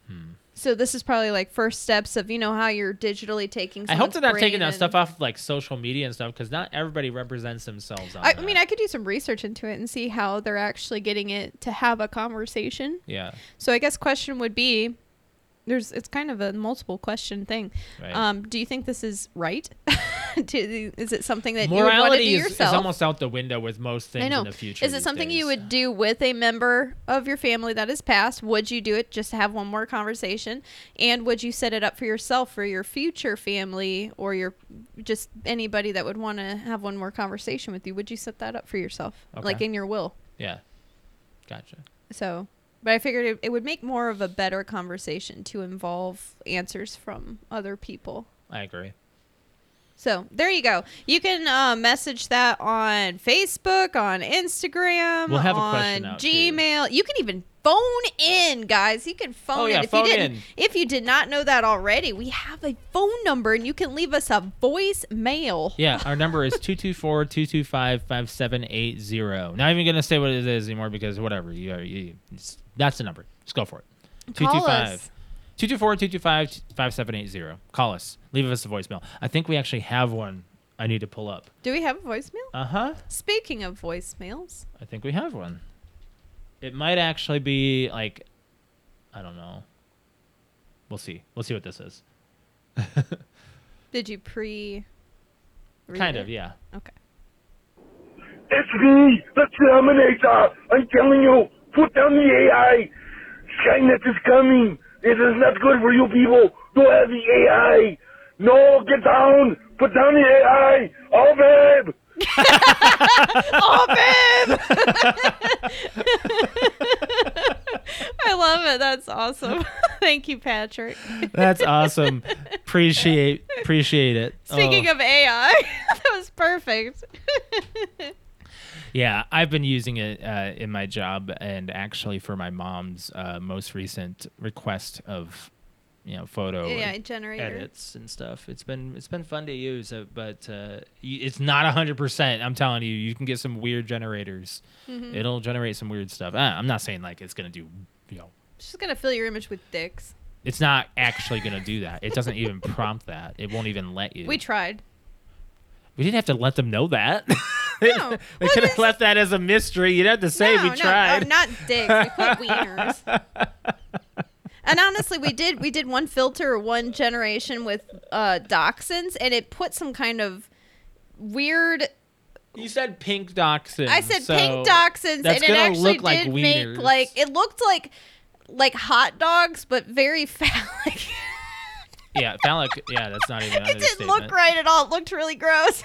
[SPEAKER 1] Hmm.
[SPEAKER 3] So this is probably like first steps of you know how you're digitally taking.
[SPEAKER 1] I hope they're not taking that
[SPEAKER 3] that
[SPEAKER 1] stuff off of, like social media and stuff because not everybody represents themselves. On
[SPEAKER 3] I, I
[SPEAKER 1] that.
[SPEAKER 3] mean, I could do some research into it and see how they're actually getting it to have a conversation.
[SPEAKER 1] yeah,
[SPEAKER 3] So I guess question would be, there's it's kind of a multiple question thing.
[SPEAKER 1] right.
[SPEAKER 3] Um, do you think this is right? <laughs> do, is it something that you would want to do
[SPEAKER 1] Morality is, is
[SPEAKER 3] yourself?
[SPEAKER 1] almost out the window with most things
[SPEAKER 3] I know.
[SPEAKER 1] in the future.
[SPEAKER 3] Is it
[SPEAKER 1] these
[SPEAKER 3] something
[SPEAKER 1] days.
[SPEAKER 3] you would do with a member of your family that is passed? Would you do it just to have one more conversation? And would you set it up for yourself for your future family or your just anybody that would want to have one more conversation with you? Would you set that up for yourself,
[SPEAKER 1] Okay.
[SPEAKER 3] like in your will?
[SPEAKER 1] Yeah, gotcha.
[SPEAKER 3] So, but I figured it, it would make more of a better conversation to involve answers from other people.
[SPEAKER 1] I agree.
[SPEAKER 3] So there you go. You can uh, message that on Facebook, on Instagram,
[SPEAKER 1] We'll have a
[SPEAKER 3] on
[SPEAKER 1] question out, too.
[SPEAKER 3] Gmail. You can even phone in, guys. You can phone
[SPEAKER 1] Oh, yeah,
[SPEAKER 3] in if
[SPEAKER 1] phone
[SPEAKER 3] you didn't.
[SPEAKER 1] in.
[SPEAKER 3] If you did not know that already, we have a phone number, and you can leave us a voicemail.
[SPEAKER 1] Yeah, our number is 224 225 5780. Not even going to say what it is anymore because whatever. You, are- you it's- That's the number. Just go for it.
[SPEAKER 3] Call us.
[SPEAKER 1] 224 225 5780. Call us. Leave us a voicemail. I think we actually have one I need to pull up.
[SPEAKER 3] Do we have a voicemail?
[SPEAKER 1] Uh huh.
[SPEAKER 3] Speaking of voicemails,
[SPEAKER 1] I think we have one. It might actually be like, I don't know. We'll see. We'll see what this is.
[SPEAKER 3] did you pre? read
[SPEAKER 1] kind
[SPEAKER 3] it?
[SPEAKER 1] of, yeah.
[SPEAKER 3] Okay.
[SPEAKER 5] It's me, the Terminator. I'm telling you, put down the AI. Skynet is coming. It is not good for you people. Don't have the AI. No, get down. Put down the AI. Oh, babe.
[SPEAKER 3] <laughs> I love it. That's awesome. <laughs> Thank
[SPEAKER 1] <laughs>
[SPEAKER 3] you, Patrick.
[SPEAKER 1] That's
[SPEAKER 3] <laughs>
[SPEAKER 1] awesome. <laughs> appreciate appreciate it. Oh.
[SPEAKER 3] Speaking of AI, <laughs> that was
[SPEAKER 1] <laughs>
[SPEAKER 3] perfect.
[SPEAKER 1] Yeah, I've been using it uh, in my job and actually for my mom's uh, most recent request of, you know, photo
[SPEAKER 3] AI
[SPEAKER 1] and
[SPEAKER 3] generator.
[SPEAKER 1] edits and stuff. It's been it's been fun to use, uh, but uh, y- it's not hundred percent. I'm telling you, you can get some weird generators.
[SPEAKER 3] Mm-hmm.
[SPEAKER 1] It'll generate some weird stuff. Uh, I'm not saying like it's gonna do, you know,
[SPEAKER 3] She's gonna fill your image with dicks.
[SPEAKER 1] it's not actually gonna do that. It doesn't even prompt that. It won't even let you.
[SPEAKER 3] We tried.
[SPEAKER 1] we didn't have to let them know that. <laughs> they
[SPEAKER 3] No.
[SPEAKER 1] they
[SPEAKER 3] Well,
[SPEAKER 1] could have
[SPEAKER 3] this-
[SPEAKER 1] left that as a mystery. You'd have to say
[SPEAKER 3] no,
[SPEAKER 1] we
[SPEAKER 3] no,
[SPEAKER 1] tried.
[SPEAKER 3] No, not dicks. We
[SPEAKER 1] <laughs>
[SPEAKER 3] put wieners. and honestly, we did we did one filter, one generation with uh, dachshunds, and it put some kind of weird.
[SPEAKER 1] You said pink dachshund.
[SPEAKER 3] I said
[SPEAKER 1] so
[SPEAKER 3] pink dachshunds,
[SPEAKER 1] that's
[SPEAKER 3] and it
[SPEAKER 1] gonna
[SPEAKER 3] actually
[SPEAKER 1] look like
[SPEAKER 3] did
[SPEAKER 1] wieners.
[SPEAKER 3] make like it looked like like hot dogs, but very <laughs> phallic.
[SPEAKER 1] Yeah, phallic. Yeah, that's not even. an
[SPEAKER 3] <laughs> it didn't
[SPEAKER 1] understatement.
[SPEAKER 3] look right at all. It looked really gross.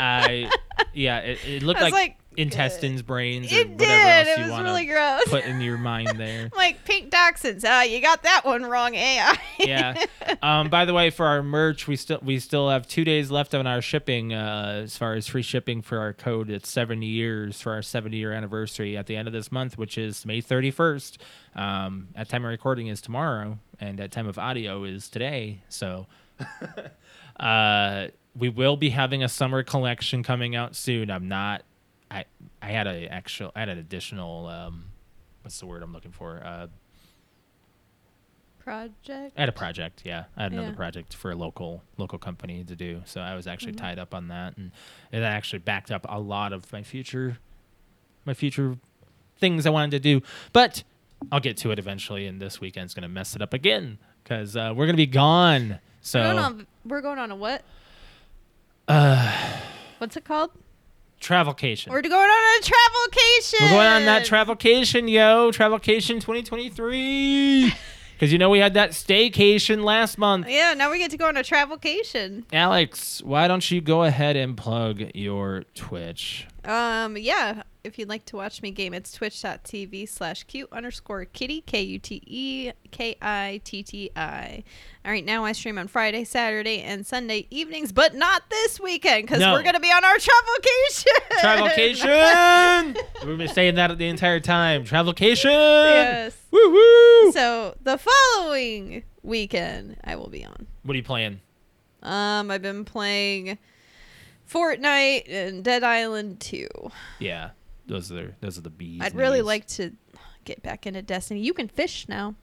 [SPEAKER 1] I yeah, it, it looked
[SPEAKER 3] I was
[SPEAKER 1] like,
[SPEAKER 3] like,
[SPEAKER 1] intestines, brains,
[SPEAKER 3] <laughs>
[SPEAKER 1] or
[SPEAKER 3] it
[SPEAKER 1] whatever else
[SPEAKER 3] did.
[SPEAKER 1] you
[SPEAKER 3] It was
[SPEAKER 1] wanna
[SPEAKER 3] really gross.
[SPEAKER 1] put in your mind there.
[SPEAKER 3] <laughs> like pink dachshunds. Ah, you got that one wrong, AI.
[SPEAKER 1] yeah. Um, by the way, for our merch, we still we still have two days left on our shipping. Uh, as far as free shipping for our code, it's seventy years for our seventy year anniversary at the end of this month, which is May thirty first. Um, at time of recording is tomorrow, and at time of audio is today. So. uh, we will be having a summer collection coming out soon. I'm not. I I had a actual. I had an additional. Um, what's the word I'm looking for? Uh,
[SPEAKER 3] <laughs> Project.
[SPEAKER 1] I had a project, yeah. I had another
[SPEAKER 3] Yeah.
[SPEAKER 1] project for a local local company to do. So I was actually
[SPEAKER 3] Mm-hmm.
[SPEAKER 1] tied up on that and it actually backed up a lot of my future my future things I wanted to do. But I'll get to it eventually and this weekend's going to mess it up again cuz uh, we're going to be gone. So
[SPEAKER 3] We're going on, we're going on a what? Uh, What's it called?
[SPEAKER 1] travelcation.
[SPEAKER 3] We're going on a travelcation.
[SPEAKER 1] We're going on that travelcation, yo. Travelcation
[SPEAKER 3] <laughs>
[SPEAKER 1] 2023. cuz you know we had that staycation last month.
[SPEAKER 3] Yeah, now we get to go on a travelcation.
[SPEAKER 1] Alex, why don't you go ahead and plug your Twitch?
[SPEAKER 3] Um, yeah. If you'd like to watch me game, it's twitch.tv slash cute underscore kitty, K U T E K I T T I. All right, now I stream on Friday, Saturday, and Sunday evenings, but not this weekend because
[SPEAKER 1] No.
[SPEAKER 3] we're going to be on our travelcation.
[SPEAKER 1] Travelcation! <laughs> We've been saying that the entire time. Travelcation!
[SPEAKER 3] Yes.
[SPEAKER 1] Woo woo!
[SPEAKER 3] <laughs> So the following weekend, I will be on.
[SPEAKER 1] what are you playing?
[SPEAKER 3] Um, I've been playing Fortnite and Dead Island 2.
[SPEAKER 1] Yeah, those are those are the bees.
[SPEAKER 3] I'd
[SPEAKER 1] knees.
[SPEAKER 3] really like to get back into Destiny. You can fish now.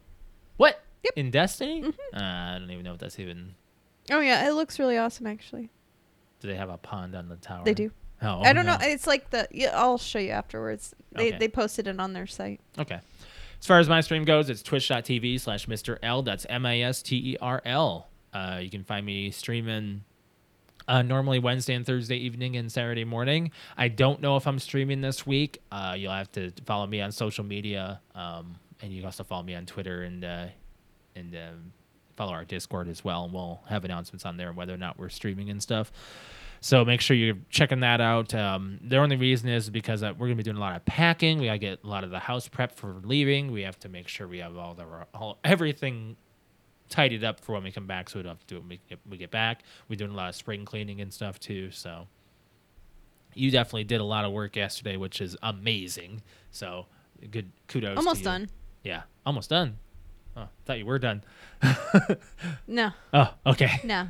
[SPEAKER 1] what
[SPEAKER 3] Yep. Mm-hmm.
[SPEAKER 1] in Destiny. Uh, I don't even know if that's even.
[SPEAKER 3] Oh yeah, it looks really awesome actually.
[SPEAKER 1] Do they have a pond on the tower?
[SPEAKER 3] They do.
[SPEAKER 1] Oh,
[SPEAKER 3] I don't
[SPEAKER 1] no.
[SPEAKER 3] know. It's like the yeah, I'll show you afterwards. They
[SPEAKER 1] Okay.
[SPEAKER 3] they posted it on their site.
[SPEAKER 1] Okay. As far as my stream goes, it's twitch.tv slash Mr. L. That's M I S T E R L. Uh, you can find me streaming uh, normally Wednesday and Thursday evening and Saturday morning. I don't know if I'm streaming this week. Uh, you'll have to follow me on social media. Um, and you can also follow me on Twitter and uh, and um, follow our Discord as well. And we'll have announcements on there whether or not we're streaming and stuff. So make sure you're checking that out. Um, the only reason is because uh, we're gonna be doing a lot of packing. We gotta get a lot of the house prep for leaving. We have to make sure we have all the all, everything tidied up for when we come back, so we don't have to do it when we get, we get back. We're doing a lot of spring cleaning and stuff too. So you definitely did a lot of work yesterday, which is amazing. So good kudos. to
[SPEAKER 3] Almost
[SPEAKER 1] you.
[SPEAKER 3] done.
[SPEAKER 1] Yeah, almost done. Oh, thought you were done.
[SPEAKER 3] No,
[SPEAKER 1] Oh, okay.
[SPEAKER 3] no.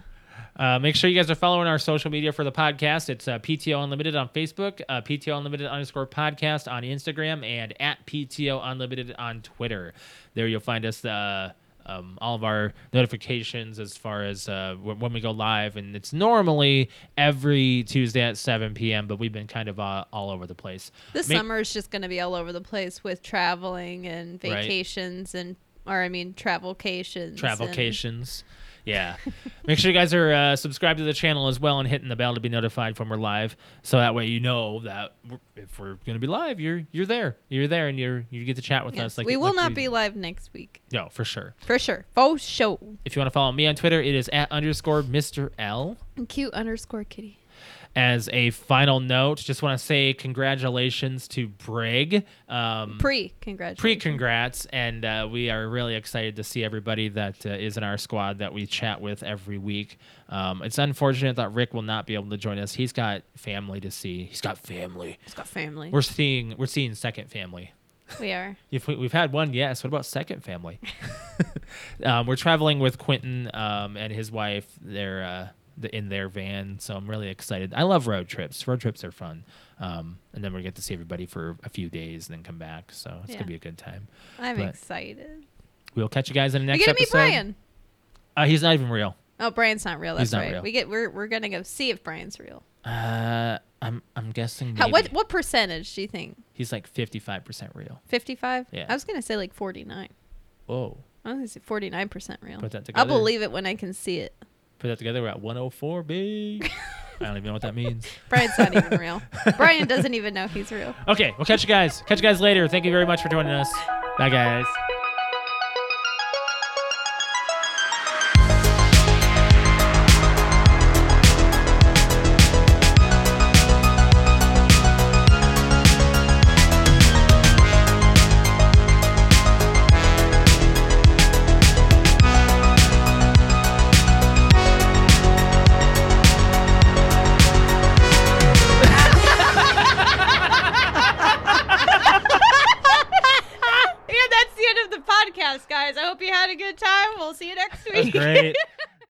[SPEAKER 1] Uh, make sure you guys are following our social media for the podcast. It's uh, PTO Unlimited on Facebook, uh, PTO Unlimited underscore podcast on Instagram, and at PTO Unlimited on Twitter. There you'll find us uh, um, all of our notifications as far as uh, wh- when we go live. And it's normally every Tuesday at 7 p.m., but we've been kind of uh, all over the place.
[SPEAKER 3] This
[SPEAKER 1] Make-
[SPEAKER 3] summer is just going to be all over the place with traveling and
[SPEAKER 1] Right.
[SPEAKER 3] vacations and or I mean travelcations. and-
[SPEAKER 1] Travelcations. Yeah. Make sure you guys are uh, subscribed to the channel as well and hitting the bell to be notified when we're live. So that way you know that we're, if we're going to be live, you're you're there. You're there and you're you get to chat with
[SPEAKER 3] Yes,
[SPEAKER 1] us like
[SPEAKER 3] we will
[SPEAKER 1] like
[SPEAKER 3] not be live next week
[SPEAKER 1] No, for sure.
[SPEAKER 3] for sure. Faux show.
[SPEAKER 1] If you want to follow me on Twitter, it is at underscore Mr. L.
[SPEAKER 3] Cute underscore kitty.
[SPEAKER 1] As a final note, just want to say congratulations to Brig. Um,
[SPEAKER 3] Pre, congratulations.
[SPEAKER 1] pre congrats and uh, we are really excited to see everybody that uh, is in our squad that we chat with every week um, it's unfortunate that rick will not be able to join us he's got family to see he's got family
[SPEAKER 3] It's got family.
[SPEAKER 1] we're seeing we're seeing second family
[SPEAKER 3] We are.
[SPEAKER 1] if we, we've had one yes what about second family <laughs> um, we're traveling with quentin um, and his wife they're uh, th- in their van so i'm really excited i love road trips road trips are fun um, and then we get to see everybody for a few days and then come back so it's
[SPEAKER 3] Yeah.
[SPEAKER 1] gonna be a good time
[SPEAKER 3] I'm
[SPEAKER 1] But-
[SPEAKER 3] excited.
[SPEAKER 1] We'll catch you guys in the
[SPEAKER 3] We're
[SPEAKER 1] next
[SPEAKER 3] gonna meet
[SPEAKER 1] episode.
[SPEAKER 3] Brian.
[SPEAKER 1] Uh, he's not even real.
[SPEAKER 3] Oh, Brian's not real. That's
[SPEAKER 1] He's not
[SPEAKER 3] right.
[SPEAKER 1] real.
[SPEAKER 3] We get we're we're gonna go see if Brian's real.
[SPEAKER 1] Uh, I'm I'm guessing
[SPEAKER 3] How, what
[SPEAKER 1] maybe-
[SPEAKER 3] what percentage do you think?
[SPEAKER 1] he's like 55% real.
[SPEAKER 3] 55?
[SPEAKER 1] Yeah.
[SPEAKER 3] I was going to say like 49.
[SPEAKER 1] Whoa.
[SPEAKER 3] I was going to say 49% real.
[SPEAKER 1] Put that
[SPEAKER 3] I'll
[SPEAKER 1] together.
[SPEAKER 3] believe it when I can see it.
[SPEAKER 1] Put that together, we're at 104,
[SPEAKER 3] <laughs>
[SPEAKER 1] big. I don't even know what that means.
[SPEAKER 3] Brian's not even
[SPEAKER 1] <laughs>
[SPEAKER 3] real. Brian doesn't even know he's real.
[SPEAKER 1] Okay, we'll catch you guys. Catch you guys later. Thank you very much for joining us. Bye, guys.
[SPEAKER 3] <laughs>